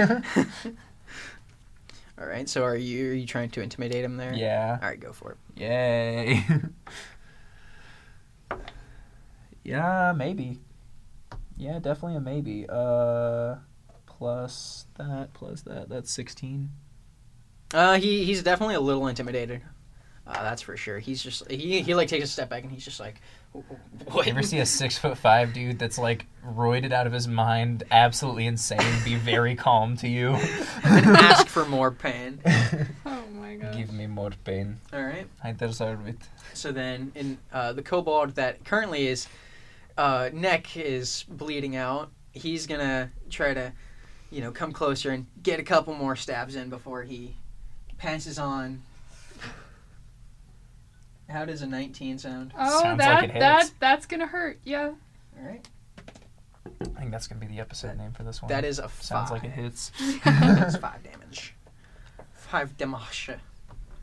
A: All right, so are you, are you trying to intimidate him there?
F: yeah.
A: All right, go for it.
F: Yay. yeah, maybe. Yeah, definitely a maybe. Uh, plus that, plus that. That's sixteen.
A: Uh, he he's definitely a little intimidated. Uh, that's for sure. He's just he he like takes a step back and he's just like, what?
C: You ever see a six foot five dude that's like roided out of his mind, absolutely insane, be very calm to you?
A: and ask for more pain.
B: Oh my god.
C: Give me more pain.
A: All right.
C: I deserve it.
A: So then, in uh, the kobold that currently is uh, neck is bleeding out, he's gonna try to, you know, come closer and get a couple more stabs in before he passes on. How does a 19 sound?
B: Oh,
C: Sounds
B: that
C: like it
B: that
C: hits.
B: that's gonna hurt. Yeah.
A: All right.
C: I think that's gonna be the episode name for this one.
A: That is a five.
C: Sounds like it hits.
A: That's five damage. Five damage.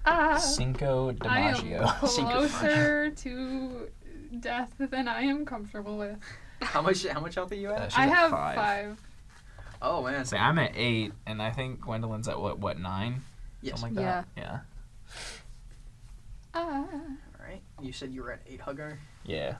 B: Ah.
C: Cinco de
B: I am
C: Maggio.
A: Cinco de
B: closer to death than I am comfortable with.
A: How much? How much health are you at?
C: Uh, she's
B: I
C: at
B: have
F: five.
B: five.
A: Oh man.
C: Say, I'm at eight, and I think Gwendolyn's at what, what, nine?
A: Yes.
C: Something like
D: Yeah.
C: that. Yeah.
B: Ah.
A: All right. You said you were at eight hugger.
C: Yeah.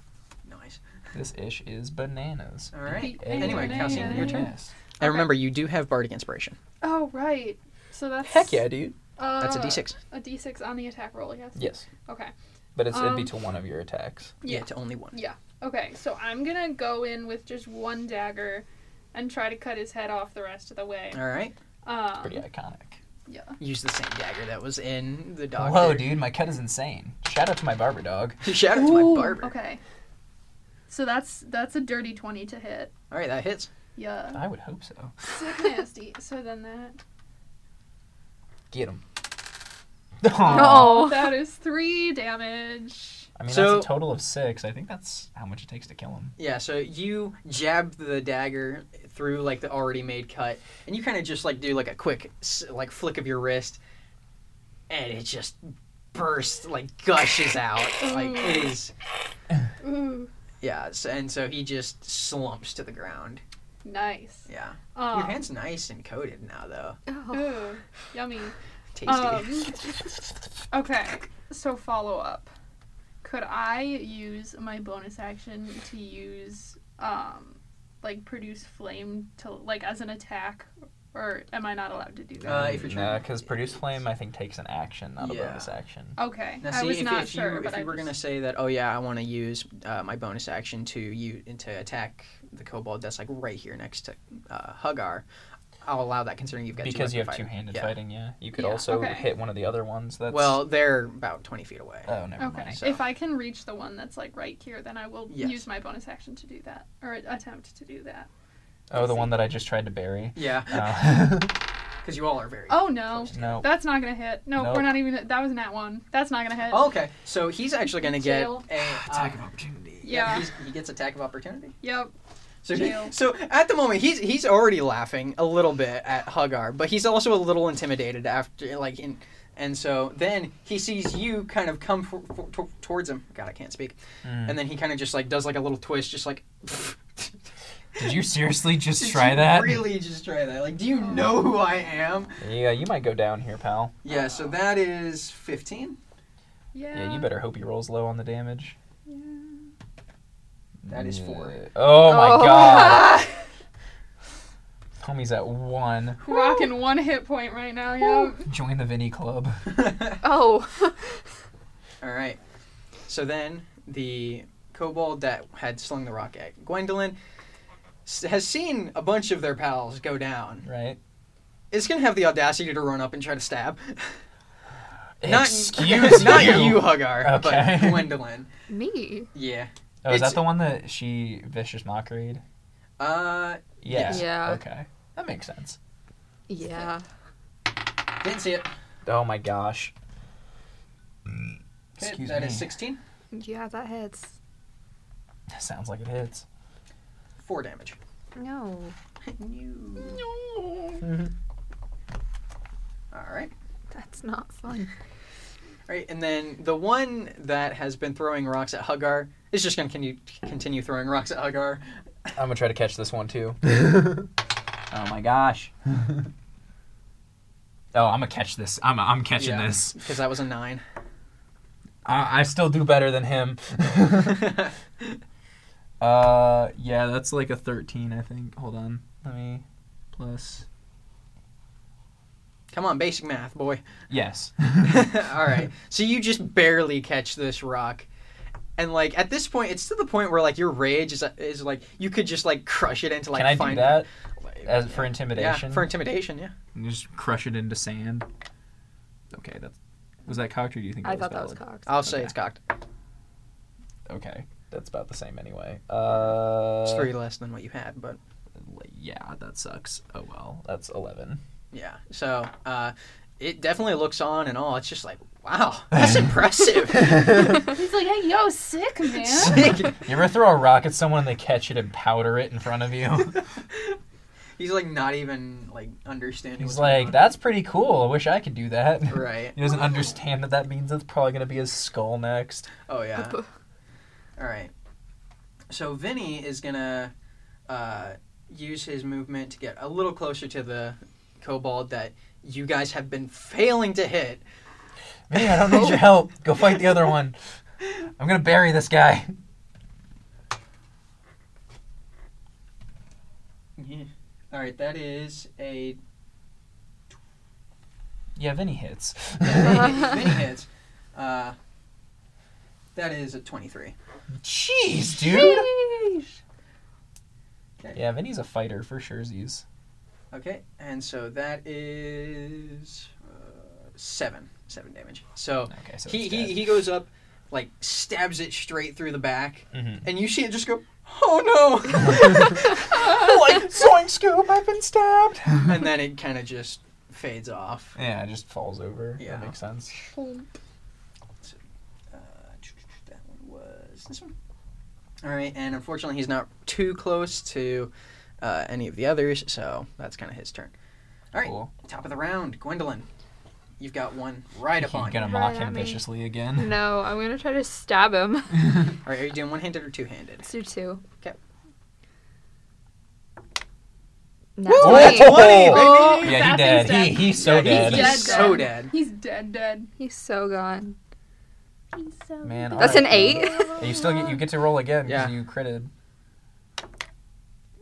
A: Nice.
C: This ish is bananas.
A: All right.
B: Hey,
A: Anyway, Kelsey, your turn.
C: Yes.
A: And remember, you do have bardic inspiration.
B: Oh right. So that's
C: dude.
B: Uh,
A: That's a d6.
B: A d6 on the attack roll. Yes.
C: Yes.
B: Okay.
C: But it's, it'd be
B: Um,
C: to one of your attacks.
A: Yeah,
B: Yeah.
A: to only one.
B: Okay. So I'm gonna go in with just one dagger, and try to cut his head off the rest of the way.
A: All right.
B: Um,
C: Pretty iconic.
B: yeah.
A: Use the same dagger that was in the doctor.
C: Whoa, dude, my cut is insane. Shout out to my barber dog.
A: Shout out to my
B: Ooh,
A: barber.
B: Okay. So that's that's a dirty twenty to hit.
A: All right, that hits.
B: Yeah.
C: I would hope so.
B: Sick nasty. So then that
C: Get him.
D: No.
B: that is three damage.
C: I mean,
A: So-
C: that's a total of six. I think that's how much it takes to kill him.
A: Yeah. So you jab the dagger through like the already made cut, and you kind of just like do like a quick s- like flick of your wrist, and it just bursts like gushes out like it is.
B: Ooh,
A: Yeah, so, and so he just slumps to the ground.
B: nice.
A: Yeah.
B: Um,
A: Your hand's nice and coated now, though.
D: Oh.
B: ooh, yummy.
A: Tasty.
B: Um, okay. So follow up. Could I use my bonus action to use um like produce flame to like as an attack, or am I not allowed to do that?
A: Uh, if you're trying-
C: because produce flame, I think takes an action, not
A: Yeah.
C: a bonus action.
B: okay.
A: now,
B: I
A: see,
B: was
A: if,
B: not
A: if
B: sure,
A: you,
B: but
A: if you
B: I
A: were going to
B: just-
A: say that, oh, yeah, I want to use uh, my bonus action to you to attack the kobold that's, like, right here next to uh, Hugar, I'll allow that considering you've got
C: Because you have
A: weapon fighting.
C: two-handed
A: Yeah.
C: fighting, yeah. You could
A: Yeah.
C: also
B: Okay.
C: hit one of the other ones. That's
A: Well, they're about 20 feet away.
C: oh, never
B: Okay.
C: mind.
A: so-
B: If I can reach the one that's like right here, then I will
A: Yes.
B: use my bonus action to do that or attempt to do that.
C: Oh, the one that I just tried to bury.
A: yeah,
C: Oh.
A: because you all are very.
B: Oh no.
C: no.
B: That's not gonna hit. No,
C: Nope.
B: we're not even. That was an at one. That's not gonna hit.
A: Oh, okay, so he's actually going to get a
B: Jail.
A: uh,
F: of opportunity.
A: yeah.
B: Ah. yeah.
A: he's, he gets attack of opportunity.
B: Yep.
A: So, he-
B: Jail.
A: so at the moment he's he's already laughing a little bit at Hugar, but he's also a little intimidated after like in, and so then he sees you kind of come for, for, to- towards him. God, I can't speak.
C: Mm.
A: And then he kind of just like does like a little twist, just like.
F: Did you seriously just
A: "Did you Really, just try that. Like, do you know who I am?
C: Yeah, you might go down here, pal.
A: Yeah. So that is fifteen.
B: Yeah.
C: Yeah, you better hope he rolls low on the damage.
B: Yeah.
F: That is four.
C: Oh my god. Homie's at one.
B: Rocking one hit point right now, yeah.
C: Join the Vinny Club.
D: oh.
A: All right. So then the kobold that had slung the rock at Gwendolyn s- has seen a bunch of their pals go down.
C: Right?
A: It's going to have the audacity to run up and try to stab.
C: Excuse
A: not
C: you.
A: you, Huggar,
C: Okay.
A: but Gwendolyn.
D: Me.
A: Yeah.
C: Oh, is
A: It's-
C: that the one that she vicious mockeryed?
A: Uh,
C: Yeah.
D: Yeah.
C: Okay. That makes sense.
D: Yeah.
A: didn't see it.
C: Oh my gosh.
A: That
C: Mm. Excuse
A: is
C: me.
A: 16.
D: Yeah, that hits.
C: Sounds like it hits.
A: Four damage.
D: No.
C: Mm-hmm.
A: All right.
D: That's not fun.
A: All right, and then the one that has been throwing rocks at Huggar is just going to continue, continue throwing rocks at Huggar.
C: I'm gonna try to catch this one too.
F: That's
C: Oh my gosh. oh, I'm gonna catch this. I'm I'm catching this.
A: because that was a nine.
C: I, I still do better than him.
F: uh, yeah, that's like a thirteen, I think. Hold on, let me plus.
A: Come on, basic math, boy.
C: yes.
A: All right. So you just barely catch this rock. And like at this point, it's to the point where like your rage is, uh, is like you could just like crush it into like
C: Can I
A: fine
C: do that
A: like,
C: as for
A: yeah,
C: intimidation?
A: for intimidation, yeah.
F: And just crush it into sand. Okay, that's. Was that cocked or do you think that
D: I
F: was
D: thought that was
F: valid?
D: cocked.
A: I'll say
F: Okay.
A: it's cocked.
F: Okay.
C: That's about the same anyway. Uh,
A: It's three less than what you had, but
F: Yeah, that sucks. Oh well.
C: That's eleven.
A: yeah. So uh, it definitely looks on and all. It's just like wow, that's impressive.
B: Oh, He's like, hey, yo, sick, man.
A: Sick.
C: You ever throw a rock at someone and they catch it and powder it in front of you?
A: He's like not even like understanding.
C: He's
A: what's
C: like,
A: going on.
C: "That's pretty cool. I wish I could do that."
A: right.
C: He doesn't understand that that means it's probably gonna be his skull next.
A: Oh yeah. All right. So Vinny is gonna uh, use his movement to get a little closer to the kobold that you guys have been failing to hit.
C: Man, I don't need your help. Go fight the other one. I'm gonna bury this guy.
A: All right, that is a
C: Yeah, Vinny hits.
A: Vinny hits. Uh, that is a twenty-three.
C: Jeez, dude.
A: Okay.
C: Yeah, Vinny's a fighter for sure. Z's.
A: Okay, and so that is uh, seven, seven damage. So
C: Okay, so
A: he, he he goes up, like stabs it straight through the back,
C: hmm
A: and you see it just go, oh no,
C: like Zoink Scoop, I've been stabbed.
A: and then it kind of just fades off.
C: Yeah, it just falls over.
A: Yeah.
C: That makes sense.
A: Uh, that one was this one. All right, and unfortunately, he's not too close to uh, any of the others, so that's kind of his turn. All right,
C: Cool.
A: top of the round, Gwendolyn. You've got one right
C: You
A: up on you.
C: gonna
A: All
C: mock
D: Right
C: him
D: at me.
C: viciously again.
D: No, I'm gonna try to stab him.
A: right, are you doing one-handed or two-handed?
D: Let's do two.
A: 'Kay.
D: Nat
A: Woo! That's
D: 20.
A: 20,
C: Oh!
A: baby!
B: He's
C: Yeah, he
B: half
C: dead.
B: his death.
C: He he's so
A: Yeah,
C: dead.
A: he's
B: dead,
A: so
B: dead.
A: dead.
B: He's dead, dead.
D: He's so gone.
E: He's so
C: Man, all
D: That's
C: right.
D: an eight
C: Yeah, you still get you get to roll again
A: Yeah.
C: because you critted.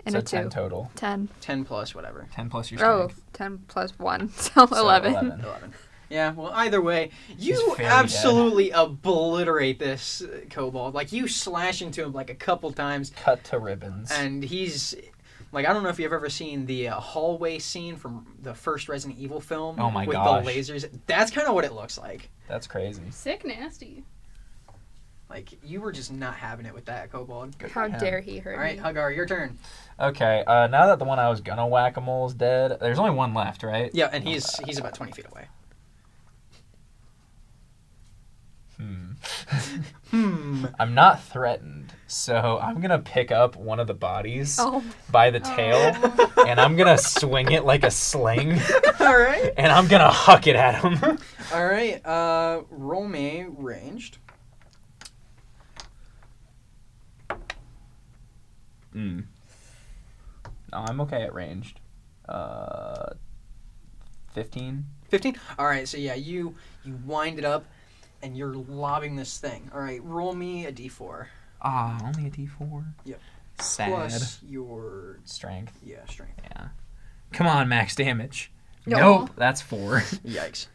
D: and
C: so
D: a two.
C: ten total.
D: Ten.
A: Ten plus whatever.
C: Ten plus your
D: Oh,
C: strength.
D: 10 plus one, so,
C: So
D: 11.
C: 11.
A: 11. Yeah, well, either way, you
C: He's very
A: absolutely obliterate this uh, kobold. Like, you slash into him, like, a couple times,
C: Cut to ribbons.
A: and he's. Like, I don't know if you've ever seen the uh, hallway scene from the first Resident Evil film.
C: Oh my
A: With
C: gosh.
A: the lasers. That's kind of what it looks like.
C: That's crazy.
B: Sick, nasty.
A: Like, you were just not having it with that kobold.
C: Good
D: How
C: for him.
D: dare he hurt
A: All right,
D: me?
A: Hagar, your turn.
C: Okay, uh, now that the one I was gonna whack a mole's dead, there's only one left, right?
A: Yeah, and he's he's about 20 feet away.
C: Hmm.
A: Hmm.
C: I'm not threatened, so I'm gonna pick up one of the bodies
D: Oh,
C: by the tail,
B: Oh.
C: and I'm gonna swing it like a sling,
A: All right.
C: and I'm gonna huck it at him.
A: All right. Uh, roll me ranged.
F: Mm.
C: Hmm. No, I'm okay at ranged. Uh, fifteen.
A: 15 all right so yeah you you wind it up and you're lobbing this thing all right roll me a d4
C: Ah, only a D4.
A: Yep.
F: Sad.
A: plus your
C: Strength.
A: yeah strength.
C: Yeah. Come on, max damage.
D: No.
C: Nope, that's four.
A: Yikes.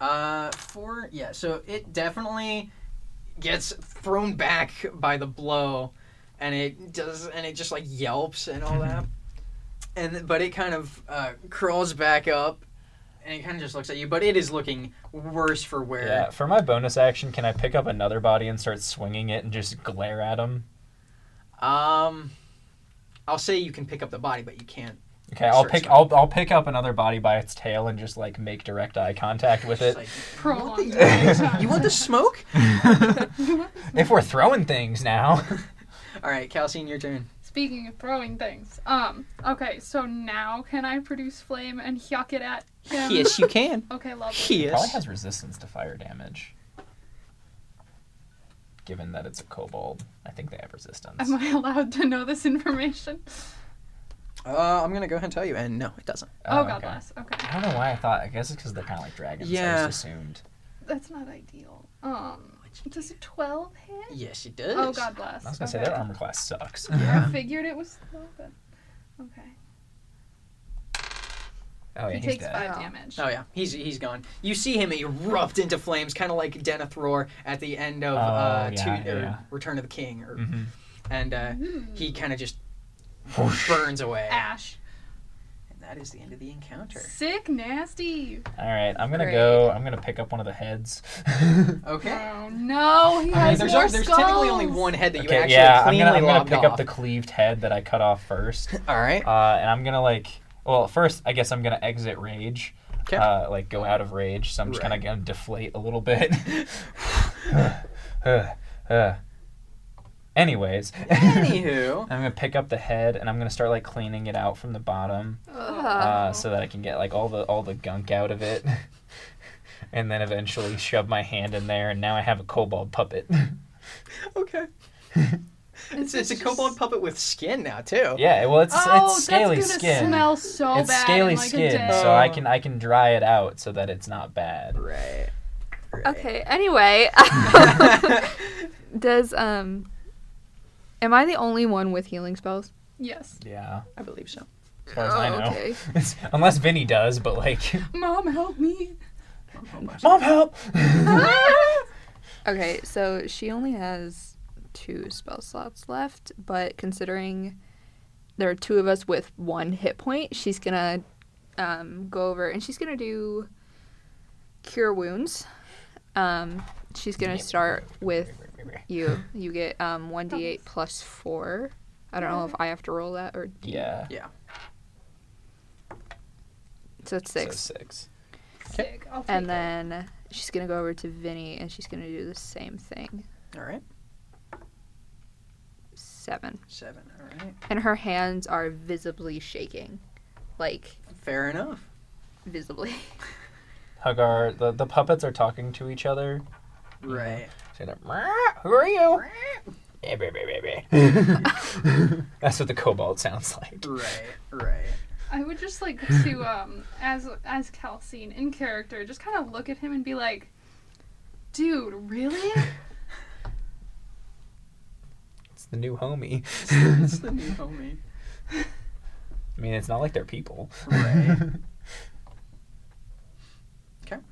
A: Uh, four. Yeah. So it definitely gets thrown back by the blow, and it does, and it just like yelps and all that, and th- but it kind of uh, crawls back up, and it kind of just looks at you, but it is looking worse for wear.
C: yeah. For my bonus action, can I pick up another body and start swinging it and just glare at him?
A: Um, I'll say you can pick up the body, but you can't.
C: Okay, I'll
A: Sure,
C: pick
A: sure.
C: I'll, I'll pick up another body by its tail and just like make direct eye contact with
A: Just
C: it.
A: like,
B: Prolonged.
A: you want the smoke?
C: if we're throwing things now.
A: All right, Calcine, your turn.
B: Speaking of throwing things, um, okay, so now can I produce flame and yuck it at him?
A: Yes, you can.
B: Okay, lovely.
C: It probably
A: Yes.
C: has resistance to fire damage. Given that it's a kobold, I think they have resistance.
B: Am I allowed to know this information?
A: Uh, I'm gonna go ahead and tell you, and no, it doesn't.
B: Oh, God
C: okay.
B: bless. Okay,
C: I don't know why I thought. I guess it's because they're kind of like dragons. I
A: Yeah.
C: just assumed.
B: that's not ideal. Um, does a twelve hit?
A: Yes, it does.
B: Oh, God bless.
C: I was gonna say
B: Okay.
C: their armor class sucks.
B: I figured it was eleven. Okay,
C: oh yeah,
B: he
C: he's
B: takes
C: dead.
B: five
D: Oh.
B: damage.
A: Oh yeah, he's he's gone. You see him erupt into flames, kind of like Denethor at the end of
C: Oh,
A: uh,
C: yeah,
A: two, or
C: yeah.
A: Return of the King, or,
C: Mhm.
A: and uh,
B: Ooh.
A: he kind of just
C: Whoosh.
A: burns away.
B: Ash,
A: And that is the end of the encounter.
B: sick, nasty.
C: All right, I'm gonna
D: Great.
C: go. I'm gonna pick up one of the heads.
A: Okay.
B: Oh no, he
C: I mean,
B: has
A: there's
B: more
A: there's technically only
B: skulls.
A: one head that you
C: okay,
A: actually
C: yeah, I'm
A: cleanly
C: gonna, I'm gonna
A: lobbed
C: pick
A: off.
C: up the cleaved head that I cut off first, uh,
A: All right.
C: and I'm gonna like. Well, first, I guess I'm gonna exit rage.
A: 'Kay.
C: Uh, like go out of rage, so I'm just
A: Right.
C: kind of gonna deflate a little bit. Uh, uh. Anyways,
A: Anywho,
C: I'm gonna pick up the head and I'm gonna start like cleaning it out from the bottom,
D: Ugh.
C: uh, so that I can get like all the all the gunk out of it, and then eventually shove my hand in there, and now I have a kobold puppet.
A: okay. It's, it's a
B: just-
A: kobold puppet with skin now too.
C: yeah, well it's
B: oh,
C: it's scaly
B: that's gonna
C: skin.
B: smell so
C: it's
B: bad. in,
C: scaly
B: like, a
C: skin,
B: day.
C: so I can I can dry it out so that it's not bad.
A: Right. right.
D: Okay. Anyway, does um, am I the only one with healing spells? Oh,
B: Yes.
C: Yeah,
A: I believe so.
C: as far as I
B: Oh,
C: know.
D: okay.
C: Unless Vinny does, but like,
B: Mom, help me.
C: mom help.
D: Okay. So she only has two spell slots left, but considering there are two of us with one hit point, she's gonna um, go over and she's gonna do cure wounds. Um, she's gonna start with you. You get um, 1d8 plus four. I don't know if I have to roll that or
C: Yeah.
D: so it's
C: so
D: six.
C: six.
B: Sick. I'll take
D: And
B: it.
D: then she's gonna go over to Vinny and she's gonna do the same thing.
A: All right.
D: Seven.
A: Seven. All right.
D: And her hands are visibly shaking. Like
A: Fair enough.
D: visibly.
C: Hagar, the, the puppets are talking to each other.
A: Right.
C: Say that, "Meow, Who are you? Eh, beh, beh, beh, beh." That's what the cobalt sounds like.
A: Right. Right.
B: I would just like to, um, as as Calcine in character, just kind of look at him and be like, "Dude, really?
C: It's the new homie.
A: It's the new homie.
C: I mean, it's not like they're people.
A: Right. Okay.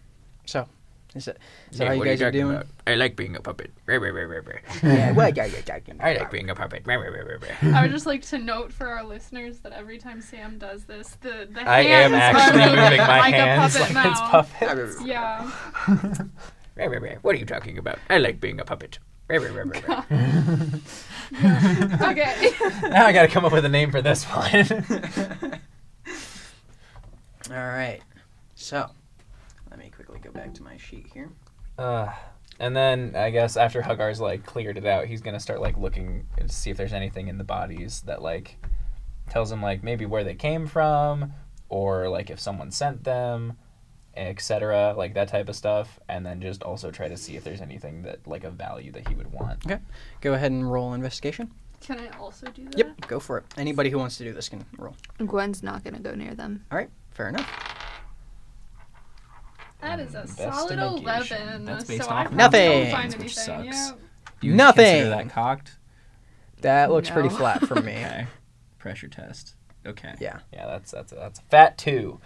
A: So, is it? Is that how you guys are, doing?
C: I like being a puppet. I
A: Yeah. Well, yeah, yeah, yeah, yeah.
C: like being a puppet.
B: I would just like to note for our listeners that every time Sam does this, the the
C: I am
B: hands
C: actually
B: are
C: moving my
B: like
C: hands
B: a puppet
C: like it's
B: now.
C: puppets.
B: Yeah.
C: What are you talking about? I like being a puppet. now
B: Okay.
C: I gotta come up with a name for this one.
A: All right. So, let me quickly go back to my sheet here.
C: Uh, and then I guess after Hagar's like cleared it out, he's gonna start like looking to see if there's anything in the bodies that like tells him like maybe where they came from or like if someone sent them, etc. Like that type of stuff, and then just also try to see if there's anything that like of value that he would want.
A: Go ahead and roll investigation.
B: Can I also do that?
A: Yep. Go for it. Anybody who wants to do this can roll.
D: Gwen's not gonna go near them.
A: All right. Fair enough.
B: That is a solid
C: Investigation.
B: eleven.
F: That's based
B: so I
F: off
B: probably
A: Nothing.
B: Don't find
F: which
B: anything.
F: sucks.
B: Yeah.
F: You consider
A: Nothing.
F: that cocked?
A: That looks pretty
D: No.
A: flat for me.
F: Okay. Pressure test. Okay.
A: Yeah.
C: Yeah, that's that's that's fat two.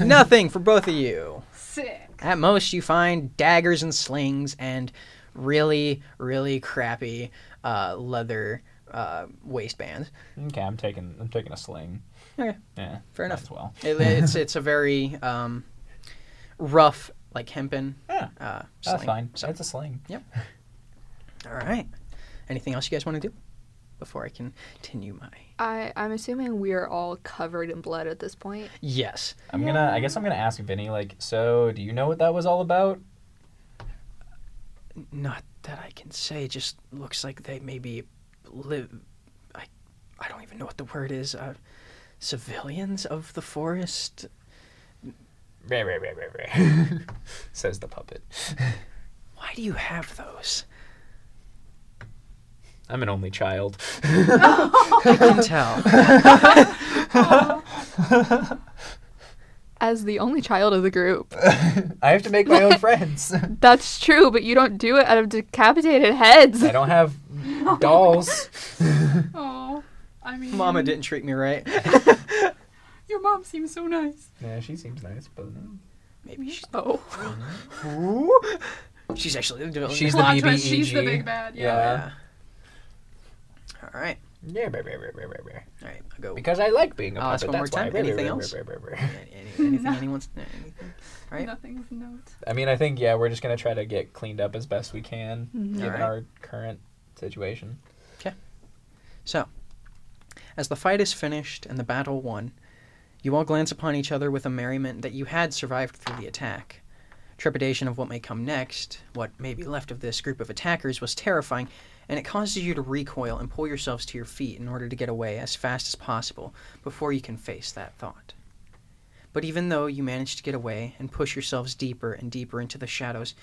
A: Nothing for both of you.
B: Sick.
A: At most, you find daggers and slings and really, really crappy uh, leather uh, waistband.
C: Okay, I'm taking I'm taking a sling.
A: Okay.
C: Yeah.
A: Fair
C: might
A: enough.
C: As well.
A: It, it's it's a very um, rough, like hempen.
C: Yeah.
A: Uh,
C: Ah, That's
A: sling.
C: fine.
A: So-
C: That's a sling.
A: all right. Anything else you guys want to do before I continue my?
D: I, I'm assuming we are all covered in blood at this point.
A: Yes.
C: I'm gonna. I guess I'm gonna ask Vinny. Like, so do you know what that was all about?
A: Not that I can say. It just looks like they maybe live. I, I don't even know what the word is. Uh, civilians of the forest.
C: Ray, ray, ray, ray, ray. Says the puppet.
A: Why do you have those?
C: I'm an only child.
A: I can tell.
D: As the only child of the group.
C: I have to make my own friends.
D: That's true, but you don't do it out of decapitated heads.
C: I don't have dolls.
B: Oh, I mean.
A: Mama didn't treat me right.
B: Your mom seems so nice.
C: Yeah, she seems nice, but mm.
A: Maybe she's.
D: Oh.
A: Ooh. She's actually.
C: She's the E
B: Plot twist,
C: BBEG.
B: she's the big bad. Yeah.
A: Yeah. All right.
C: Yeah, ray, ray, ray, ray, ray, ray.
A: All right. I'll go.
C: Because I like being a
A: I'll ask
C: puppet.
A: one more
C: That's why.
A: time.
C: Ray, ray,
A: Anything
C: ray,
A: else?
C: ray, ray, ray, ray.
A: Any- any- anything anyone's. Anything? All right.
B: Nothing's note.
C: I mean, I think yeah, we're just gonna try to get cleaned up as best we can, given
A: Alright.
C: our current situation.
A: So, as the fight is finished and the battle won, you all glance upon each other with a merriment that you had survived through the attack. Trepidation of what may come next, what may be left of this group of attackers, was terrifying, and it causes you to recoil and pull yourselves to your feet in order to get away as fast as possible before you can face that thought. But even though you manage to get away and push yourselves deeper and deeper into the shadows,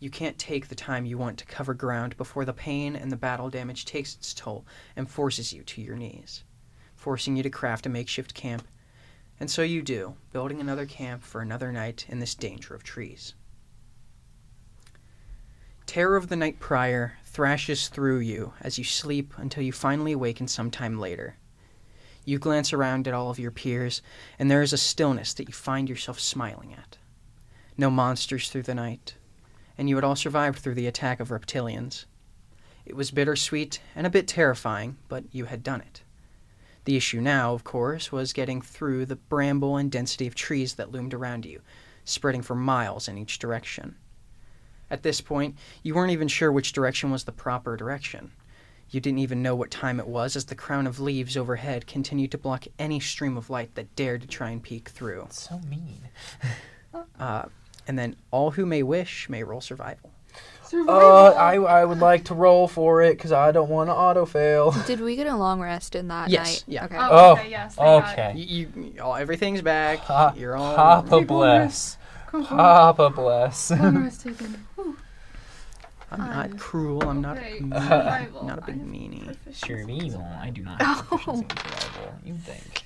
A: you can't take the time you want to cover ground before the pain and the battle damage takes its toll and forces you to your knees, forcing you to craft a makeshift camp. And so you do, building another camp for another night in this danger of trees. Terror of the night prior thrashes through you as you sleep until you finally awaken sometime later. You glance around at all of your peers, and there is a stillness that you find yourself smiling at. No monsters through the night, and you had all survived through the attack of reptilians. It was bittersweet and a bit terrifying, but you had done it. The issue now, of course, was getting through the bramble and density of trees that loomed around you, spreading for miles in each direction. At this point, you weren't even sure which direction was the proper direction. You didn't even know what time it was as the crown of leaves overhead continued to block any stream of light that dared to try and peek through.
C: So mean.
A: Uh, and then all who may wish may roll survival.
C: Uh, I I would like to roll for it because I don't want to auto fail.
D: Did we get a long rest in that
A: Yes,
D: night?
A: yeah.
D: Okay.
B: Oh,
C: Oh,
B: okay, yes. thank God.
A: You,
C: Okay.
A: you, all, everything's back.
C: Ha-
A: You're all.
C: Hop a
B: People
C: bless.
B: Come on.
C: Hop a bless.
B: Long rest taken.
A: I'm not
D: Um,
A: cruel. I'm not
B: okay,
A: a, mean-
B: survival.
A: not a big
B: I-
A: meanie.
C: Sure, me evil. I do not have
B: Oh.
C: proficiency in survival. You think?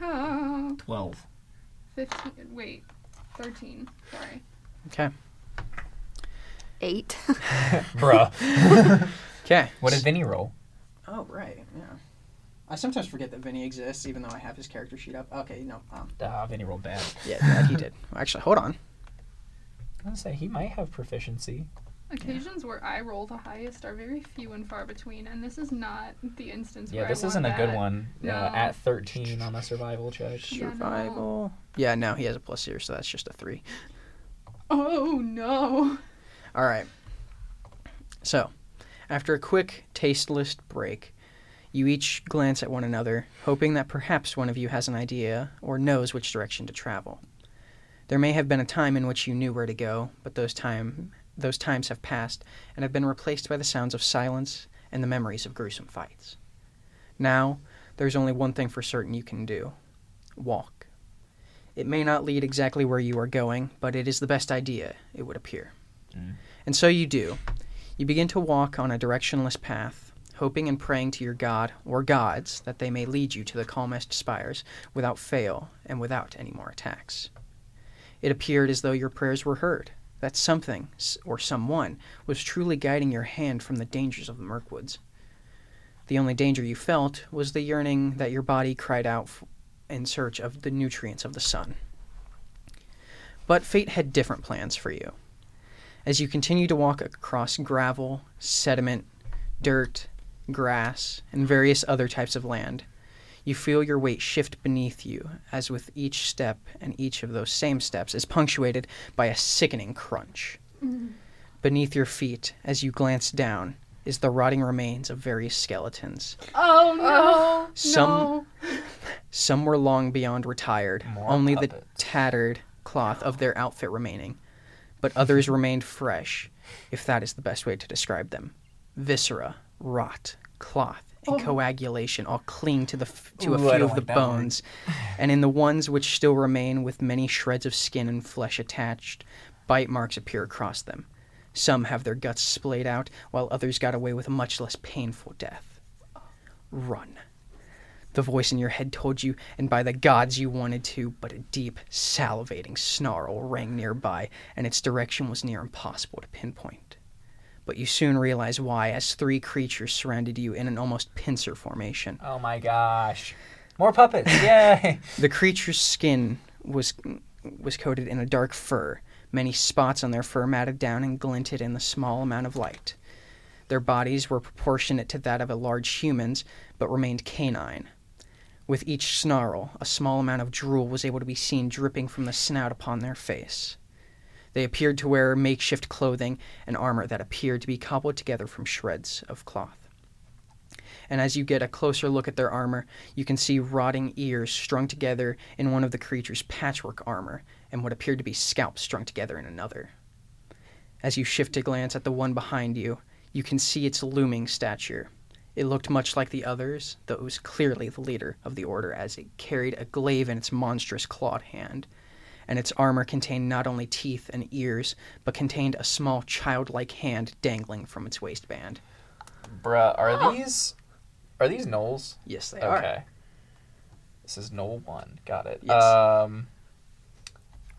B: Uh,
F: Twelve.
B: 15. Wait. 13. Sorry.
A: Okay.
D: Eight.
C: Bruh.
A: Okay.
C: What did Vinny roll?
A: Oh right, yeah. I sometimes forget that Vinny exists, even though I have his character sheet up. Okay, no. Um,
C: Ah, Vinny rolled bad.
A: yeah, yeah, he did. Actually, hold on.
C: I gonna say he might have proficiency.
B: Occasions where I roll the highest are very few and far between, and this is not the instance
C: Yeah,
B: where
C: this
B: I
C: isn't a
B: want
C: good
B: that.
C: one.
B: No.
C: Uh, at 13 on a survival check.
B: Yeah, no.
A: Survival. Yeah, no, he has a plus here, so that's just a three.
B: Oh, no.
A: All right. So, after a quick, tasteless break, you each glance at one another, hoping that perhaps one of you has an idea or knows which direction to travel. There may have been a time in which you knew where to go, but those time those times have passed and have been replaced by the sounds of silence and the memories of gruesome fights. Now, there's only one thing for certain you can do. Walk. It may not lead exactly where you are going, but it is the best idea, it would appear. And so you do. You begin to walk on a directionless path, hoping and praying to your god or gods that they may lead you to the calmest spires without fail and without any more attacks. It appeared as though your prayers were heard, that something, s- or someone, was truly guiding your hand from the dangers of the Mirkwoods. The only danger you felt was the yearning that your body cried out f- in search of the nutrients of the sun. But fate had different plans for you. As you continued to walk across gravel, sediment, dirt, grass, and various other types of land, you feel your weight shift beneath you, as with each step and each of those same steps is punctuated by a sickening crunch. Beneath your feet, as you glance down, is the rotting remains of various skeletons.
B: Oh no.
A: Some
B: No.
A: some were long beyond retired,
C: More
A: only the
C: puppets.
A: tattered cloth of their outfit remaining. But others remained fresh, if that is the best way to describe them. Viscera, rot, cloth, and coagulation all cling to the f- to a
C: Oh. Ooh, I
A: few
C: don't
A: of the
C: like that one.
A: bones, and in the ones which still remain, with many shreds of skin and flesh attached, bite marks appear across them. Some have their guts splayed out, while others got away with a much less painful death. Run. The voice in your head told you, and by the gods you wanted to, but a deep, salivating snarl rang nearby, and its direction was near impossible to pinpoint. But you soon realize why, as three creatures surrounded you in an almost pincer formation.
C: Oh my gosh. More puppets. Yay.
A: The creature's skin was was coated in a dark fur, many spots on their fur matted down and glinted in the small amount of light. Their bodies were proportionate to that of a large human's, but remained canine. With each snarl, a small amount of drool was able to be seen dripping from the snout upon their face. They appeared to wear makeshift clothing and armor that appeared to be cobbled together from shreds of cloth and as you get a closer look at their armor, you can see rotting ears strung together in one of the creature's patchwork armor and what appeared to be scalps strung together in another. As you shift a glance at the one behind you, you can see its looming stature. It looked much like the others, though it was clearly the leader of the order as it carried a glaive in its monstrous clawed hand. And its armor contained not only teeth and ears, but contained a small childlike hand dangling from its waistband.
C: Bruh,
B: Ah.
C: are these are these gnolls?
A: Yes, they are.
C: Okay. This is Knoll one. Got it.
A: Yes.
C: Um,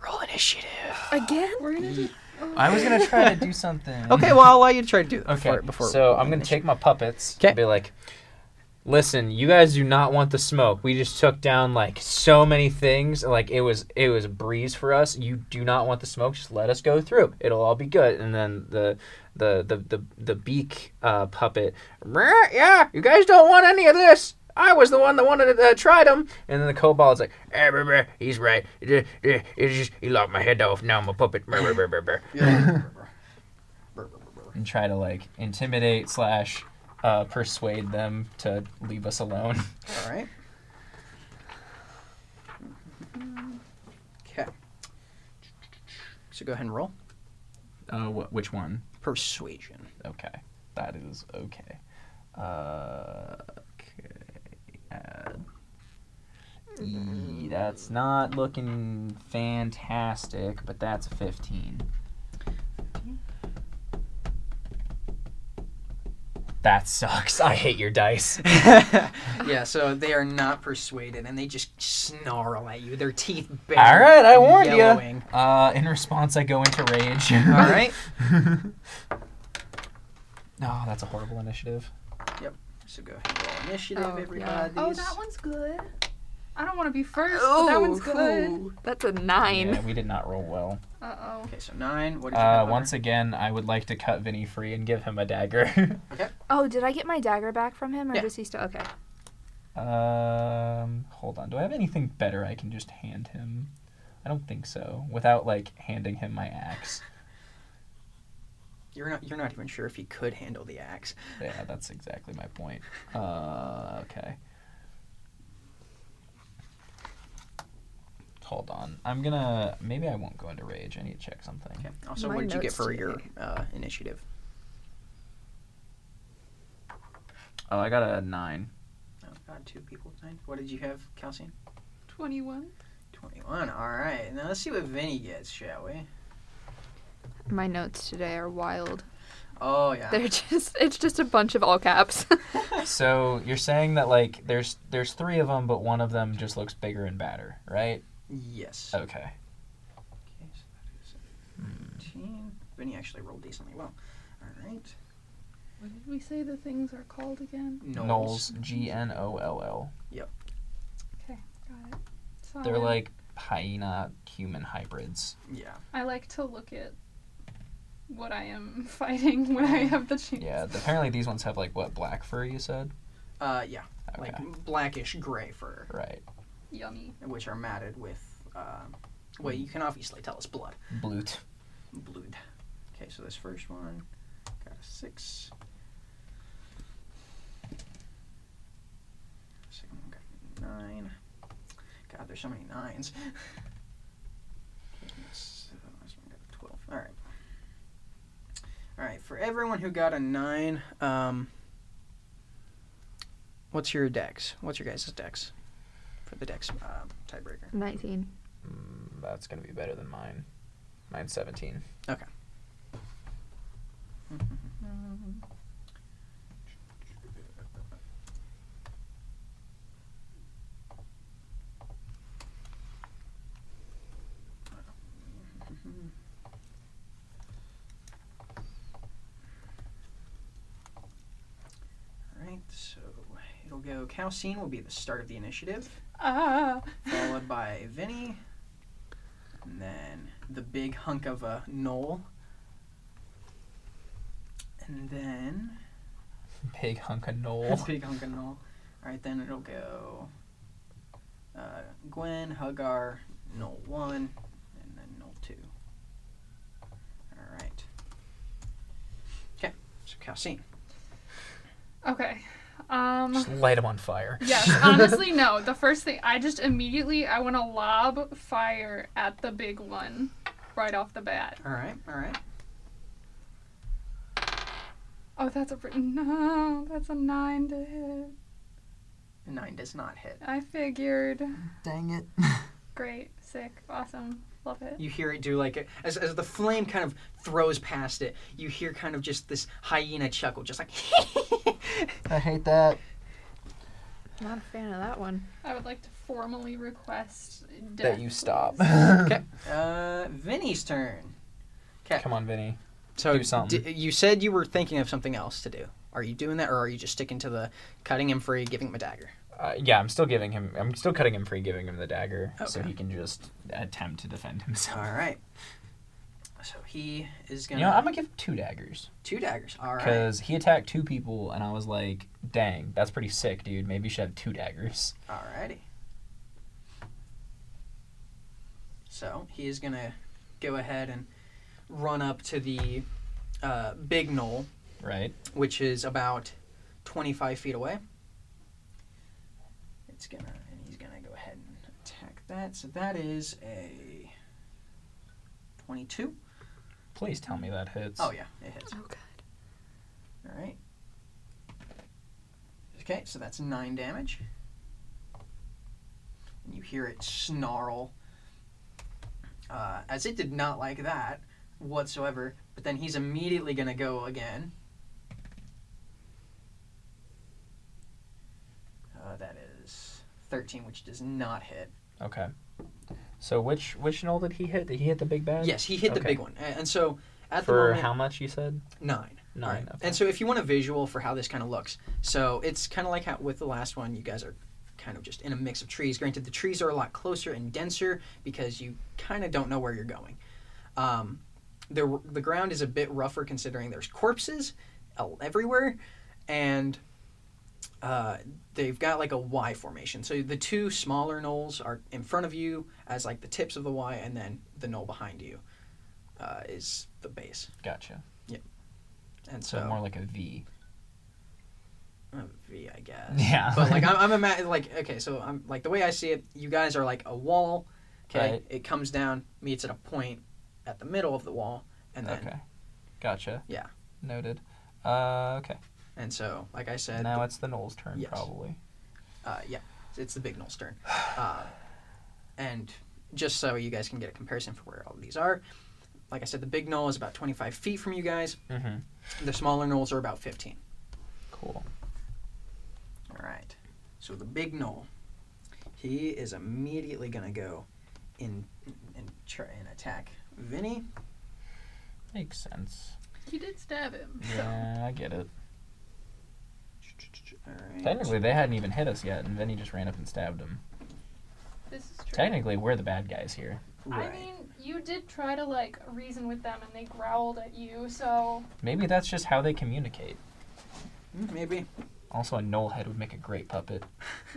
A: Roll initiative.
D: Again?
B: We're gonna do
F: I was gonna try to do something.
A: Okay, well, I'll allow you to try to do that before, before
C: so
A: we
C: I'm gonna
A: finish.
C: take my puppets
A: 'Kay.
C: and be like, "Listen, you guys do not want the smoke. We just took down like so many things. Like it was it was a breeze for us. You do not want the smoke. Just let us go through. It'll all be good." And then the the the the, the beak uh, puppet, "Meh, yeah, you guys don't want any of this. I was the one that wanted to uh, try them. And then the kobold's like, eh, brr, brr, he's right. Eh, eh, It's just, he locked my head off. Now I'm a puppet. Brr, brr, brr, brr, brr."
F: and try to like intimidate slash uh, persuade them to leave us alone.
A: All right. Okay. So go ahead and roll
F: Uh, wh- which one?
A: persuasion.
F: Okay, that is okay. Uh, okay, add. E- That's not looking fantastic, but that's a fifteen.
C: That sucks. I hate your dice.
A: yeah. So they are not persuaded, and they just snarl at you. Their teeth. bare
F: right, I
A: and
F: warned ya.
A: yellowing.
F: Uh, in response, I go into rage.
A: All right.
F: No, that's a horrible initiative.
A: So go ahead and roll initiative,
D: Oh, yeah.
A: everybody.
E: Oh, that one's good.
B: I don't wanna be first, but
D: Oh,
B: that one's good.
D: That's a nine.
F: Yeah, we did not roll well.
B: Uh oh.
A: Okay, so nine. What is your
F: Uh,
A: number?
F: once again, I would like to cut Vinny free and give him a dagger.
D: Oh, did I get my dagger back from him, or
A: Yeah.
D: does he still? Okay.
F: um, hold on. Do I have anything better I can just hand him? I don't think so. Without like handing him my axe.
A: You're not. You're not even sure if you could handle the axe.
F: Yeah, that's exactly my point. Uh, okay. Hold on. I'm gonna. Maybe I won't go into rage. I need to check something.
A: Okay. Also,
D: My
A: what did you get
D: notes
A: for
D: today.
A: your uh, initiative?
F: Oh, I got a nine.
A: Oh God, two people. Nine. What did you have, Calcium?
B: Twenty one.
A: 21. All right. Now let's see what Vinny gets, shall we?
D: My notes today are wild.
A: Oh, yeah.
D: They're just it's just a bunch of all caps.
F: So you're saying that like there's there's three of them, but one of them just looks bigger
C: Oh.
F: and badder, right?
A: Yes.
F: Okay.
A: Okay, so that is 14. Vinny actually rolled decently well. All right.
B: What did we say the things are called again?
A: Knowles.
C: G N O L L.
B: Got it. So
C: They're
A: Mm-hmm.
B: I-
C: like hyena human hybrids.
A: Yeah.
B: I like to look at what I am fighting when I have the chance.
C: Yeah, th- apparently these ones have like what black fur you said?
A: Uh, yeah.
C: Okay.
A: Like blackish gray fur,
C: right.
B: Yummy.
A: which are matted with. Uh, well, you can obviously tell it's blood.
C: Blute.
A: Blood. Okay, so this first one got a six. Second one got a nine. God, there's so many nines. Okay, so this one got a twelve. All right. All right. For everyone who got a nine, um, what's your dex? What's your guys' dex for the dex uh, tiebreaker?
D: 19.
C: Mm, that's gonna be better than mine. Mine's seventeen.
A: Alright, so it'll go. Calcine will be the start of the initiative,
B: Ah,
A: followed by Vinny, and then the big hunk of a knoll. And then.
C: Big hunk of
A: the
C: knoll.
A: big hunk of knoll. Alright, then it'll go. Uh, Gwen, Hagar, Knoll 1, and then Knoll 2. Alright. Okay, so Calcine.
B: okay. Um.
C: Just light them on fire.
B: Yes, honestly, no. The first thing I just immediately I want to lob fire at the big one, right off the bat.
A: Alright, alright.
B: Oh, that's a pretty, no. That's a nine to hit.
A: Nine does not hit.
B: I figured.
F: Dang it.
B: Great, sick, awesome, love it.
A: You hear it do like a, as as the flame kind of throws past it. You hear kind of just this hyena chuckle, just like.
F: I hate that.
D: Not a fan of that one.
B: I would like to formally request
C: That you
B: death,
C: stop.
B: please.
A: uh, Vinny's turn.
C: Come on, Vinny.
A: So
C: Do something.
A: d- you said you were thinking of something else to do. Are you doing that, or are you just sticking to the cutting him free, giving him a dagger?
C: Uh, yeah, I'm still giving him. I'm still cutting him free, giving him the dagger, so
A: Okay.
C: he can just attempt to defend himself.
A: All right. So he is
C: You
A: gonna.
C: know, I'm gonna give two daggers
A: two daggers. All right.
C: because he attacked two people, and I was like, "Dang, that's pretty sick, dude. Maybe you should have two daggers."
A: All righty. So he is gonna go ahead and run up to the uh, big knoll
C: Right?
A: which is about 25 feet away. It's gonna, and he's gonna go ahead and attack that. So that is a 22.
C: Please tell me that hits.
A: Oh yeah, it hits.
D: Oh, God.
A: All right. Okay, so that's nine damage. And you hear it snarl, uh, as it did not like that whatsoever. But then he's immediately gonna go again. Uh, that is thirteen, which does not hit.
C: Okay. So which which knoll did he hit? Did he hit the big bad?
A: Yes, he hit the
C: Uh, Okay.
A: big one, A- and so at the
C: For
A: moment,
C: how much you said?
A: nine.
C: Nine.
A: Right.
C: Okay.
A: And so, if you want a visual for how this kind of looks, so it's kind of like how with the last one, you guys are kind of just in a mix of trees. Granted, the trees are a lot closer and denser because you kind of don't know where you're going. Um, the the ground is a bit rougher considering there's corpses el- everywhere, and uh, they've got like a Y formation. So the two smaller knolls are in front of you as like the tips of the Y, and then the knoll behind you uh, is the base.
C: gotcha.
A: And
C: So, more like a V.
A: a V, I guess.
C: Yeah.
A: But like I'm, I'm ima- like okay, so I'm like the way I see it, you guys are like a wall. Okay,
C: Right.
A: it comes down, meets at a point at the middle of the wall, and then
C: okay. Gotcha.
A: Yeah.
C: Noted. Uh, okay.
A: and so like I said,
C: now
A: the-
C: it's the knoll's turn,
A: Yes.
C: probably.
A: uh, yeah, it's the big Knoll turn. Uh, and just so you guys can get a comparison for where all these are, like I said, the big knoll is about 25 feet from you guys.
C: Mm-hmm.
A: The smaller knolls are about 15.
C: Cool.
A: All right. So the big knoll, he is immediately gonna go in and try and attack Vinny.
C: Makes sense.
B: He did stab him.
C: Yeah, I get it.
A: All right.
C: Technically, they hadn't even hit us yet, and then he just ran up and stabbed him.
B: This is true.
C: Technically, we're the bad guys here.
A: Right.
B: I mean, you did try to like reason with them, and they growled at you. So
C: Maybe that's just how they communicate.
A: Mm, Maybe.
C: Also, a knoll head would make a great puppet.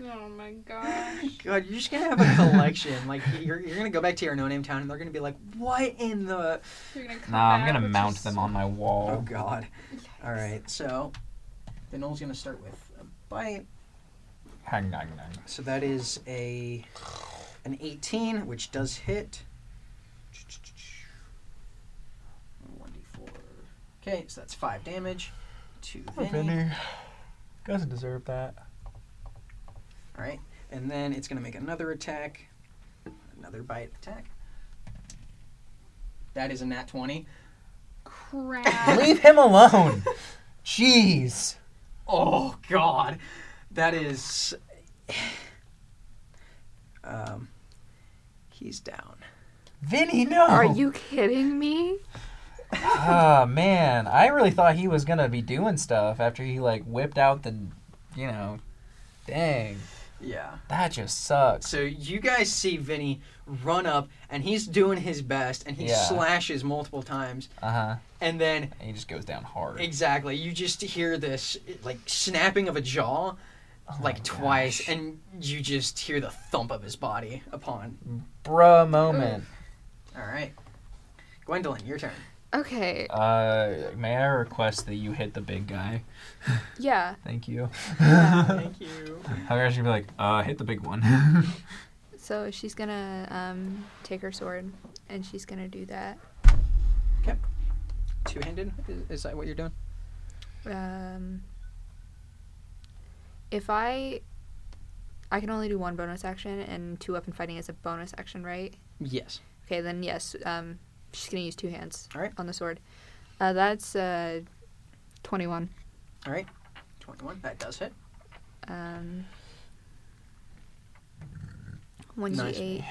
B: oh my gosh.
A: God, you're just gonna have a collection. like you're, you're gonna go back to your no-name town, and they're gonna be like, "What in the?
B: You're gonna come
C: Nah, I'm
B: back
C: gonna
B: with
C: mount
B: your
C: them on my
A: Oh
C: wall.
A: God!"
B: s- Yikes.
A: All right, so the gnoll's gonna start with a bite.
C: Hang, hang, hang.
A: So that is a an 18, which does hit. 1d4. Okay, so that's five damage to Vinny.
C: Doesn't deserve that.
A: All right, and then it's gonna make another attack, another bite attack. That is a nat 20.
B: Crap.
C: Leave him alone. Jeez.
A: Oh God, that is. Um, he's down.
C: Vinny, no.
D: Are you kidding me?
C: Ah, man. I really thought he was going to be doing stuff after he, like, whipped out the, you know, dang.
A: Yeah.
C: That just sucks.
A: So you guys see Vinny run up, and he's doing his best, and he
C: Yeah.
A: slashes multiple times,
C: Uh huh.
A: and then
C: And he just goes down hard.
A: exactly, you just hear this like snapping of a jaw,
C: Oh my
A: like twice,
C: gosh.
A: and you just hear the thump of his body upon.
C: Bruh moment.
A: All right, Gwendolyn, your turn.
D: Okay.
C: Uh, may I request that you hit the big guy?
D: Yeah.
C: Thank you.
A: Thank you.
C: I was actually be like, uh, hit the big one.
D: So she's gonna um, take her sword and she's gonna do that.
A: Two-handed? Is, is that what you're doing?
D: Um, if I, I can only do one bonus action, and two weapon fighting is a bonus action, right?
A: Yes.
D: Okay, then yes. Um, she's gonna use two hands
A: Alright.
D: on the sword. Uh, that's uh, twenty-one.
A: 21. That does hit.
D: Um, one d eight,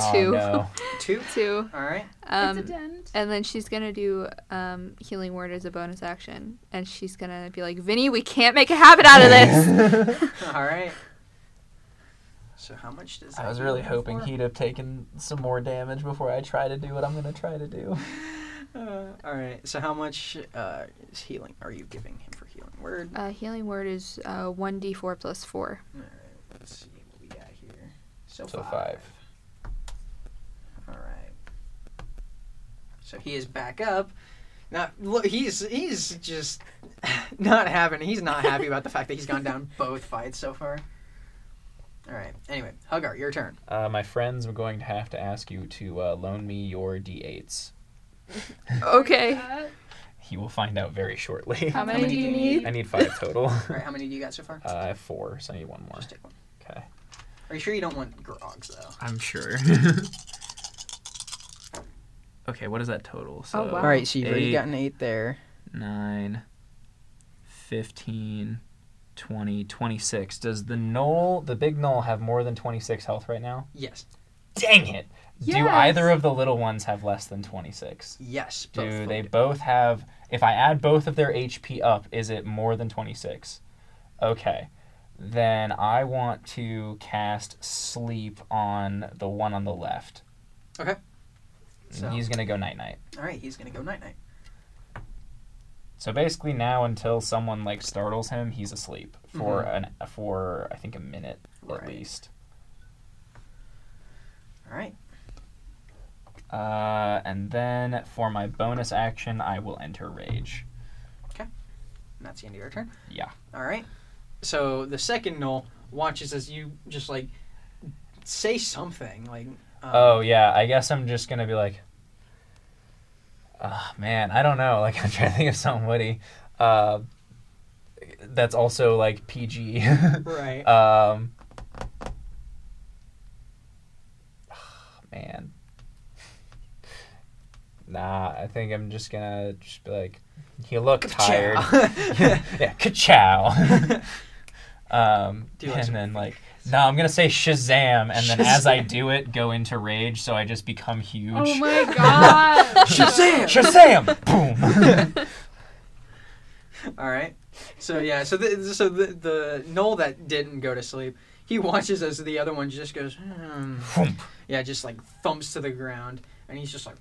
C: Oh,
D: Two.
C: no.
A: Two.
D: two.
A: All right.
D: Um,
B: it's a dent.
D: And then she's gonna do um, healing word as a bonus action, and she's gonna be like, "Vinny, we can't make a habit out of this."
A: All right. So how much does that
C: I was really
A: go
C: hoping
A: for?
C: he'd have taken some more damage before I try to do what I'm gonna try to do.
A: Uh, all right. So how much uh, is healing? Are you giving him for healing word?
D: uh, healing word is uh, one d four plus four.
A: All right. Let's see what we got here. So,
C: So
A: five.
C: five.
A: All right. So he is back up. Now look, he's he's just not having. He's not happy about the fact that he's gone down both fights so far. All right. Anyway, Hugar, your turn.
C: Uh, my friends, I'm going to have to ask you to uh, loan me your d8s.
D: Okay.
B: Uh,
C: He will find out very shortly.
D: How
A: many
D: many do
A: do
D: you
A: you
D: need?
C: I need five total.
A: All right. How many do you got so far?
C: Uh, I have four, so I need one more.
A: Just take one.
C: Okay.
A: Are you sure you don't want grogs though?
F: I'm sure. okay, what is that total? So
D: wow.
A: All right. Oh, So you've already
F: eight,
A: gotten eight there.
F: 9, 15, 20, 26.
C: Does the knoll, the big knoll, have more than 26 health right now?
A: Yes.
C: Dang it! Do
B: Yes.
C: either of the little ones have less than 26?
A: Yes.
C: Do
A: both
C: they
A: voted.
C: both have. If I add both of their HP up, is it more than 26? Okay. Then I want to cast Sleep on the one on the left.
A: Okay.
C: And
A: So-
C: He's going to go night night.
A: All right. He's gonna go night night.
C: So basically, now until someone like startles him, he's asleep for an for I think a minute
A: Mm-hmm. Right.
C: at least.
A: All right.
C: Uh, and then for my bonus action, I will enter rage.
A: And that's the end of your turn.
C: Yeah.
A: All right. So the second knoll watches as you just like say something like. Um,
C: Oh yeah, I guess I'm just gonna be like, oh, man, I don't know. Like I'm trying to think of something witty. Uh, that's also like PG.
A: Right.
C: um, man. Nah, I think I'm just gonna just be like, you look tired.
A: Ka-chow.
C: yeah, ka-chow. Um,
A: Do you like
C: and
A: some-
C: then like, no, I'm gonna say Shazam, and then as I do it, go into rage, so I just become huge.
B: Oh my god.
C: Shazam! Boom!
A: All right. So yeah. So the so the the Noel that didn't go to sleep, he watches as the other one just goes. Hmm.
C: Whoomp.
A: Yeah, just like thumps to the ground, and he's just like.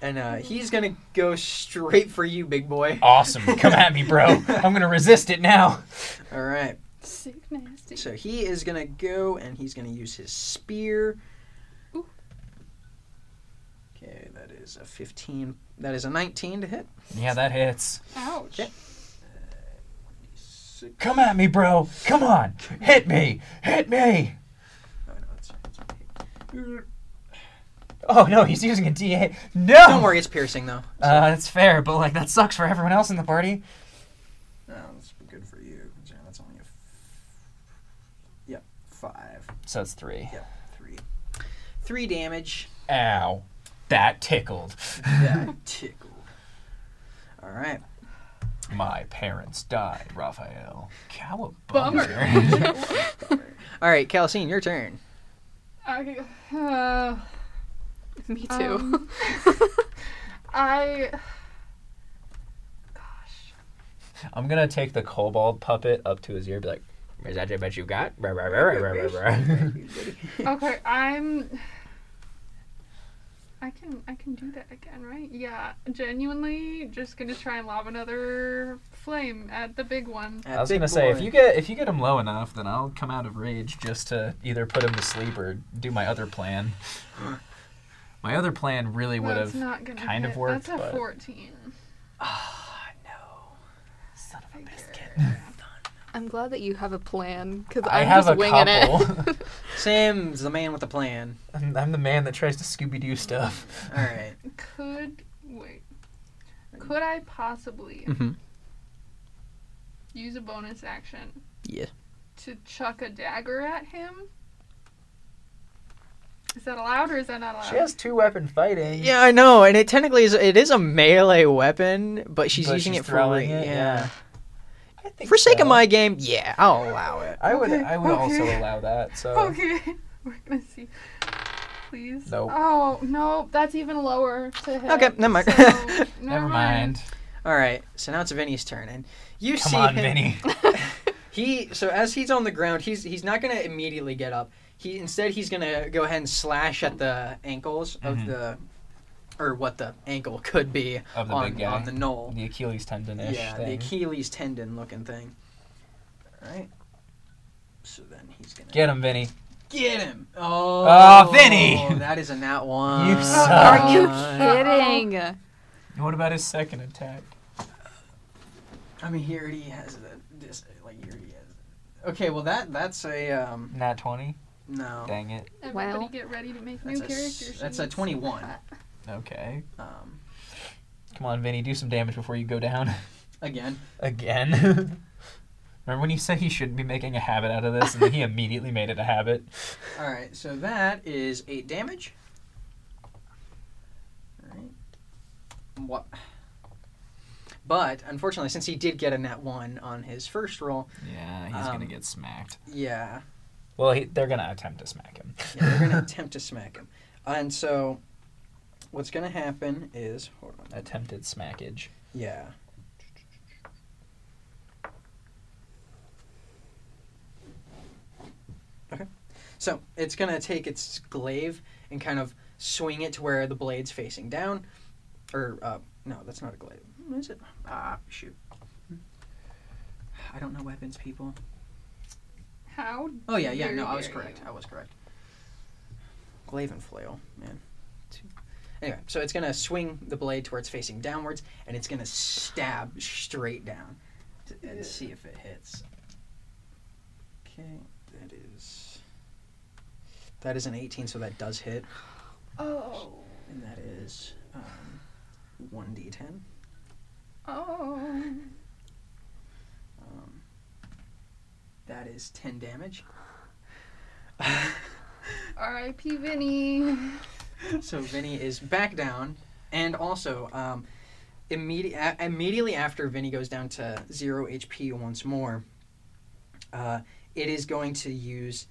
A: and uh, he's gonna go straight for you, big boy.
C: awesome. Come at me, bro. I'm gonna resist it now.
A: All right.
B: Sick nasty.
A: So he is gonna go and he's gonna use his spear.
B: Ooh.
A: Okay, that is a 15. That is a 19 to hit.
C: Yeah, that hits.
B: Ouch.
A: Yeah.
C: Come at me, bro. Come on. Hit me. Hit me.
A: Oh, no, it's, it's okay.
C: Oh no, he's using a D8. No.
A: Don't worry, it's piercing though.
C: Uh, that's fair, but like that sucks for everyone else in the party.
A: No, that's good for you. Yeah, that's only a. F- yep, five.
C: So that's three.
A: Yep, three. Three damage.
C: Ow. That tickled.
A: That tickled. All right.
C: My parents died, Raphael. Cowabunga.
B: Bummer.
A: All right, Calcine, your turn.
B: I, uh,
D: Me too.
B: Um, I. Gosh.
C: I'm gonna take the kobold puppet up to his ear, and be like, "Is that your bet you got?" Rah, rah, rah, rah, rah, rah, rah."
B: Okay, I'm. I can I can do that again, right? Yeah, genuinely, just gonna try and lob another flame at the big one.
A: At
C: I was
A: Big
C: gonna say if
A: Boy.
C: you get if you get him low enough, then I'll come out of rage just to either put him to sleep or do my other plan. My other plan really would
B: That's
C: have.
B: not gonna
C: kind of
B: hit.
C: worked,
B: That's a
C: but-
B: fourteen.
C: Son of a biscuit.
D: I'm glad that you have a plan because
C: I
D: I'm
C: have a
D: just winging it.
C: couple.
A: Sam's the man with the plan.
C: I'm I'm the man that tries to Scooby Doo stuff.
A: All right.
B: Could wait. Could I possibly
C: Mm-hmm.
A: Mhm.
B: use a bonus action
A: Yeah.
B: to chuck a dagger at him? Is that allowed or is that not allowed?
C: She has two weapon fighting.
A: Yeah, I know, and it technically is. It is a melee weapon, but she's
C: But
A: using
C: she's
A: it for
C: throwing
A: re-
C: it,
A: yeah.
C: I think
A: For sake
C: so.
A: of my game, yeah, I'll allow it.
C: I would
B: Okay,
C: I would also
B: okay.
C: allow that. So
A: Uh,
B: Okay, we're gonna see. Please.
C: Nope.
B: Oh no, that's even lower to hit.
A: Okay, never mind.
B: So,
A: Never
C: never mind.
A: All right, so now it's Vinny's turn, and you
C: Come
A: see
C: on,
A: him.
C: Vinny.
A: He so as he's on the ground, he's he's not gonna immediately get up. He instead he's gonna go ahead and slash at the ankles of
C: Mhm.
A: the, or what the ankle could be
C: Of the
A: on
C: big guy.
A: on the knoll.
C: The Achilles tendon ish
A: Yeah, the
C: thing.
A: Achilles tendon looking thing. All right. So then he's gonna
C: Get him, Vinny.
A: Get him! Oh,
C: Oh, Vinny!
A: That is a nat one.
C: You suck. Are
D: you
A: I
D: Kidding.
C: What about his second attack?
A: mean, he already has a, this. Like he already has. Okay, well that that's a um
C: Nat twenty.
A: no.
C: Dang it.
B: Everybody
D: Well.
B: get ready to make
A: That's
B: new
A: a s-
B: characters.
A: that's a
B: sheets.
A: 21.
C: Okay.
A: Um,
C: Come on, Vinny. Do some damage before you go down
A: again.
C: again. Remember when you said he shouldn't be making a habit out of this, and then he immediately made it a habit?
A: All right, so that is eight damage. All right. What? But unfortunately, since he did get a nat one on his first roll,
C: Yeah, he's
A: Um,
C: gonna get smacked.
A: yeah,
C: Well, he, they're gonna attempt to smack him.
A: yeah they're gonna attempt to smack him, and so what's gonna happen is hold on.
C: Attempted smackage.
A: Yeah. Okay. So it's going to take its glaive and kind of swing it to where the blade's facing down. Or, uh, no, that's not a glaive. Is it? Ah, shoot. I don't know weapons, people.
B: How?
A: Oh, yeah, yeah,
B: dare
A: no, I
B: you,
A: was
B: dare
A: correct.
B: you.
A: I was correct. Glaive and flail, man. Two- Anyway, so it's going to swing the blade to where it's facing downwards, and it's going to stab straight down t- and see if it hits. Okay, that is. That is an 18, so that does hit,
B: Oh.
A: and that is um, 1d10.
B: Oh.
A: Um, that is 10 damage.
B: R.I.P. Vinny.
A: So Vinny is back down, and also um, immedi- a- immediately after Vinny goes down to zero HP once more, uh, it is going to use.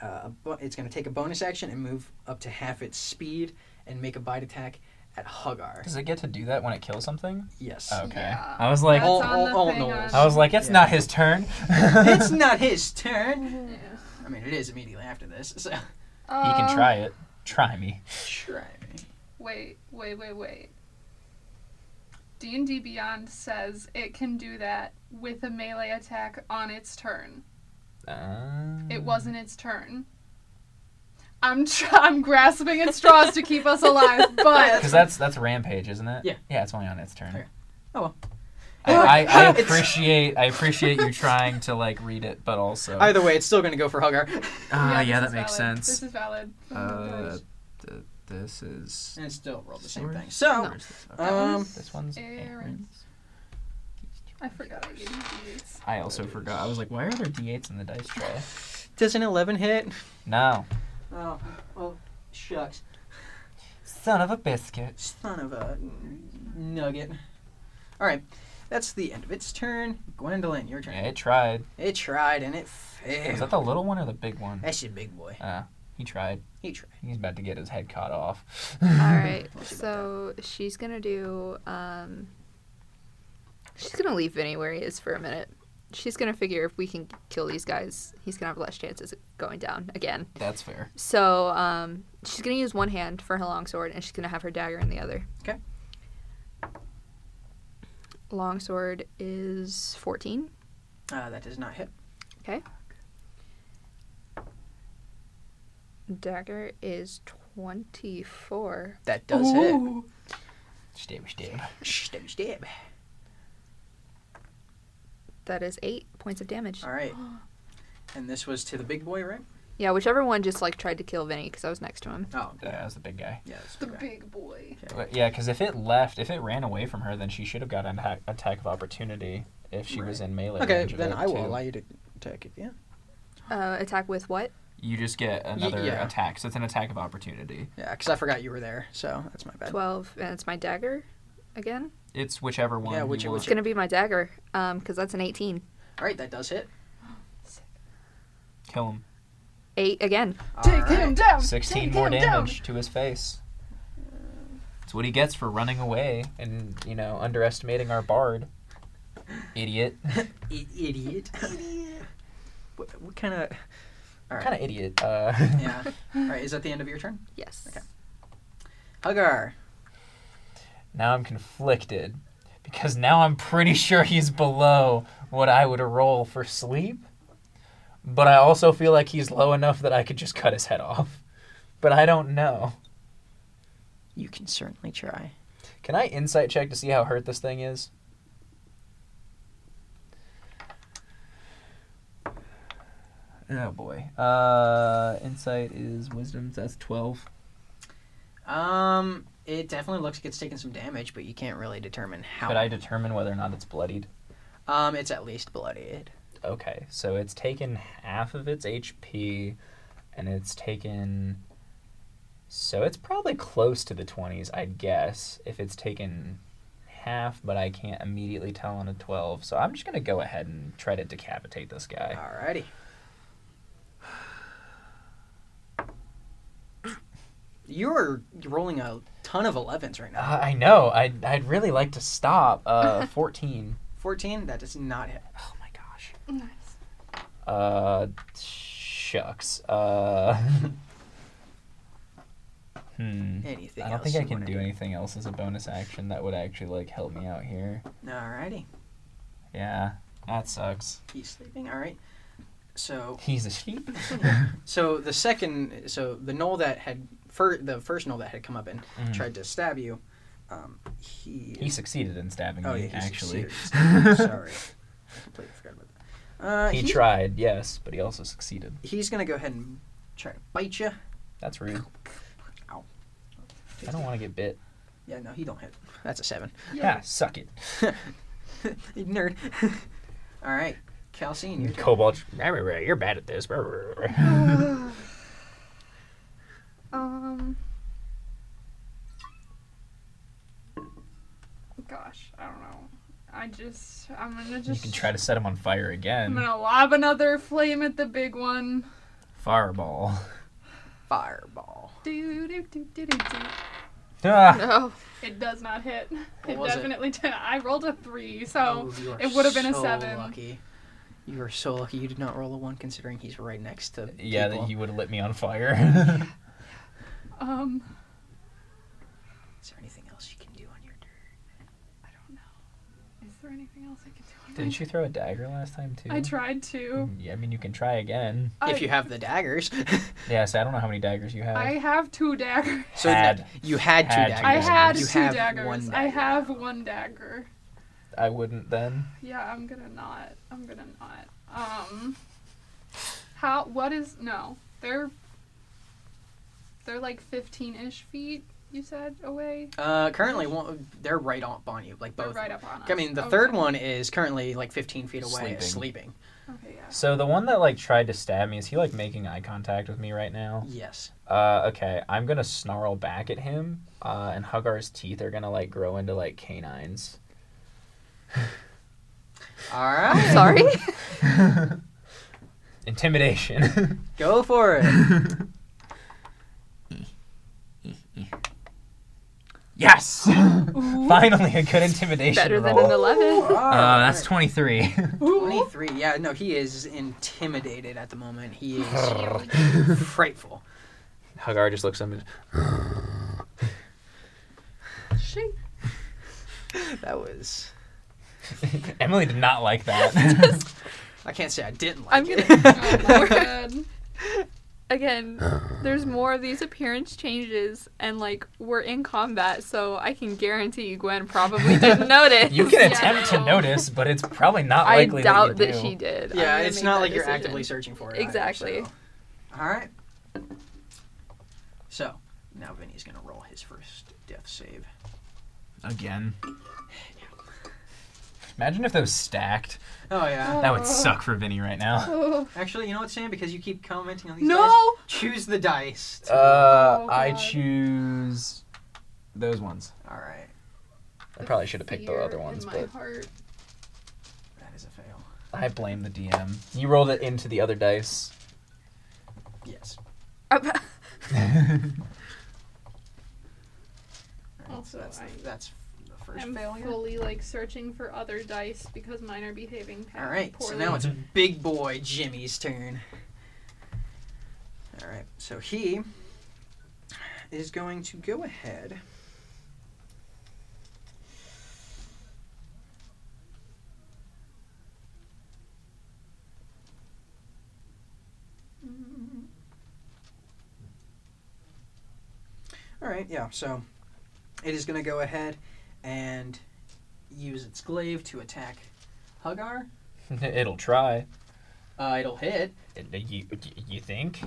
A: Uh, a bo- it's going to take a bonus action and move up to half its speed and make a bite attack at Hugar.
C: Does it get to do that when it kills something?
A: Yes.
C: Okay.
B: Yeah.
C: I was like,
B: That's
A: All-
B: on
A: all-
B: the
A: all
B: thing
A: Knowles.
B: on-
C: I was like, it's
A: Yeah.
C: not his turn.
A: it's not his turn.
B: Yeah.
A: I mean, it is immediately after this, so.
C: You can
B: Um,
C: try it. Try me.
A: Try me.
B: Wait, wait, wait, wait. D and D Beyond says it can do that with a melee attack on its turn.
C: Uh,
B: It wasn't its turn. I'm tr- I'm grasping at straws to keep us alive, but
C: because that's that's rampage, isn't it?
A: Yeah.
C: Yeah, it's only on its turn.
A: Okay. Oh, well.
C: I, I, I
A: It's-
C: appreciate I appreciate you trying to like read it, but also
A: Either way, it's still going to go for Hugar.
F: Ah, yeah,
B: this
F: that
B: is
F: makes
B: valid.
F: sense.
B: This is valid. Oh
F: Uh, th- this is.
A: And it still rolled the same
F: Swords?
A: thing. So,
F: Where's this? Okay.
A: um,
C: this one's.
B: Errands. I forgot I gave you these.
C: I also forgot. I was like, why are there d8s in the dice tray?
A: does an 11 hit?
C: No.
A: Oh, oh, shucks.
C: Son of a biscuit.
A: Son of a nugget. All right, that's the end of its turn. Gwendolyn, your turn.
C: Yeah, it tried.
A: It tried and it
C: Was
A: failed.
C: Eh? that the little one or the big one?
A: That's your big boy.
C: Uh, he tried.
A: He tried.
C: He's about to get his head caught off.
D: All right.
A: We'll see about
D: So she's gonna do. Um, she's gonna leave Vinny where he is for a minute. She's gonna figure if we can kill these guys, he's gonna have less chances of going down again.
C: That's fair.
D: So um, she's gonna use one hand for her long sword, and she's gonna have her dagger in the other.
A: Okay.
D: Long sword is fourteen.
A: Uh, that does not hit.
D: Dagger is twenty-four.
A: That does
C: Stab, stab.
A: hit. Stab, stab.
D: That is eight points of damage.
A: All right. And this was to the big boy, right?
D: Yeah, whichever one just like tried to kill Vinny because I was next to him.
A: Oh,
C: Yeah, that was the big guy.
A: yeah. that's
B: The
A: okay.
B: big boy.
C: But yeah, because if it left, if it ran away from her, then she should have got an attack, attack of opportunity if she was
A: Right.
C: in melee.
A: Okay,
C: range of
A: then
C: it,
A: I will
C: too.
A: allow you to attack it. Yeah.
D: Uh, attack with what?
C: You just get another
A: yeah.
C: attack, so it's an attack of opportunity.
A: Yeah, because I forgot you were there, so that's my bad.
D: 12 and it's my dagger again
C: It's whichever one.
A: Yeah,
C: you
A: which-
C: want.
A: which-
D: it's gonna be my dagger um because that's an 18
A: All right, that does hit.
C: kill him.
D: eight again
B: Take
A: All
B: him
A: right.
B: down.
C: Sixteen
B: Take
C: more
B: him down.
C: damage to his face. It's what he gets for running away and you know underestimating our bard. Idiot.
A: I- idiot. what, what kind of? All
C: Kind
A: right.
C: of idiot. Uh,
A: Yeah. All right. Is that the end of your turn?
D: yes
A: Okay. Hugar.
C: Now I'm conflicted because now I'm pretty sure he's below what I would roll for sleep, but I also feel like he's low enough that I could just cut his head off. But I don't know.
A: You can certainly try.
C: Can I insight check to see how hurt this thing is?
F: Oh boy. Uh, insight is wisdom. That's twelve.
A: Um, it definitely looks like it's taken some damage, but you can't really determine how.
C: Could I determine whether or not it's bloodied?
A: um, it's at least bloodied.
C: Okay, so it's taken half of its HP, and it's taken. So it's probably close to the 20s, I'd guess, if it's taken half, but I can't immediately tell on a 12. So I'm just going to go ahead and try to decapitate this guy.
A: Alrighty. You're rolling a ton of 11s right now.
C: Uh, I know, I'd, I'd really like to stop. Uh, 14.
A: 14, that does not hit.
C: Oh my gosh.
B: Nice.
C: Uh, shucks. Uh, hmm.
A: Anything
C: I
A: else?
C: don't think I
A: you
C: can
A: wanna
C: do anything else as a bonus action that would actually like help me out here.
A: Alrighty.
C: Yeah, that sucks.
A: He's sleeping. Alright. So,
C: He's a sheep.
A: so the second, so the knoll that had, fir- the first knoll that had come up and
C: Mm-hmm.
A: tried to stab you, um, he.
C: He succeeded in stabbing
A: oh,
C: me.
A: yeah, he
C: actually,
A: succeeded. Sorry. I completely forgot about that. Uh,
C: he
A: he's-
C: tried. Yes, but he also succeeded.
A: He's going to go ahead and try to bite you.
C: That's rude.
A: Ow.
C: I don't want to get bit.
A: Yeah, no, he don't hit. That's a 7.
C: Yeah, suck it.
A: Nerd. All right, Calcine. Your turn.
C: Cobalt, you're bad at this.
B: Um. God, just I'm gonna just
C: You can try to set him on fire
B: I'm
C: again.
B: gonna lob another flame at the big one.
C: Fireball.
A: Fireball.
B: Do, do, do, do, do, do.
C: Ah,
D: No.
B: It does not hit. It
A: was it?
B: definitely did. I rolled a three, so
A: Oh, you are
B: it would have been a
A: so
B: seven.
A: Lucky. You are so lucky you did not roll a one considering he's right next to
C: yeah,
A: people.
C: that you would have lit me on fire.
B: um,
A: Is there anything else you can do on your turn?
B: I don't know. Is there anything else I can do? on
C: Didn't you throw a dagger last time too?
B: my- I tried to.
C: Yeah, I mean, you can try again.
B: I-
A: If you have the daggers.
C: Yeah, so I don't know how many daggers you have.
B: I have two daggers.
A: so
C: Had.
A: that- you had two
C: Had two
A: daggers.
B: I had
A: you
B: two
A: have
B: daggers.
A: One dagger.
B: I have one dagger.
C: I wouldn't then.
B: Yeah, I'm gonna not. I'm gonna not. Um, how? What is? No, they're they're like 15-ish feet. You said away.
A: Uh, currently, one, they're right up on you, like
B: They're
A: both.
B: right up on us.
A: I mean, the
D: Oh.
B: Okay.
A: third one is currently like 15 feet away,
C: Sleeping.
A: sleeping.
B: Okay, yeah.
C: So the one that like tried to stab me is he like making eye contact with me right now?
A: Yes.
C: Uh, okay, I'm gonna snarl back at him, uh, and Hugar's teeth are gonna like grow into like canines.
A: All right.
D: Sorry?
C: Intimidation.
A: Go for it.
C: yes. Finally, a good intimidation
D: Better
C: roll.
D: than an 11.
C: uh, that's 23.
A: 23. Yeah, no, he is intimidated at the moment. He is frightful.
C: Hagar just looks at him.
B: She.
A: That was.
C: and- Emily did not like that.
A: I can't say I didn't like
D: I'm
A: it.
B: Oh my god.
D: Again, there's more of these appearance changes, and like we're in combat, so I can guarantee you Gwen probably didn't notice.
C: you can attempt to
B: no.
C: notice, but it's probably not
D: I
C: likely
D: doubt
C: that, you
D: that,
C: do.
D: she did. I'm
A: yeah,
D: gonna
A: it's
D: make
A: not
D: that
A: like you're
D: decision.
A: actively searching for it.
D: Exactly.
A: All right. So now Vinny's gonna roll his first death save.
C: Again. Imagine if those stacked.
A: Oh yeah.
C: That would suck for Vinny right now.
B: Oh,
A: Actually, you know what, Sam? Because you keep commenting on these dice,
B: no.
A: choose the dice. to-
C: Uh,
B: Oh,
C: I
B: God.
C: choose those ones.
A: All right,
C: I probably should have picked the
B: Fear
C: other ones,
B: in my
C: but
B: heart.
A: that is a fail.
C: I blame the DM. You rolled it into the other dice.
A: Yes. All right, so
B: Also,
A: that's, the-
B: I
A: that's the first
B: I'm
A: failure.
B: fully like searching for other dice because mine are behaving
A: All right,
B: poorly.
A: so now it's big boy Jimmy's turn. All right, so he is going to go ahead. All right, yeah, so it is going to go ahead and use its glaive to attack Hugar.
C: It'll try.
A: Uh, it'll hit.
C: You, you think?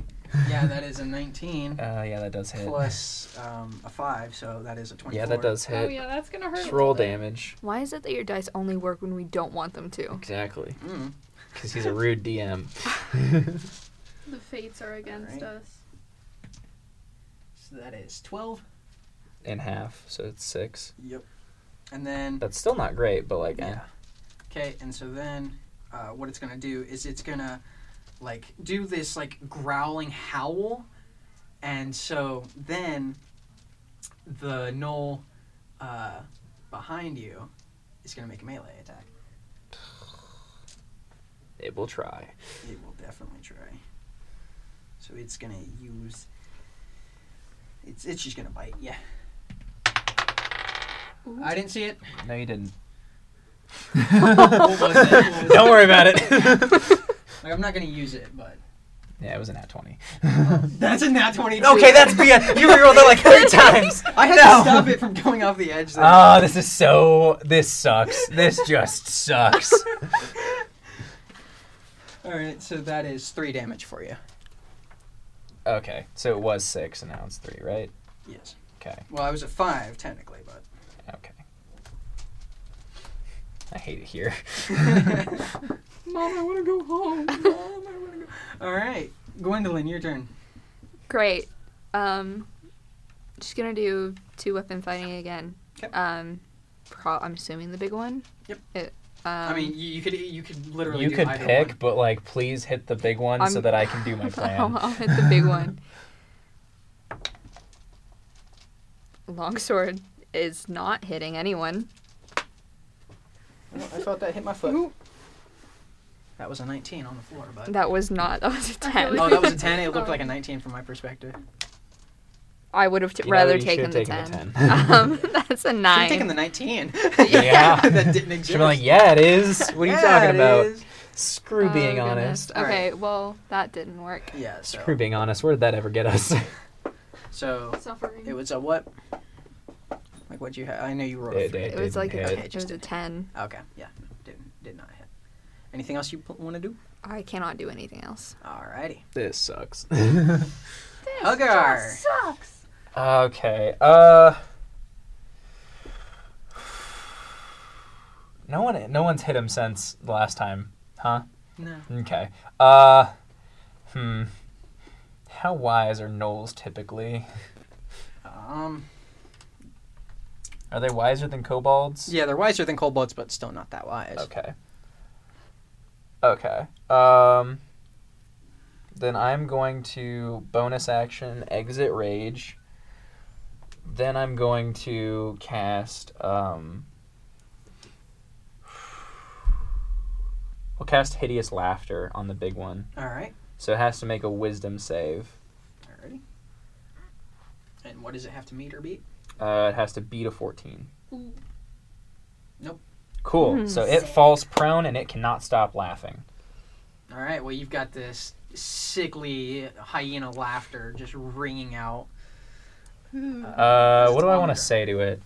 A: Yeah, that is a 19
C: Uh, yeah, that does hit.
A: plus um, a 5, so that is a 24.
C: Yeah, that does hit.
B: Oh yeah, that's gonna hurt.
C: Just
B: a
C: roll
B: little bit.
C: damage.
D: Why is it that your dice only work when we don't want them to?
C: Exactly.
A: Mm.
C: Because he's a rude DM.
B: The fates are against
A: Alright.
B: us.
A: So that is 12.
C: In half, so it's six.
A: Yep. And then.
C: That's still not great, but like, eh.
A: yeah. Okay, and so then uh, what it's going to do is it's going to, like, do this, like, growling howl. And so then the knoll uh, behind you is going to make a melee attack.
C: it will try.
A: It will definitely try. So it's gonna use. It's it's just gonna bite. Yeah.
B: Ooh.
A: I didn't see it.
C: No, you didn't.
A: What was it? What was
C: Don't
A: it?
C: worry about it.
A: Like, I'm not gonna use it, but
C: yeah, it was an at 20.
A: that's a nat twenty.
C: Okay, that's BS. You rolled that like three times.
A: I had
C: No.
A: to stop it from going off the edge. There.
C: Oh, this is so. This sucks. This just sucks.
A: All right, so that is three damage for you.
C: Okay, so it was six, and now it's three, right?
A: Yes.
C: Okay,
A: Well, I was a five technically, but
C: okay. I hate it here.
B: Mom, I wanna go home.
A: all right, Gwendolyn, your turn.
D: Great. Um, just gonna do two weapon fighting again.
A: Okay.
D: Um, pro- I'm assuming the big one.
A: Yep.
D: It, Um,
A: I mean, you, you could you could literally
C: You
A: do
C: could
A: either
C: pick,
A: one.
C: but like, please hit the big one so
D: I'm- Oh,
C: that I can do my
D: I'll,
C: plan.
D: I'll hit the big one. Longsword is not hitting anyone.
A: Oh, I felt that hit my foot. That was a 19 on the floor, but
D: That was not. That was
B: I
D: a
B: feel
D: ten.
B: like-
A: oh, that was a 10. It looked
B: Oh.
A: like a 19 from my perspective.
D: I would have t-
C: You know,
D: rather
C: you
D: taken
C: should've
D: the
C: taken
D: ten.
C: the 10.
D: um, that's a
A: Should
D: nine.
A: have taken the 19.
C: Yeah.
A: that didn't
C: She'd
A: exist.
C: be like, "Yeah, it is. What are you
A: Yeah,
C: talking
A: it
C: about?
A: is."
C: Screw
D: Oh,
C: being honest.
D: goodness.
A: All
D: Okay, well that didn't work.
A: Yeah. So,
C: Screw being honest. Where did that ever get us?
A: so
B: Suffering.
A: it was a what? Like what you had? I know you rolled. a
C: It
A: three.
C: did.
D: It was like
A: hit.
D: a,
A: Okay,
D: it
A: just
D: was a ten.
A: Okay. Yeah. Did did not hit. Anything else you want to do?
D: I cannot do anything else.
A: Alrighty.
C: This sucks.
A: Ugar.
E: Sucks.
C: okay. Uh. No one. No one's hit him since the last time, huh?
A: No.
C: Okay. Uh. Hmm. How wise are gnolls typically?
A: Um.
C: Are they wiser than kobolds?
A: Yeah, they're wiser than kobolds, but still not that wise.
C: Okay. Okay. Um, then I'm going to bonus action exit rage. Then I'm going to cast. Um, we'll cast hideous laughter on the big one,
A: All right.
C: so it has to make a wisdom save.
A: Alrighty. And what does it have to meet or beat?
C: Uh, it has to beat a 14.
B: Ooh.
A: Nope.
C: Cool.
D: Hmm.
C: So it falls prone and it cannot stop laughing.
A: All right. Well, you've got this sickly hyena laughter just ringing out.
C: Uh, what do I want
A: longer.
C: to say to it?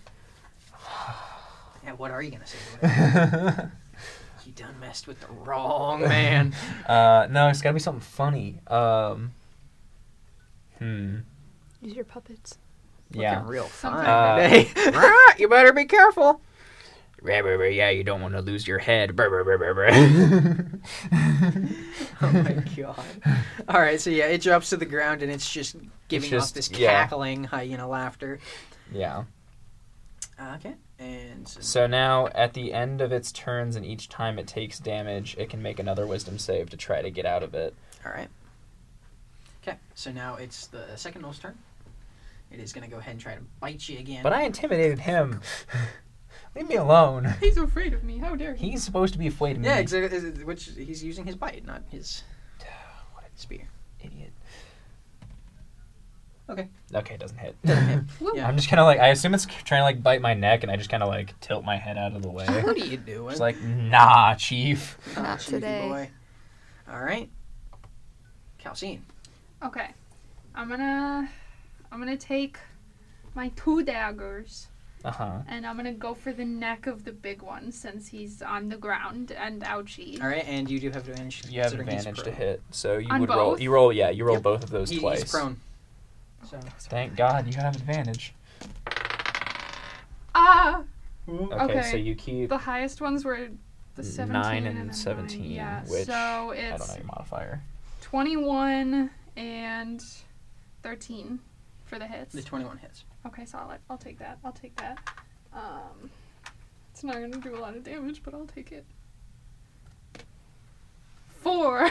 A: And what are you gonna say? to it? you done messed with the wrong man.
C: Uh, no, it's got to be something funny. Um, hmm.
D: Use your puppets.
C: Yeah.
A: Looking real fine
C: Uh,
A: today. Right, you better be careful.
C: Yeah, you don't want to lose your head. okay.
A: Oh my god. All right. So yeah, it drops to the ground and it's just giving
C: just-
A: off this
C: yeah.
A: cackling hyena laughter.
C: Yeah.
A: Uh, okay. And so,
C: So now, at the end of its turns and each time it takes damage, it can make another wisdom save to try to get out of it.
A: all right. Okay. So now it's the second gnoll's turn. It is gonna go ahead and try to bite you again.
C: But I intimidated him. Leave me alone.
B: He's afraid of me. How dare he?
C: He's supposed to be afraid of me.
A: yeah, exactly. is it- Which he's using his bite, not his spear.
C: Idiot.
A: Okay.
C: Okay, it doesn't hit.
B: Woo.
A: Yeah.
C: I'm just kind of like, I assume it's trying to like bite my neck, and I just kind of like tilt my head out of the way.
A: What are you doing?
C: It's like, nah, chief.
A: Ah,
D: Not
A: cheeky
D: today.
A: boy. All right. Calcine.
B: Okay. I'm gonna I'm gonna take my two daggers
C: Uh huh.
B: and I'm gonna go for the neck of the big one since he's on the ground and ouchie.
A: All right, and you do have advantage.
C: You have
A: considering
C: advantage
A: he's
C: to
A: prone.
C: hit, so you
B: On
C: would roll.
B: both?
C: You roll, yeah, you roll
A: Yep.
C: both of those
A: He-
C: twice.
A: He's prone. So.
C: Thank God you have advantage.
B: Ah
C: Okay, so
B: Okay.
C: you keep.
B: the highest ones were the seventeen.
C: Nine and
B: a nine.
C: 17,
B: Yeah.
C: which
B: so
C: I don't
B: it's
C: know your modifier.
B: twenty one and thirteen for the hits.
A: The 21 hits.
B: Okay, solid. I'll take that. I'll take that. Um, it's not gonna do a lot of damage, but I'll take it. Four.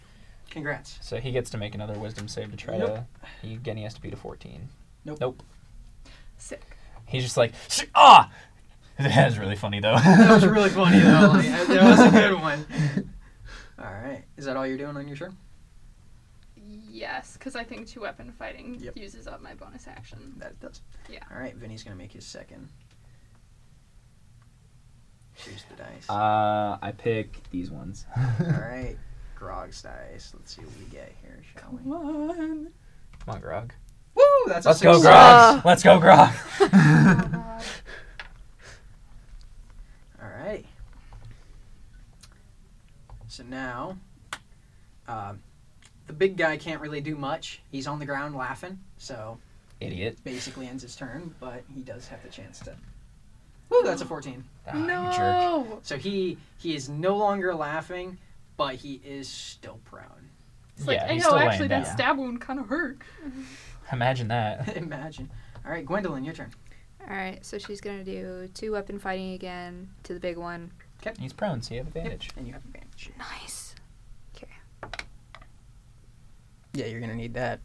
A: Congrats.
C: So he gets to make another Wisdom save to try to. He, again, he has to beat a fourteen.
A: Nope.
C: Nope.
B: Sick.
C: He's just like, "Sh- ah. That is really funny though.
A: That was really funny, though. Like, that was a good one. All right. Is that all you're doing on your turn?
B: Yes, because I think two weapon fighting
A: Yep.
B: uses up my bonus action.
A: That it does.
B: Yeah.
A: All right, Vinny's going to make his second. Choose the dice.
C: Uh, I pick these ones.
A: all right. Grog's dice. Let's see what we get here, shall we? Woo!
C: Come on, Grog.
A: That's
C: Let's
A: a
C: go,
A: success.
B: Ah.
C: Grog. Let's go, Grog.
B: Uh,
A: All right. So now, um, the big guy can't really do much. He's on the ground laughing, so
C: Idiot.
A: basically ends his turn. But he does have the chance to. Woo! That's a fourteen.
C: Ah, You jerk.
B: no.
A: So he he is no longer laughing, but he is still proud.
B: It's like,
C: yeah,
B: I
C: he's
B: know.
C: still
B: Actually,
C: laying
B: that
C: down.
B: stab wound kind of hurt.
C: Imagine that.
A: Imagine. All right, Gwendolyn, your turn.
D: All right, so she's gonna do two weapon fighting again to the big one.
A: 'Kay.
C: He's prone, so you have advantage.
A: And you have advantage.
D: Nice.
A: Yeah, you're gonna need that.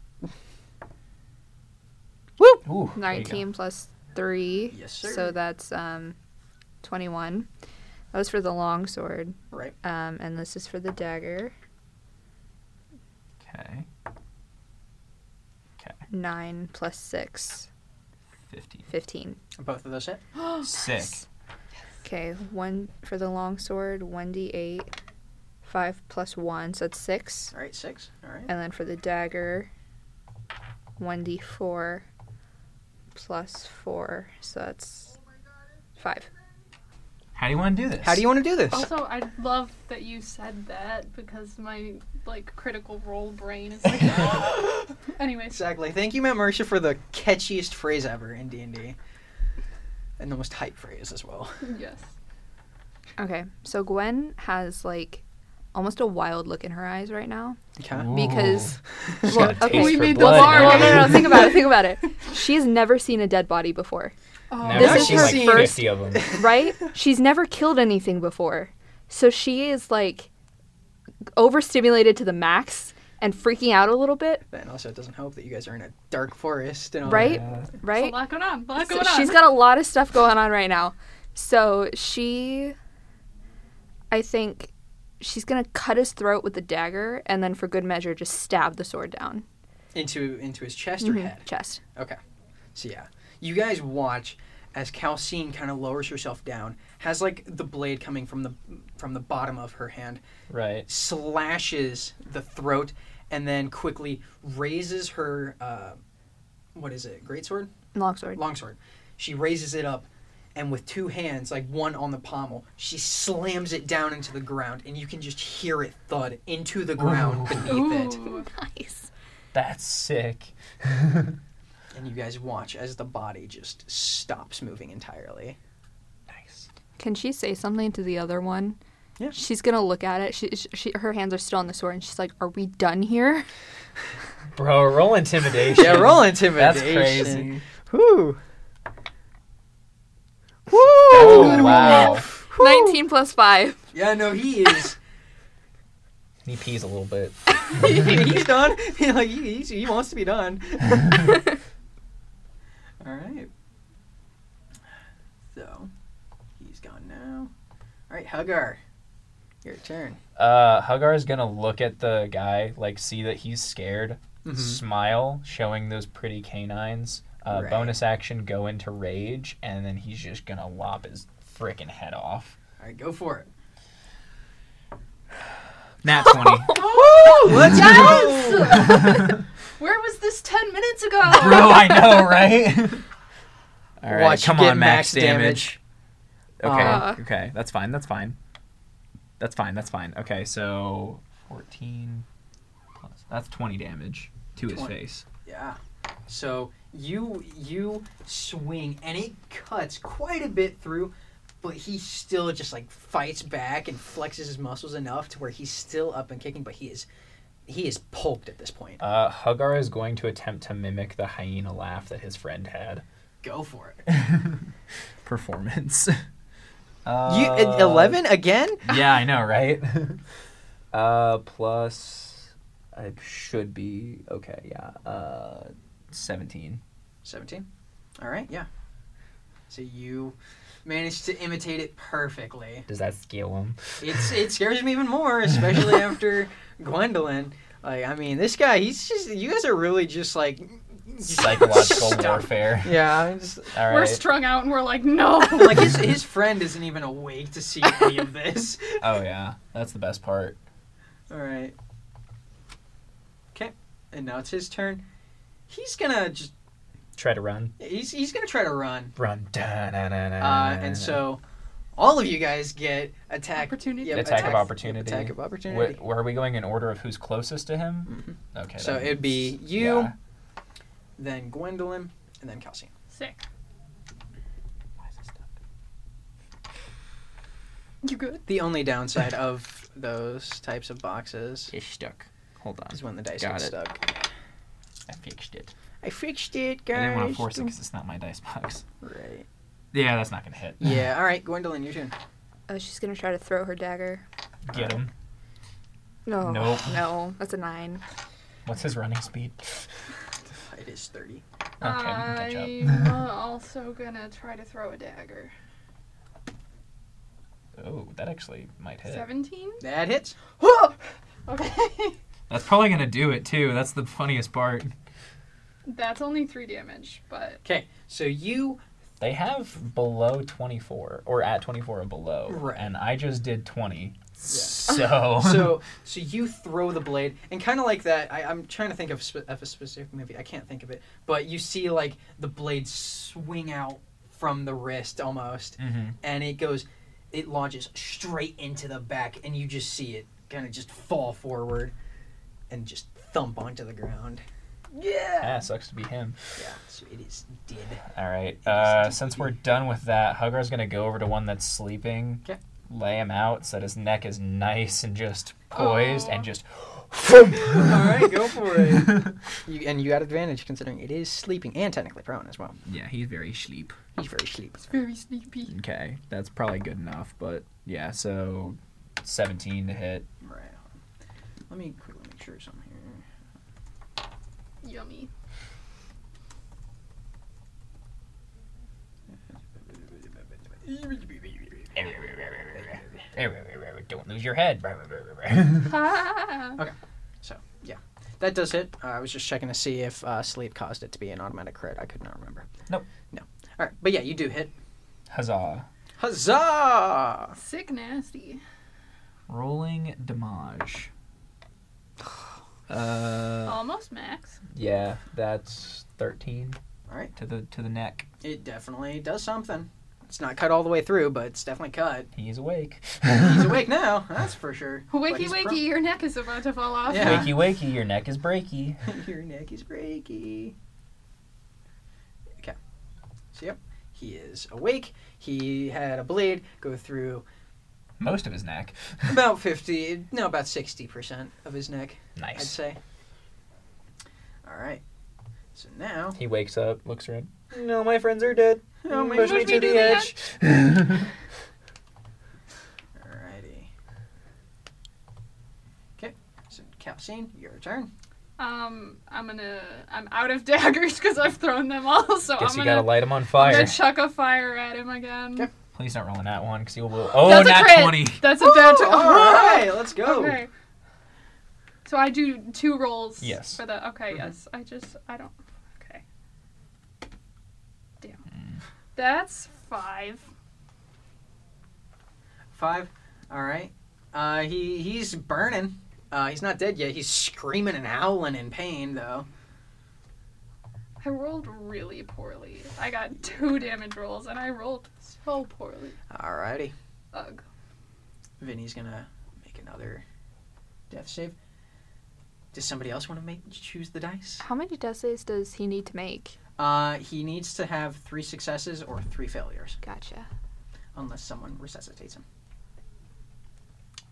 C: Ooh, there you go.
D: 19 plus 3.
A: Yes,
D: So that's um, 21. That was for the longsword.
A: Right.
D: Um, and this is for the dagger.
C: Okay,
D: 9 plus 6.
C: 50.
D: 15.
A: Both of those hit.
C: Sick.
D: Okay, one for the longsword, 1d8, 5 plus 1, so that's 6.
A: All right, six. All right.
D: And then for the dagger, 1d4 plus 4, so that's 5.
C: How do you want to do this?
A: How do you want to do this?
B: Also, I love that you said that because my like critical role brain is like. anyway,
A: Exactly. Thank you, Matt Marcia, for the catchiest phrase ever in D and D, and the most hype phrase as well.
B: yes.
D: Okay, so Gwen has like almost a wild look in her eyes right now
A: Okay.
D: because
C: She's
D: Well,
C: got a
D: okay.
C: taste
D: We
C: for
B: made the
C: blood,
B: bar.
D: no,
C: right?
D: no, no, no, think about it, think about it. She's never seen a dead body before,
B: Oh,
C: Now
D: This
C: I've
D: is
C: seen
D: her
C: like
D: first-
C: 50 of them.
D: right? She's never killed anything before. So she is like overstimulated to the max and freaking out a little bit,
A: And also, it doesn't help that you guys are in a dark forest and all
D: right?
A: that.
B: There's
D: Right?
B: a lot going on. A lot
D: So
B: going on.
D: she's got a lot of stuff going on right now. So she, I think, she's gonna cut his throat with the dagger, and then for good measure, just stab the sword down
A: into into his chest or
D: Mhm,
A: head.
D: chest.
A: So yeah, you guys watch as Calcine kind of lowers herself down, has like the blade coming from the from the bottom of her hand,
C: Right.
A: slashes the throat, and then quickly raises her uh, what is it? Greatsword.
D: Longsword.
A: longsword. She raises it up, and with two hands, like one on the pommel, she slams it down into the ground, and you can just hear it thud into the ground
B: Ooh.
A: beneath it.
D: Nice.
C: That's sick.
A: And you guys watch as the body just stops moving entirely.
C: nice.
D: Can she say something to the other one?
A: Yeah.
D: She's gonna look at it. She, she, her hands are still on the sword, and she's like, "Are we done here?"
C: Bro, roll intimidation.
A: Yeah, roll
C: That's
A: intimidation.
C: crazy.
A: Woo.
C: Oh, wow.
D: Nineteen plus five.
A: Yeah, no, he is.
C: He pees a little bit.
A: he's done. like, he, he's, he wants to be done. All right. So, he's gone now. All right, Hugar, your turn.
C: Uh, Hagar is gonna look at the guy, like see that he's scared,
A: Mm-hmm.
C: Mm-hmm. smile, showing those pretty canines. Uh,
A: Right.
C: Bonus action, go into rage, and then he's just gonna lop his freaking head off.
A: All right, go for it.
C: Nat twenty.
A: Woo! Let's go!
B: Where was this ten minutes ago?
C: Bro, I know, right? All right,
A: Watch you
C: come
A: get
C: on,
A: max
C: max, damage. Okay,
D: Uh.
C: okay, that's fine, that's fine, that's fine, that's fine. Okay, so fourteen plus that's twenty damage to his
A: 20.
C: face.
A: yeah. So you you swing and it cuts quite a bit through, but he still just like fights back and flexes his muscles enough to where he's still up and kicking, but he is he is pulped at this point.
C: Uh, Hagar is going to attempt to mimic the hyena laugh that his friend had.
A: Go for it.
F: Performance.
A: You
C: Uh,
A: at eleven again?
C: Yeah, I know, right? uh, plus, I should be okay. Yeah, uh, seventeen.
A: Seventeen. All right. Yeah. So you managed to imitate it perfectly.
C: Does that scale him?
A: It's it scares me even more, especially after Gwendolyn. Like I mean, this guy. He's just. You guys are really just like.
C: Psychological
A: Stop.
C: warfare.
A: Yeah. I'm Just,
C: All
B: We're
C: right.
B: strung out and we're like, no.
A: like his his friend isn't even awake to see any of this.
C: oh yeah, that's the best part.
A: All right. Okay. And now it's his turn. He's gonna just.
C: Try to run.
A: He's he's gonna try to run.
C: Run.
A: Uh, and so, all of you guys get attack
B: Opportunity.
A: yep,
C: Attack of
A: yep,
C: opportunity.
A: Attack of
C: Wh-
A: opportunity. Mm-hmm.
C: where are we going in order of who's closest to him? Okay.
A: So
C: that
A: it'd be
C: means-
A: you,
C: yeah.
A: then Gwendolyn, and then Kelsey.
B: Sick. You good?
A: The only downside of those types of boxes
F: It's stuck. Hold on.
A: is when the dice
F: Got
A: get
F: it.
A: stuck.
C: I fixed it.
A: I fixed it, guys.
C: I didn't want to force it because it's not my dice box.
A: Right.
C: Yeah, that's not gonna hit.
A: Yeah. All right, Gwendolyn, your turn.
D: Uh, she's gonna try to throw her dagger.
C: Get him.
D: No,
C: Nope.
D: no, that's a nine.
C: What's his running speed?
A: It is 30.
C: Okay, good
B: I'm
C: job.
B: uh, also gonna try to throw a dagger.
C: oh, that actually might hit.
B: 17?
A: That hits.
B: Okay.
C: That's probably gonna do it too. That's the funniest part.
B: That's only 3 damage, but
A: Okay, so you
C: They have below 24 or at 24 or below,
A: Right.
C: and I just did 20. So,
A: so so you throw the blade and kind of like that I, i'm trying to think of, spe- of a specific movie i can't think of it but you see like the blade swing out from the wrist almost
C: Mhm.
A: and it goes it lodges straight into the back and you just see it kind of just fall forward and just thump onto the ground yeah
C: ah, sucks to be him.
A: yeah so it is dead
C: All right. Uh, since we're done with that, Huggar's gonna go over to one that's sleeping,
A: 'Kay.
C: lay him out so that his neck is nice and just poised,
B: Aw.
C: and just.
A: all right go for it you, and you got advantage considering it is sleeping and technically prone as well
C: Yeah, he's very sleep.
A: he's very sleepy
B: it's very sleepy.
C: Okay, that's probably good enough. But yeah, so 17 to hit.
A: Right. on. Let me quickly make sure something here.
B: Yummy.
C: Don't lose your head.
B: Ah!
A: That does it. Uh, I was just checking to see if uh, sleep caused it to be an automatic crit. I could not remember.
C: Nope.
A: No. All right, but yeah, you do hit.
C: Huzzah!
A: Huzzah!
B: Sick nasty.
C: Rolling damage. Uh,
B: Almost max.
C: yeah, that's 13
A: All right,
C: to the to the neck.
A: it definitely does something. It's not cut all the way through, but it's definitely cut.
C: He's awake.
A: He's awake now. That's for sure. But
B: Wakey
A: he's
B: wakey,
A: prone.
B: your neck is about to fall off.
A: Yeah.
C: Wakey, wakey! Your neck is breaky.
A: Your neck is breaky. Okay. So yep, he is awake. He had a blade go through
C: Most of his neck.
A: about 50 no about 60% of his neck i'd
C: Nice.
A: say all right so now
C: He wakes up, looks around. No, my friends are dead.
A: Oh, my
C: Push
A: friends
C: me
B: are
C: to the
B: dead.
C: edge.
A: alrighty okay so calcine your turn
B: Um, I'm gonna. I'm out of daggers because I've thrown them all, so
C: Guess
B: I'm
C: you
B: gonna,
C: gotta light him on
B: I'm
C: fire.
B: gonna chuck a fire at him again.
A: Yep.
C: Please don't roll on that one, because you will. Oh,
B: That's a
C: nat
B: crit.
C: 20.
B: That's a bad.
A: all right let's go
B: Okay. So I do two rolls.
C: Yes.
B: For the okay,
A: Mhm.
B: yes. I just I don't. Okay. Damn. That's five.
A: five all right uh he he's burning uh he's not dead yet he's screaming and howling in pain though
B: I rolled really poorly. I got two damage rolls and I rolled so poorly.
A: alrighty
B: Ugh.
A: vinny's gonna make another death save does somebody else want to make choose the dice
D: How many death saves does he need to make?
A: Uh, he needs to have three successes or three failures,
D: Gotcha.
A: unless someone resuscitates him.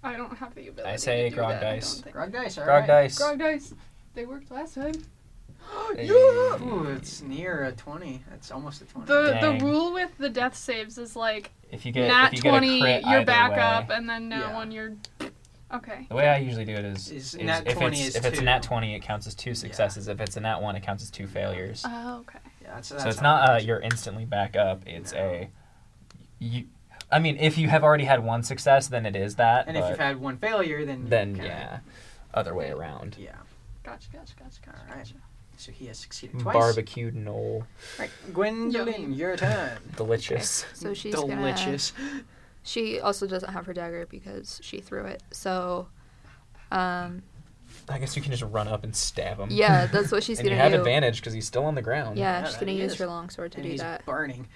B: I don't have the ability.
C: say
B: to do
C: grog
B: that, I
C: dice.
B: don't think.
A: Grog dice,
C: Grog
A: alright.
C: dice.
B: Grog dice. They worked last time.
A: yeah! Ooh, it's near a 20. That's almost a 20.
B: The
C: Dang.
B: the rule with the death saves is like
C: If you get,
B: nat
C: if you get
B: twenty,
C: a crit
B: you're
C: either
B: back
C: way,
B: up, and then now
A: Yeah.
B: one you're. Okay.
C: The way I usually do it is,
A: Is
C: is,
A: nat
C: if
A: 20
C: it's
A: is
C: if it's
A: two.
C: a nat twenty, it counts as two successes. If it's a nat one, it counts as two failures.
B: Oh, okay.
A: yeah, that's,
C: so
A: Uh, that's
C: it's
A: how it
C: not uh, a
A: works.
C: you're instantly back up. It's a you. I mean, if you have already had one success, then it is that.
A: And if you've
C: but
A: had one failure, then. you
C: then
A: kinda-
C: yeah, other way around.
A: Yeah.
B: Gotcha, gotcha, gotcha, gotcha.
A: Alright.
B: gotcha.
A: So he has
C: Mm,
A: succeeded twice.
C: Barbecued Noel,
A: Right. Gwendolyn,
B: Yummy.
A: your turn.
C: delicious.
D: So she's gonna.
A: Delicious.
D: She also doesn't have her dagger because she threw it. So, um,
C: I guess you can just run up and stab him.
D: yeah, that's what she's
C: and you
D: gonna
C: have
D: do.
C: advantage because he's still on the ground.
D: Yeah,
A: Yeah,
D: she's
A: that
D: gonna
A: he
D: use
A: is.
D: her longsword to
A: and
D: do
A: he's
D: that.
A: burning.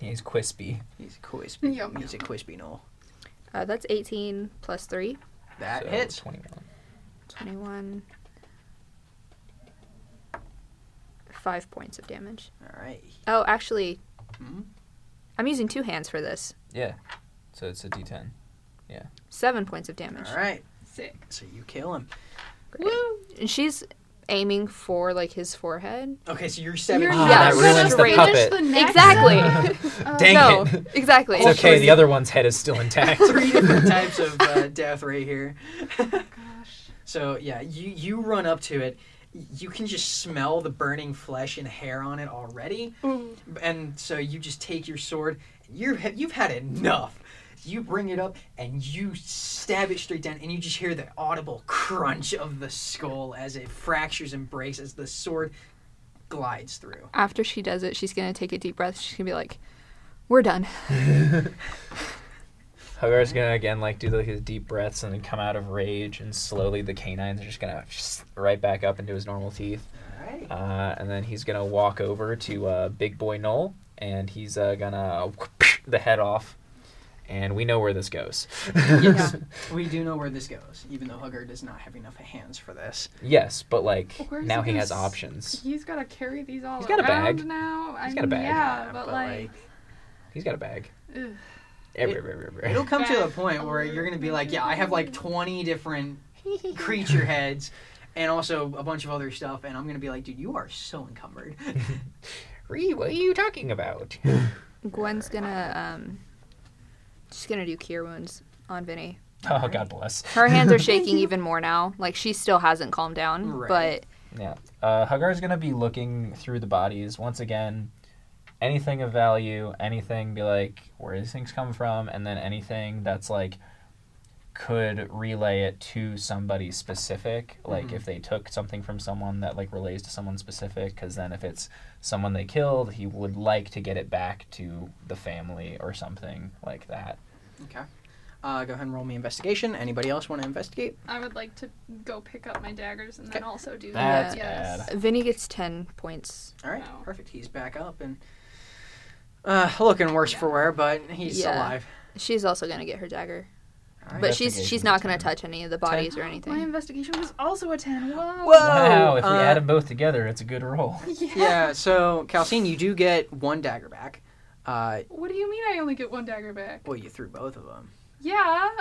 C: he's crispy.
A: He's crispy.
B: Yum,
A: He's a crispy knoll.
D: Uh, that's 18 plus 3,
A: That
C: so
A: hits.
C: Twenty-one.
D: 21. Five points of damage.
A: Alright.
D: Oh, actually,
C: Mm-hmm.
A: Mhm.
D: I'm using two hands for this.
C: Yeah, so it's a D10.
D: Seven points of damage.
A: Alright.
B: Sick.
A: So you kill him.
D: Great. And she's aiming for like his forehead.
A: Okay, so you're 7
B: You're
C: Ah,
D: that
B: not
D: ruins the
B: gonna
D: puppet.
B: finish the next
D: Exactly.
B: one? Uh,
C: Dang
D: no,
C: it.
D: exactly.
C: It's okay. The other one's head is still intact.
A: Three different types of uh, death right here.
B: Gosh.
A: so yeah, you you run up to it. You can just smell the burning flesh and hair on it already, and so you just take your sword. You have you've had enough. You bring it up and you stab it straight down, and you just hear the audible crunch of the skull as it fractures and breaks as the sword glides through.
D: After she does it, she's gonna take a deep breath. She's gonna be like, "We're done."
C: Hogarth's gonna again like do like his deep breaths and then come out of rage, and slowly the canines are just gonna right back up into his normal teeth.
A: All right.
C: Uh, and then he's gonna walk over to uh, Big Boy Knoll, and he's uh, gonna the head off. And we know where this goes.
A: Yes, we do know where this goes, even though Hugger does not have enough hands for this.
C: Yes, but like
B: Where's
C: now he
B: gonna
C: has
B: s-
C: options.
B: He's got to carry these all
C: He's got a
B: around
C: bag.
B: now.
C: He's
B: I
C: got a bag.
B: Yeah,
A: Yeah,
B: but,
A: but,
B: like,
C: He's got a bag.
B: ugh.
C: Every,
A: It-
C: every, every, every.
A: It'll come to a
B: Back
A: point where you're going to be like, yeah, I have like 20 different creature heads and also a bunch of other stuff, and I'm going to be like, dude, you are so encumbered.
C: Ree, what are you talking about?
D: Gwen's gonna um, she's gonna do cure wounds on Vinny.
C: oh, God bless.
D: Her hands are shaking even more now. Like she still hasn't calmed down,
A: Right.
D: but
C: Yeah. Uh, Hagar's going to be looking through the bodies once again. Anything of value, anything be like, where these things come from, and then anything that's like, could relay it to somebody specific. Like
D: Mm-hmm.
A: Mhm.
C: if they took something from someone that like relates to someone specific, because then if it's someone they killed, he would like to get it back to the family or something like that.
A: okay. Uh, go ahead and roll me investigation. Anybody else want to investigate?
B: I would like to go pick up my daggers and then also do
C: That's
B: that. Yes.
D: Vinny gets ten points.
A: All right,
B: No.
A: perfect. He's back up and uh, looking worse for wear, but he's
D: Yeah.
A: alive.
D: She's also gonna get her dagger,
A: All right.
D: but she's she's
C: Investigation's
D: not gonna
C: ten.
D: touch any of the bodies or
B: My
D: anything.
B: investigation was also a 10. Whoa.
A: Whoa!
C: Wow, if we
D: Oh,
A: uh,
C: add them both together, it's a good roll.
B: Yeah.
A: yeah, so Calcine, you do get one dagger back. Uh,
B: What do you mean I only get one dagger back?
A: well, you threw both of them.
B: Yeah,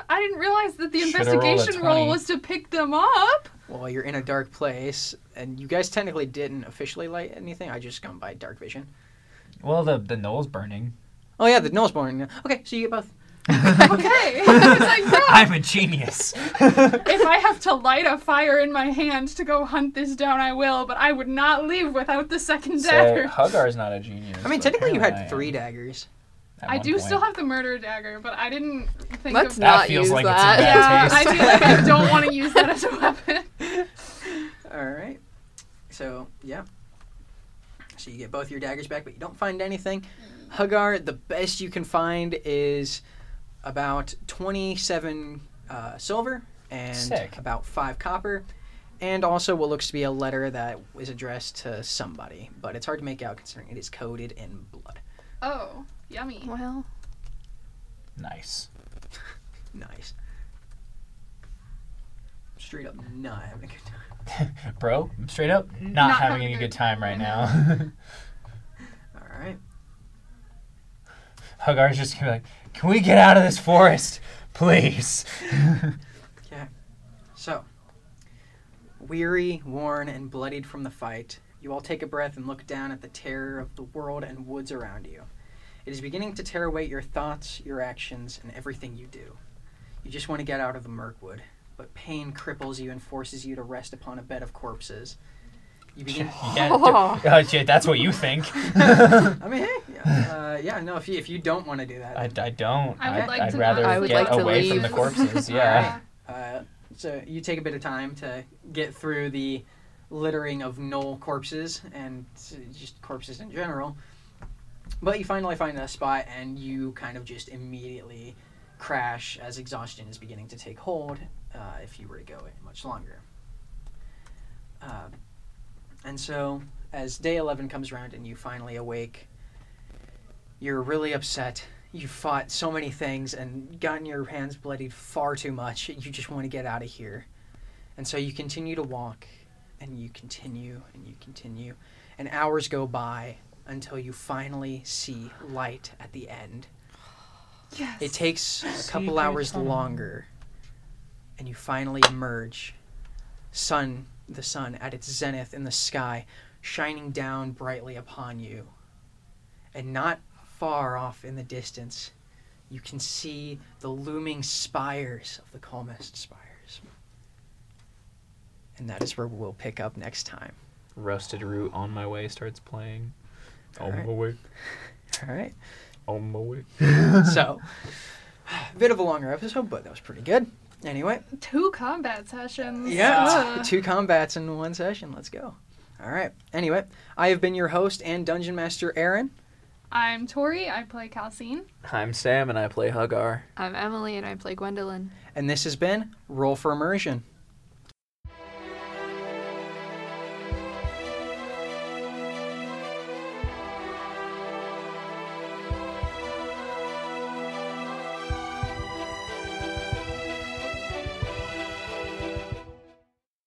B: I didn't realize that the
C: Shoulda rolled a
B: investigation roll
C: 20.
B: was to pick them up.
A: Well, you're in a dark place, and you guys technically didn't officially light anything. I just gone by dark vision.
C: Well, the the knoll's burning.
A: Oh yeah, the nose born. Okay, so you get both.
B: Okay. I was like, no.
C: I'm a genius.
B: If I have to light a fire in my hand to go hunt this down, I will, but I would not leave without the second
C: So
B: dagger.
C: Hagar's not a genius.
A: I mean,
C: but
A: technically you
C: apparently I
A: had
C: am
A: three daggers.
C: at
B: I
C: one
B: do
C: point.
B: still have the murder dagger, but I didn't think
D: Let's
B: of
C: That
D: not
C: feels
D: use
C: like it's in
D: that.
B: Yeah,
C: bad taste.
B: I feel like I don't want to use that as a weapon.
A: All right. So yeah. So you get both your daggers back, but you don't find anything. Hagar, the best you can find is about twenty-seven uh, silver and
C: Sick.
A: about five copper, and also what looks to be a letter that is addressed to somebody, but it's hard to make out considering it is coated in blood.
B: Oh, yummy.
D: Well,
C: Nice.
A: Nice. Straight up not having a good time.
C: Bro, I'm straight up not,
B: Not
C: having a good time right now.
A: All right.
C: Hagar's just gonna be like, can we get out of this forest? Please.
A: So, weary, worn, and bloodied from the fight, you all take a breath and look down at the terror of the world and woods around you. It is beginning to tear away your thoughts, your actions, and everything you do. You just want to get out of the Mirkwood, but pain cripples you and forces you to rest upon a bed of corpses. You begin.
C: yeah, d- oh, shit, that's what you think.
A: I mean, hey, yeah, uh, yeah, no. If you if you don't want to do that,
C: I, I don't.
B: I would
C: I'd,
B: like
C: I'd
B: to
C: rather
B: not.
D: I would
C: get
D: like to
C: away from
D: leave.
C: the corpses. Yeah.
A: Uh, so you take a bit of time to get through the littering of knoll corpses and s- just corpses in general. But you finally find a spot and you kind of just immediately crash as exhaustion is beginning to take hold uh, if you were to go in much longer. Uh, and so as day 11 comes around and you finally awake, you're really upset you fought so many things and gotten your hands bloodied far too much. You just want to get out of here. And so you continue to walk and you continue and you continue. And hours go by until you finally see light at the end.
B: Yes.
A: It takes a couple
C: Secret
A: hours
C: tunnel.
A: longer, and you finally emerge. Sun the sun at its zenith in the sky, shining down brightly upon you. And not far off in the distance, you can see the looming spires of the Colmest spires. And that is where we'll pick up next time.
C: Rusted Root on my way starts playing.
A: All
C: on
A: right.
C: my way.
A: All right.
C: On my way.
A: so, a bit of a longer episode, but that was pretty good. Anyway,
B: Two combat sessions. Uh,
A: yeah,
B: Ugh.
A: two combats in one session. Let's go. All right. Anyway, I have been your host and dungeon master, Aaron.
B: I'm Tori. I play Calcine.
C: I'm Sam and I play Hagar.
D: I'm Emily and I play Gwendolyn.
A: And this has been Roll for Immersion.